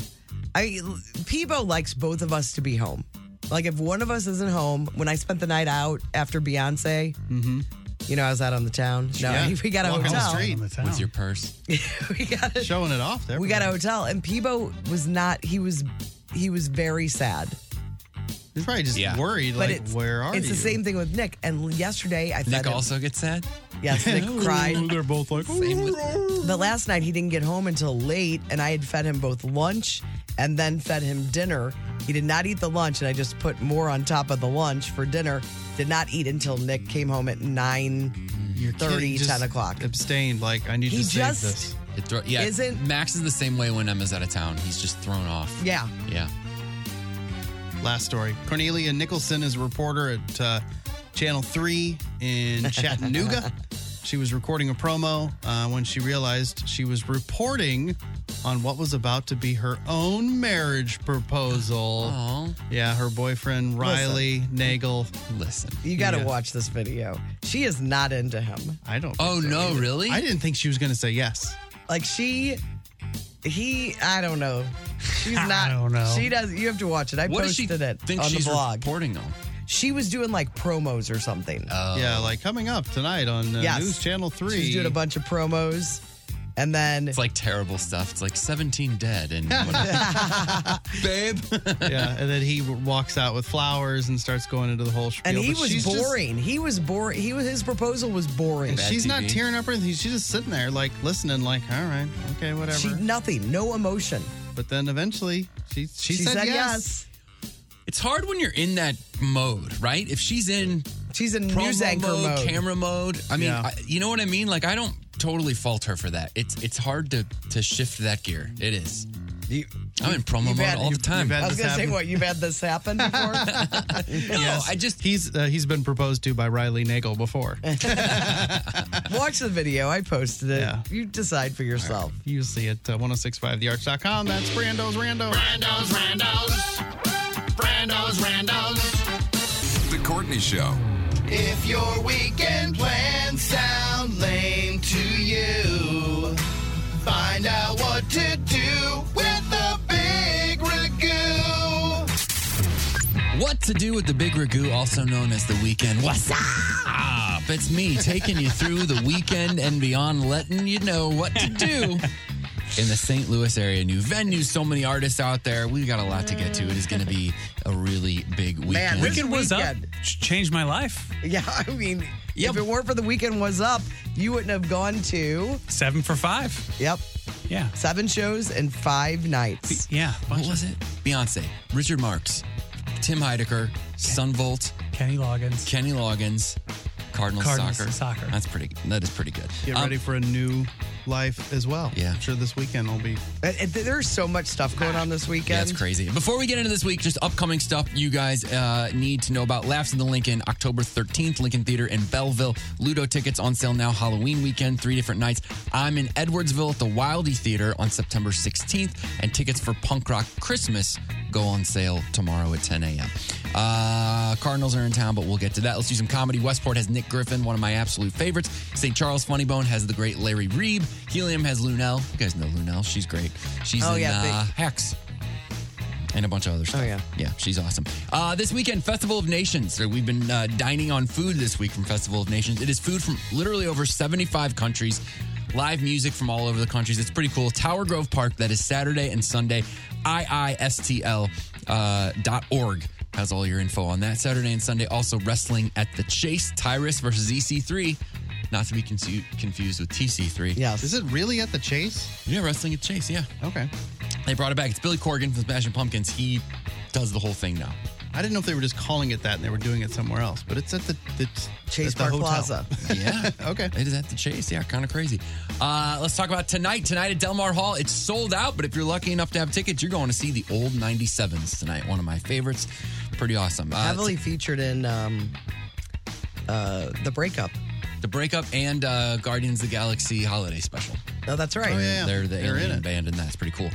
I Peebo likes both of us to be home. Like if one of us isn't home, when I spent the night out after Beyonce, you know, I was out on the town. No, Mm-hmm. Yeah. we got a Walking hotel. The street with your purse. we got a, showing it off there. We got a hotel, and Peebo was not. He was he was very sad. He's probably just Yeah. worried, like, it's, where are It's the you? same thing with Nick. And yesterday, I fed Nick him. also gets sad? Yes, Nick Oh, cried. They're both like, But last night he didn't get home until late, and I had fed him both lunch and then fed him dinner. He did not eat the lunch, and I just put more on top of the lunch for dinner. Did not eat until Nick came home at nine thirty, ten 10 o'clock. Abstained. Like I need He to save just- this. It thro- yeah. Isn't- Max is the same way when Emma's out of town. He's just thrown off. Yeah. Yeah. Last story. Cornelia Nicholson is a reporter at uh, Channel 3 in Chattanooga. she was recording a promo uh, when she realized she was reporting on what was about to be her own marriage proposal. Yeah, her boyfriend, Riley Nagel. Listen. You got to watch this video. She is not into him. I don't. Oh, no, really? I didn't think she was going to say yes. Like she, he, I don't know. She's not. don't know. She does. You have to watch it. I What does she posted it think on she's the blog. reporting on? She was doing like promos or something. Oh. Yeah, like coming up tonight on uh, Um, Yes. News Channel 3. She's doing a bunch of promos, and then It's like terrible stuff. It's like 17 dead and babe. yeah, and then he walks out with flowers and starts going into the whole spiel. and he but was she's just- boring. he was boring. He was his proposal was boring. and she's not tearing up or anything. She's just sitting there, like listening, like, all right, okay, whatever. She, nothing, no emotion. But then eventually, she she, said, yes. It's hard when you're in that mode, right? If she's in she's in news anchor mode. camera mode. I mean, Yeah. I, you know what I mean? Like I don't totally fault her for that. It's it's hard to to shift that gear. It is. I'm in promo mode You've had- all the you've- time. I was gonna say, what you've had this happen before? yes. I just he's uh, he's been proposed to by Riley Nagel before. Watch the video. I posted it. You decide for yourself. You see it uh, 1065thearch.com. That's Brando's Rando. Brando's Randos. Brando's Randos. The Courtney Show. If your weekend plans sound lame to you, find out what to do with the big ragu. What to do with the Big Ragu, also known as the weekend. What's up? It's me taking you through the weekend and beyond, letting you know what to do in the St. Louis area. New venues, so many artists out there. We've got a lot to get to. It is going to be a really big weekend. Man, this Weekend was up. weekend. Changed my life. Yeah, I mean, if it weren't for the weekend was up, you wouldn't have gone to seven for five. Yep. Yeah. Seven shows and five nights. Yeah. What was it? Beyonce, Richard Marks, Tim Heidecker, Sunvolt, Kenny Loggins, Kenny Loggins, Cardinals, Cardinals soccer. soccer. That's pretty. That is pretty good. Get Um, ready for a new life as well. Yeah, I'm sure this weekend will be. And- and Uh, There's so much stuff going on this weekend. Yeah, that's crazy. Before we get into this week, just upcoming stuff you guys uh, need to know about. Laughs in the Lincoln, October 13th, Lincoln Theater in Belleville. Ludo tickets on sale now, Halloween weekend, three different nights. I'm in Edwardsville at the Wildy Theater on September 16th, and tickets for Punk Rock Christmas go on sale tomorrow at 10 a.m. Uh, Cardinals are in town, but we'll get to that. Let's do some comedy. Westport has Nick Griffin, one of my absolute favorites. St. Charles Funny Bone has the great Larry Reeb. Helium has Lunel. You guys know Lunel. She's great. She's Oh, in yeah, uh, big- Hex and a bunch of other stuff. Oh, yeah. Yeah, she's awesome. Uh, this weekend, Festival of Nations. So We've been uh, dining on food this week from Festival of Nations. It is food from literally over 75 countries, live music from all over the countries. It's pretty cool. Tower Grove Park, that is Saturday and Sunday. IISTL uh, dot org has all your info on that. Saturday and Sunday, also wrestling at the Chase, Tyrus versus EC3. Not to be con- confused with TC3. Yes. Is it really at the Chase? Yeah, wrestling at Chase, yeah. Okay. They brought it back. It's Billy Corgan from Smashing Pumpkins. He does the whole thing now. I didn't know if they were just calling it that and they were doing it somewhere else, but it's at the, the Chase at the Park hotel. Plaza. yeah. okay. It is at the Chase. Yeah, kind of crazy. Uh, let's talk about tonight. Tonight at Delmar Hall, it's sold out, but if you're lucky enough to have tickets, you're going to see the old 97s tonight. One of my favorites. Pretty awesome. Uh, Heavily featured in um, uh, The Breakup. The Breakup and uh, Guardians of the Galaxy Holiday Special. Oh, that's right. Oh, yeah, yeah. They're the They're in alien it. band, and that's pretty cool.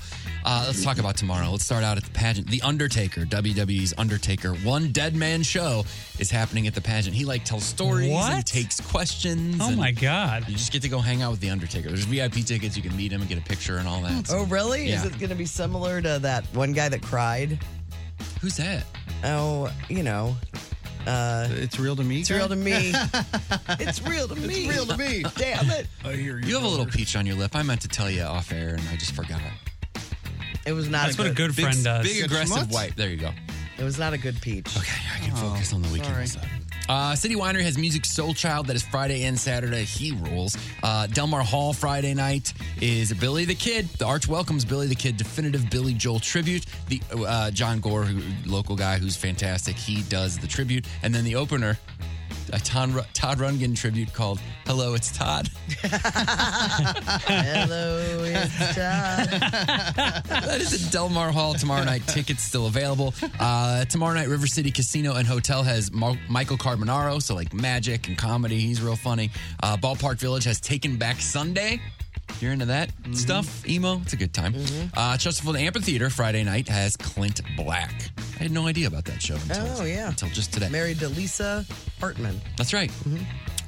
Uh, let's talk about tomorrow. Let's start out at the pageant. The Undertaker, WWE's Undertaker, one dead man show is happening at the pageant. He like tells stories and What? takes questions. Oh, and my God. You just get to go hang out with the Undertaker. There's VIP tickets. You can meet him and get a picture and all that. Oh, really? Yeah. Is it going to be similar to that one guy that cried? Who's that? Oh, you know. Uh, it's real to me. It's real to me. it's real to me. real to me. Damn it. I hear you have a little peach on your lip. I meant to tell you off air, and I just forgot. It was not. That's what a good big- friend does. Big aggressive wipe. There you go. It was not a good peach. Oh, Okay, I can focus on the weekend. so. Uh, City Winery has music Soul Child that is Friday and Saturday. He rules. Uh, Delmar Hall Friday night is Billy the Kid. The Arch welcomes Billy the Kid definitive Billy Joel tribute. The uh, John Gore, who, local guy who's fantastic, he does the tribute, and then the opener, a Todd, Ru- Todd Rundgren tribute called "Hello, It's Todd." Hello, it's Todd. that is at Delmar Hall tomorrow night. Tickets still available. Uh, tomorrow night, River City Casino and Hotel has Mar- Michael Carbonaro, so like magic and comedy. He's real funny. Uh, Ballpark Village has Taken Back Sunday. If You're into that Mm-hmm. stuff, emo. It's a good time. Uh, Chesterfield Amphitheater Friday night has Clint Black. I had no idea about that show until, Oh, yeah. until just today. Married to Lisa Hartman. That's right.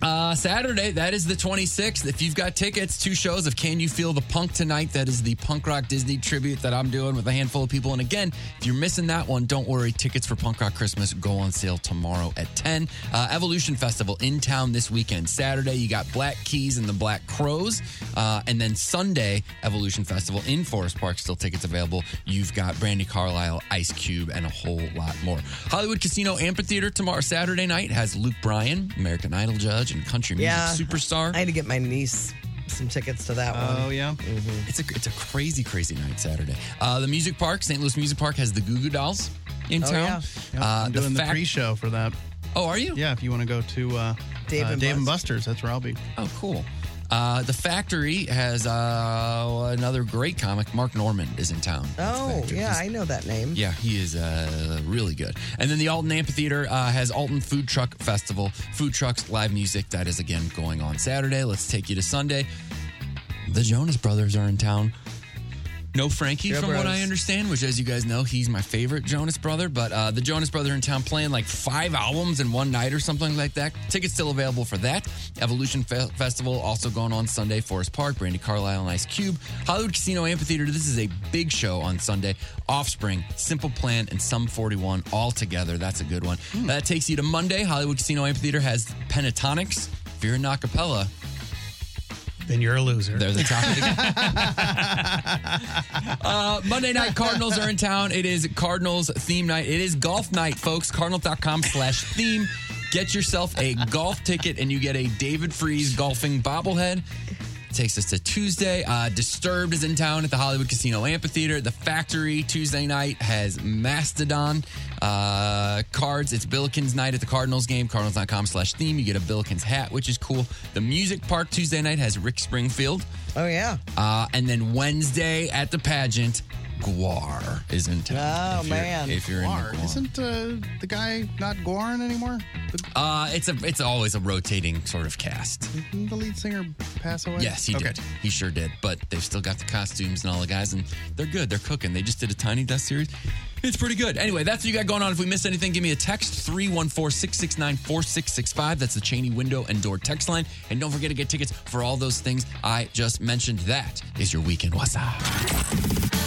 Uh, Saturday, that is the 26th. If you've got tickets, two shows of Can You Feel the Punk tonight. That is the punk rock Disney tribute that I'm doing with a handful of people. And again, if you're missing that one, don't worry. Tickets for Punk Rock Christmas go on sale tomorrow at 10. Uh, Evolution Festival in town this weekend. Saturday, you got Black Keys and the Black Crows. Uh, and then Sunday, Evolution Festival in Forest Park. Still tickets available. You've got Brandy Carlisle, Ice Cube, and a whole lot more. Hollywood Casino Amphitheater tomorrow, Saturday night, has Luke Bryan, American Idol judge, and country music Yeah. superstar. I had to get my niece some tickets to that one. Oh, yeah. It's a it's a crazy crazy night Saturday. Uh, the music park, St. Louis Music Park, has the Goo Goo Dolls in Oh, town. yeah. Yep, Uh, I'm doing the, fact- pre-show for that. Oh, are you? Yeah, if you want to go to uh, Dave uh, and Dave and Buster's, that's where I'll be. Oh, cool. Uh, the factory has uh, another great comic. Mark Norman is in town. Oh, yeah, I know that name. Yeah, he is uh, really good. And then the Alton Amphitheater uh, has Alton Food Truck Festival, food trucks, live music. That is again going on Saturday. Let's take you to Sunday. The Jonas Brothers are in town. No Frankie, Yeah, from what bros. I understand, which, as you guys know, he's my favorite Jonas brother. But uh, the Jonas brother in town playing like five albums in one night or something like that. Tickets still available for that. Evolution Fe- Festival also going on Sunday. Forest Park, Brandy Carlisle, and Ice Cube. Hollywood Casino Amphitheater. This is a big show on Sunday. Offspring, Simple Plan, and Sum 41 all together. That's a good one. Hmm. That takes you to Monday. Hollywood Casino Amphitheater has Pentatonics. If you're in acapella, Then you're a loser. They're the top. Uh, Monday night, Cardinals are in town. It is Cardinals theme night. It is golf night, folks. Cardinal.com slash theme. Get yourself a golf ticket and you get a David Freeze golfing bobblehead. Takes us to Tuesday. Uh, Disturbed is in town at the Hollywood Casino Amphitheater. The Factory Tuesday night has Mastodon uh, cards. It's Billikens night at the Cardinals game. Cardinals.com slash theme. You get a Billikens hat, which is cool. The Music Park Tuesday night has Rick Springfield. Oh, yeah. Uh, and then Wednesday at the pageant, Guar is in town. Oh, If you're- man. If you're in Guar. Isn't uh, the guy not Gorin anymore? Did Uh, it's a it's always a rotating sort of cast. didn't the lead singer pass away? Yes, he did. He sure did. But they've still got the costumes and all the guys, and they're good. They're cooking. They just did a Tiny Desk series. It's pretty good. Anyway, that's what you got going on. If we missed anything, give me a text 314 669 4665. That's the Cheney window and door text line. And don't forget to get tickets for all those things I just mentioned. That is your weekend. What's up?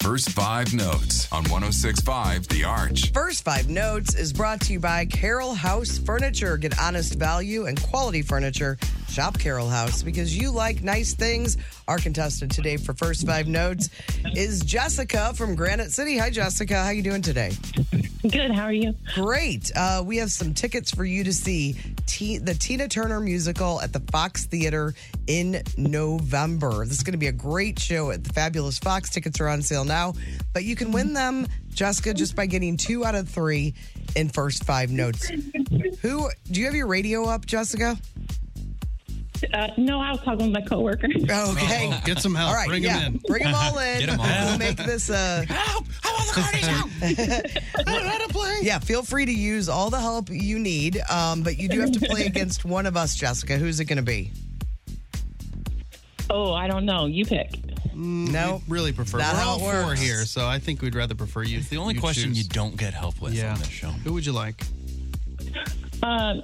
First five notes on 1065 The Arch. First Five Notes is brought to you by Carroll House Furniture. Get honest value and quality furniture. Shop Carroll House because you like nice things. Our contestant today for First Five Notes is Jessica from Granite City. Hi, Jessica. How you doing today? Good. How are you? Great. Uh, we have some tickets for you to see T- the Tina Turner musical at the Fox Theater in November. This is going to be a great show at the Fabulous Fox. Tickets are on sale now, but you can win them, Jessica, just by getting two out of three in first five notes. Who do you have your radio up, Jessica? Uh, no, I was talking with my coworker. Okay, Oh, get some help. All right, Bring 'em yeah. in. Bring them all in. Get 'em all. We'll make this. Uh, help! I want the carnage out. I don't know how to play. Yeah, feel free to use all the help you need, um, but you do have to play against one of us, Jessica. Who's it going to be? Oh, I don't know. You pick. No, really prefer. Not We're how all it four works. here, so I think we'd rather prefer you. It's the only question you don't get help with yeah. on this show. Who would you like? Um,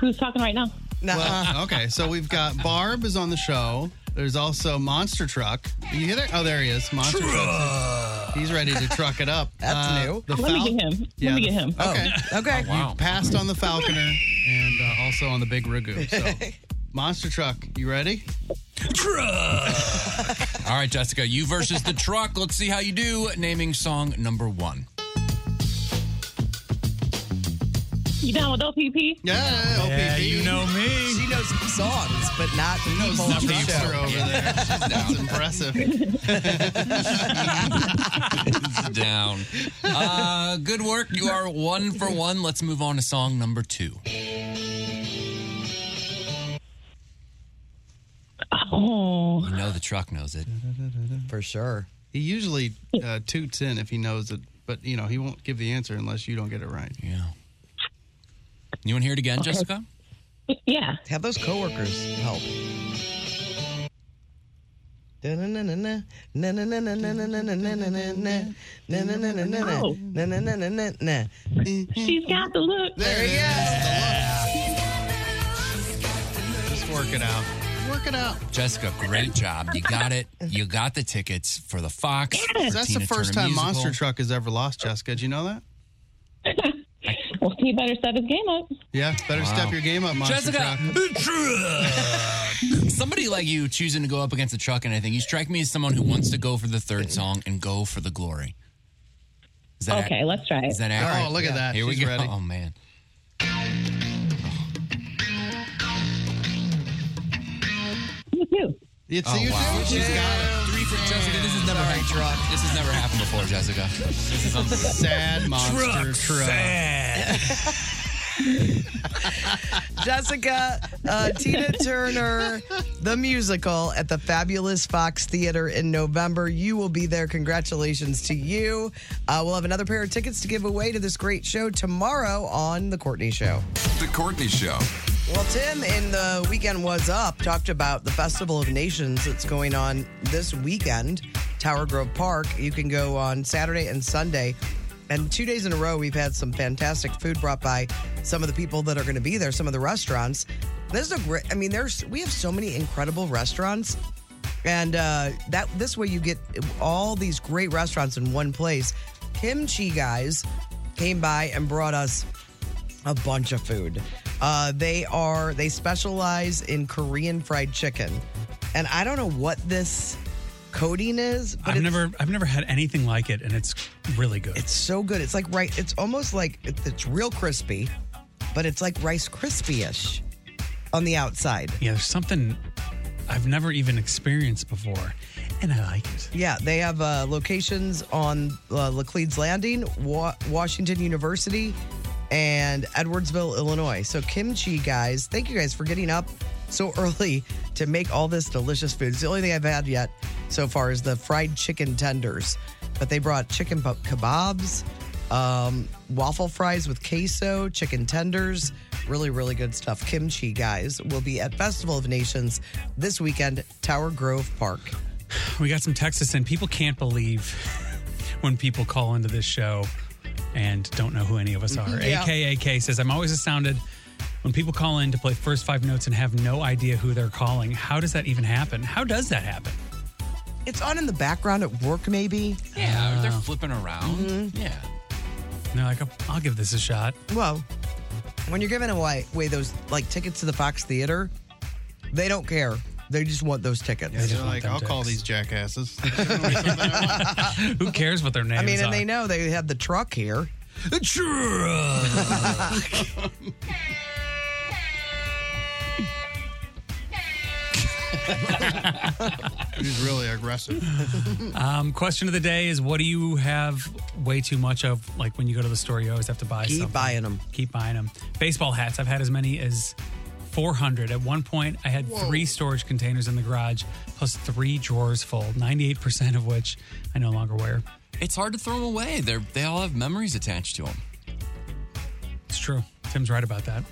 who's talking right now? Well, okay, so we've got Barb is on the show. There's also Monster Truck. You hear that? Oh, there he is. Monster Truck. He's ready to truck it up. Uh, That's new. Let me get him. Let me the- get him. Okay. Oh, okay. You Oh, wow. passed on the Falconer and uh, also on the Big Ragu. So, Monster Truck, you ready? All right, Jessica, you versus the truck. Let's see how you do. Naming song number one. You down with OPP? Yeah, OPP. you know me. She knows some songs, but not she knows the people. show. hipster over there. That's impressive. down. Uh, good work. You are one for one. Let's move on to song number two. Oh. You know the truck knows it. For sure. He usually uh, toots in if he knows it, but you know he won't give the answer unless you don't get it right. Yeah. You want to hear it again, Jessica? Yeah. Have those coworkers help. She's got the look. There he is. Just work it out. Work it out. Jessica, great job. You got it. You got the tickets for the Fox. That's the Tina first Turner time musical. Monster Truck has ever lost, Jessica. Did you know that? Well, he better step his game up. Yeah, better Wow. step your game up, Monster Jessica, Truck. somebody like you choosing to go up against the truck and anything, you strike me as someone who wants to go for the third song and go for the glory. Is that Okay, let's try it. Is that All accurate? right, look at that. Here we She's go. ready. Oh man. You too. It's oh, you wow. too. She's got it. Three for Jessica. This has never happened. This has never happened before, Jessica. This is unbelievable. Sad Monster Truck Truck. Jessica, uh, Tina Turner, the musical at the fabulous Fox Theater in November. You will be there. Congratulations to you. Uh, we'll have another pair of tickets to give away to this great show tomorrow on The Courtney Show. The Courtney Show. Well, Tim in the weekend was up talked about the Festival of Nations that's going on this weekend, Tower Grove Park. You can go on Saturday and Sunday. And two days in a row, we've had some fantastic food brought by some of the people that are going to be there, some of the restaurants. This is a great, I mean, there's, we have so many incredible restaurants. And uh, that this way you get all these great restaurants in one place. Kimchi guys came by and brought us a bunch of food. Uh, they are they specialize in Korean fried chicken, and I don't know what this coating is, but I've it's never I've never had anything like it, and it's really good. It's so good. It's like right. It's almost like it- it's real crispy, but it's like Rice Krispie-ish on the outside. Yeah, there's something I've never even experienced before, and I like it. Yeah, they have uh, locations on uh, Laclede's Landing, Wa- Washington University, and Edwardsville, Illinois. So, kimchi guys, thank you guys for getting up so early to make all this delicious food. It's the only thing I've had yet so far is the fried chicken tenders, but they brought chicken bu- kebabs, um, waffle fries with queso, chicken tenders. Really, really good stuff. Kimchi guys will be at Festival of Nations this weekend, Tower Grove Park. We got some Texas, and people can't believe when people call into this show and don't know who any of us are. Yeah. AKAK says, I'm always astounded when people call in to play first five notes and have no idea who they're calling. How does that even happen? How does that happen? It's on in the background at work, maybe. Mm-hmm. Yeah, they're flipping around. Yeah. Uh, And they're like, "I'll- I'll give this a shot. Well, when you're giving away, away those like tickets to the Fox Theater, they don't care. They just want those tickets. They're like, I'll call these jackasses. Who cares what their names I mean, and are? they know they have the truck here. Truck. He's really aggressive. Um, question of the day is: What do you have way too much of? Like when you go to the store, you always have to buy. Keep something. buying them. Keep buying them. Baseball hats. I've had as many as 400. At one point, I had Whoa. three storage containers in the garage, plus three drawers full. 98 percent of which I no longer wear. It's hard to throw them away. They're they all have memories attached to them. It's true. Tim's right about that.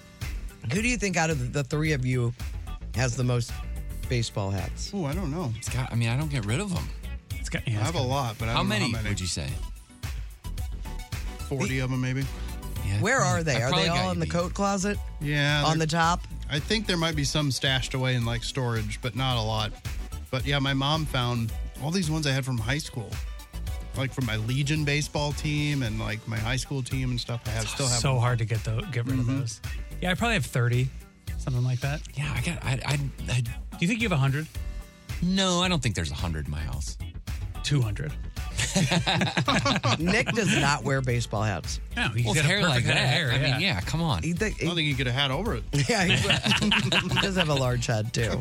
Who do you think out of the three of you has the most baseball hats? Oh, I don't know. It's got. I mean, I don't get rid of them. It's got. I have a lot, but I how, don't know many how many. would you say? 40 of them, maybe. Where are they? Are they all in the coat closet? Yeah. On they're- the top? I think there might be some stashed away in like storage, but not a lot. But yeah, my mom found all these ones I had from high school, like from my Legion baseball team and like my high school team and stuff. I have still have so hard to get the get rid of those. Yeah, I probably have 30, something like that. Mm-hmm. Yeah, I got. I. I, I do you think you have 100? No, I don't think there's 100 in my house. 200. Nick does not wear baseball hats. No, he's Well, got a hair perfect like head of that, hair, I mean, yeah. yeah, come on. He th- I don't think you get a hat over it. Yeah, he, he does have a large head too.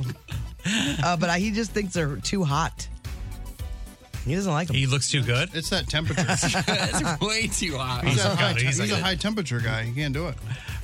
Uh, but I, he just thinks they're too hot. He doesn't like them. He looks too good. It's that temperature. It's way too hot. He's, He's a, not high, good. he's, He's a not high good. temperature guy. He can't do it.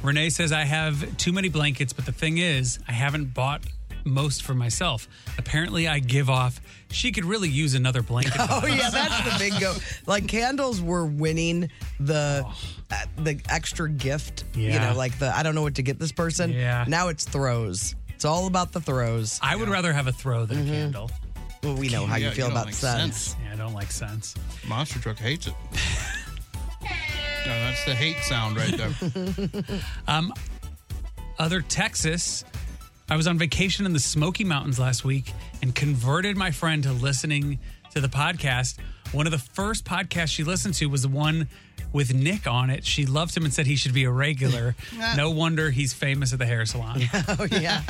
Renee says, I have too many blankets, but the thing is, I haven't bought most for myself. Apparently, I give off. She could really use another blanket. Oh yeah, that's the bingo. Like candles were winning the uh, the extra gift. You Yeah. know, like the I don't know what to get this person. Yeah. Now it's throws. It's all about the throws. I would rather have a throw than a candle. Mm-hmm. Well, we know how you Yeah, feel you don't about like scents. sense. Yeah, I don't like sense. Monster truck hates it. No, that's the hate sound right there. Um, other Texas. I was on vacation in the Smoky Mountains last week and converted my friend to listening to the podcast. One of the first podcasts she listened to was the one with Nick on it. She loved him and said he should be a regular. no wonder he's famous at the hair salon. oh yeah.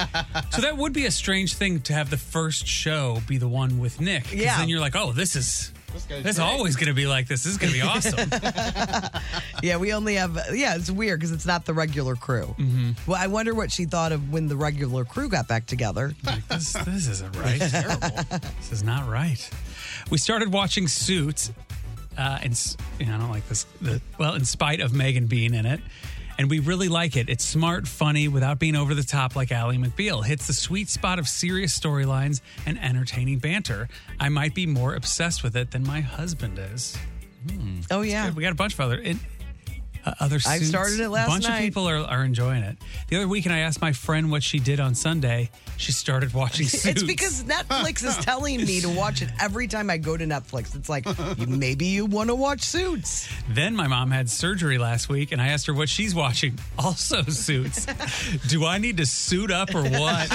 so that would be a strange thing to have the first show be the one with Nick. 'cause Yeah. Then you're like, oh, this is. This, guy's is great. always going to be like this. This is going to be awesome. Yeah, we only have. Yeah, it's weird because it's not the regular crew. Mhm. Well, I wonder what she thought of when the regular crew got back together. Like, this, this isn't right. This is not right. We started watching Suits, uh, and s- you know, I don't like this. The, well, in spite of Megan being in it, and we really like it. It's smart, funny, without being over the top like Ally McBeal. Hits the sweet spot of serious storylines and entertaining banter. I might be more obsessed with it than my husband is. Hmm. Oh yeah, we got a bunch of other. It, uh, other I suits. started it last A bunch night. of people are, are enjoying it. The other weekend, I asked my friend what she did on Sunday. She started watching Suits. It's because Netflix is telling me to watch it every time I go to Netflix. It's like you- maybe you want to watch Suits. Then my mom had surgery last week, and I asked her what she's watching. Also, suits. Do I need to suit up or what?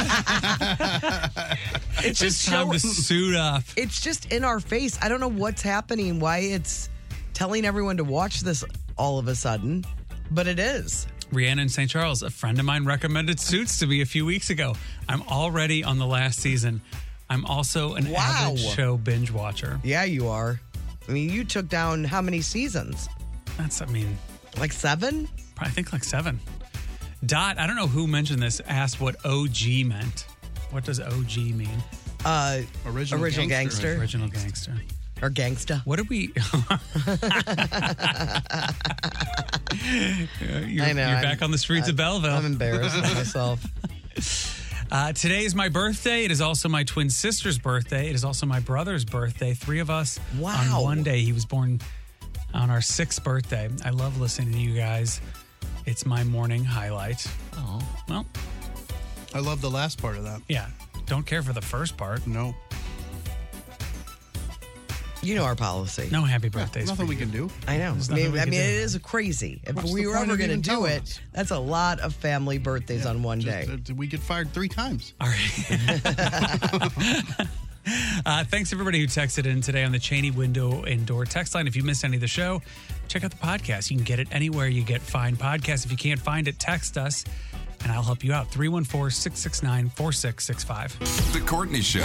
It's just time show- to suit up. It's just in our face. I don't know what's happening. Why it's telling everyone to watch this all of a sudden, but it is. Rihanna in St. Charles, a friend of mine recommended Suits to me a few weeks ago. I'm already on the last season. I'm also an Wow. avid show binge watcher. Yeah, you are. I mean, you took down how many seasons? That's, I mean, like seven? I think like seven. Dot, I don't know who mentioned this, asked what OG meant. What does OG mean? Uh, original, Original Gangster. Gangster. Original gangster. Or gangsta. What did we? you're, I know. You're I'm- back on the streets of I- Belleville. I'm embarrassed of myself. Uh, today is my birthday. It is also my twin sister's birthday. It is also my brother's birthday. Three of us Wow. on one day. He was born on our sixth birthday. I love listening to you guys. It's my morning highlight. Oh. Well, I love the last part of that. yeah. Don't care for the first part. No. You know our policy. No happy birthdays. Nothing for we you. can do. I know. There's I mean, nothing we I can mean, do. it is crazy. If What's we the were point ever of going to even do telling it, that's a lot of family birthdays on one day. Just, uh, we get fired three times. All right. Uh, thanks everybody who texted in today on the Cheney window and door text line. If you missed any of the show, check out the podcast. You can get it anywhere you get fine podcasts. If you can't find it, text us and I'll help you out. 314 669 4665. The Courtney Show.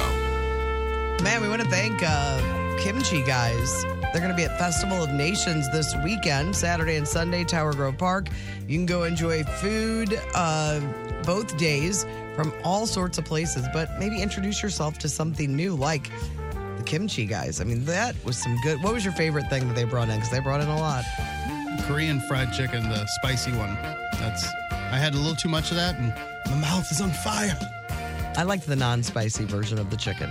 Man, we want to thank uh, Kimchi guys They're going to be at Festival of Nations this weekend, Saturday and Sunday, Tower Grove Park. You can go enjoy food uh, both days from all sorts of places, but maybe introduce yourself to something new like the kimchi guys. I mean, that was some good. What was your favorite thing that they brought in? Because they brought in a lot. Korean fried chicken, the spicy one. That's I had a little too much of that, and my mouth is on fire. I liked the non-spicy version of the chicken.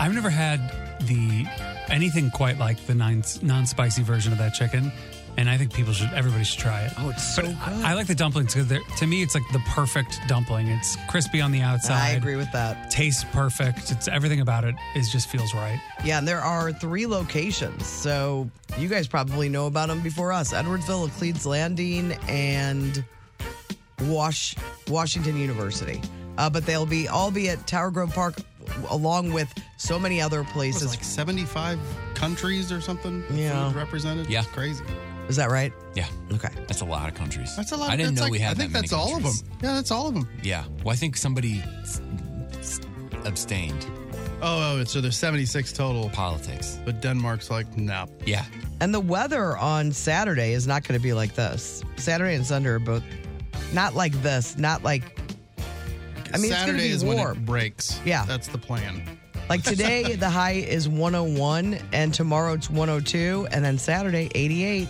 I've never had the anything quite like the non non-spicy version of that chicken, and I think people should everybody should try it. Oh, it's so good. I, I like the dumplings because to me it's like the perfect dumpling. It's crispy on the outside. I agree with that. Tastes perfect. It's everything about it is just feels right. Yeah, and there are three locations, so you guys probably know about them before us: Edwardsville, Cleeds Landing, and Wash Washington University. Uh, but they'll be all be at Tower Grove Park along with so many other places. like 75 countries or something? Yeah. Represented? Yeah. It's crazy. Is that right? Yeah. Okay. That's a lot of countries. That's a lot. I didn't that's know like- we had I think that many that's all countries. of them. Yeah, that's all of them. Yeah. Well, I think somebody s- s- abstained. Oh, oh, so there's 76 total. Politics. But Denmark's like, nope. Yeah. And the weather on Saturday is not going to be like this. Saturday and Sunday are both not like this, not like. I mean, Saturday it's is going to be when warm. it breaks. Yeah. That's the plan. Like today, the high is 101, and tomorrow it's 102, and then Saturday, 88.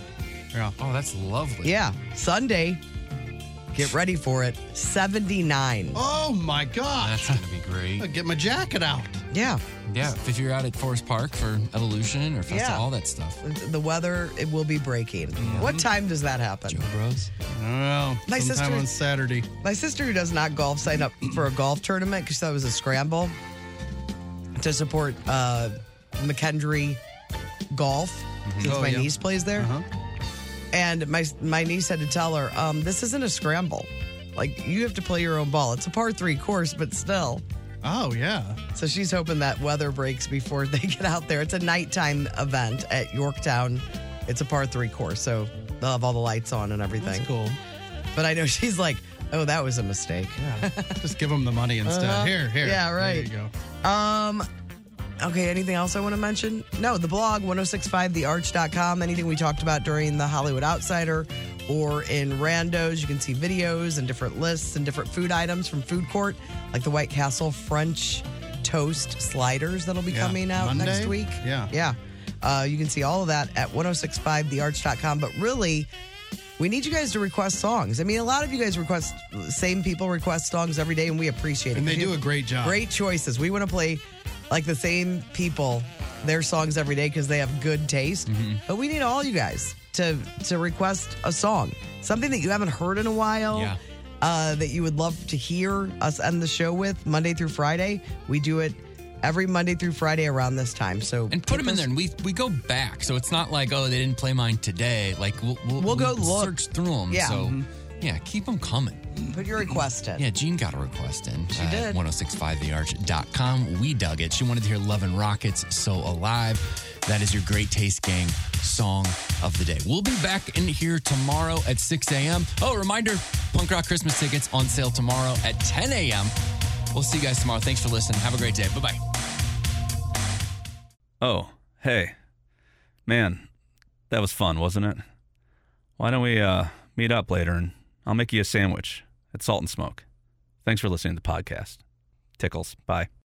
Yeah. Oh, that's lovely. Yeah. Sunday, get ready for it, 79. Oh my gosh. That's gonna be great. I'll get my jacket out. Yeah. Yeah, if you're out at Forest Park for Evolution or Festival, Yeah. all that stuff. The weather, it will be breaking. What time does that happen? Joe Bros. I don't know. My Sometime sister- on Saturday. My sister, who does not golf, signed up for a golf tournament because that was a scramble to support uh, McKendree Golf since Oh, my yeah. niece plays there. And my my niece had to tell her, um, "This isn't a scramble. Like you have to play your own ball. It's a par three course, but still." Oh yeah. So she's hoping that weather breaks before they get out there. It's a nighttime event at Yorktown. It's a par three course, so they'll have all the lights on and everything. That's cool. But I know she's like, "Oh, that was a mistake." Just give them the money instead. Uh-huh. Here, here. Yeah, There right. you go. Um, okay, anything else I want to mention? No, the blog, 1065thearch.com. Anything we talked about during the Hollywood Outsider or in randos, you can see videos and different lists and different food items from Food Court, like the White Castle French toast sliders that'll be Yeah, coming out next Monday? week. Yeah. Yeah. Uh, you can see all of that at 1065thearch.com. But really, we need you guys to request songs. I mean, a lot of you guys request, same people request songs every day, and we appreciate it. And they You do have a great job. Great choices. We want to play like the same people, their songs every day because they have good taste. Mm-hmm. But we need all you guys to to request a song, something that you haven't heard in a while. Yeah. Uh, that you would love to hear us end the show with Monday through Friday. We do it every Monday through Friday around this time. So And put them in there, and we we go back. So it's not like oh they didn't play mine today. Like we'll we'll, we'll go look. search through them. Yeah. So Mm-hmm. Mhm. yeah, keep them coming. Put your request in. Yeah, Jean got a request in. uh, oh She did. 1065thearch.com. We dug it. She wanted to hear Love and Rockets So Alive. That is your Great Taste Gang song of the day. We'll be back in here tomorrow at 6 a.m. Oh, reminder Punk Rock Christmas tickets on sale tomorrow at 10 a.m. We'll see you guys tomorrow. Thanks for listening. Have a great day. Bye bye. Oh, hey. Man, that was fun, wasn't it? Why don't we uh, meet up later and I'll make you a sandwich at Salt and Smoke. Thanks for listening to the podcast. Tickles. Bye.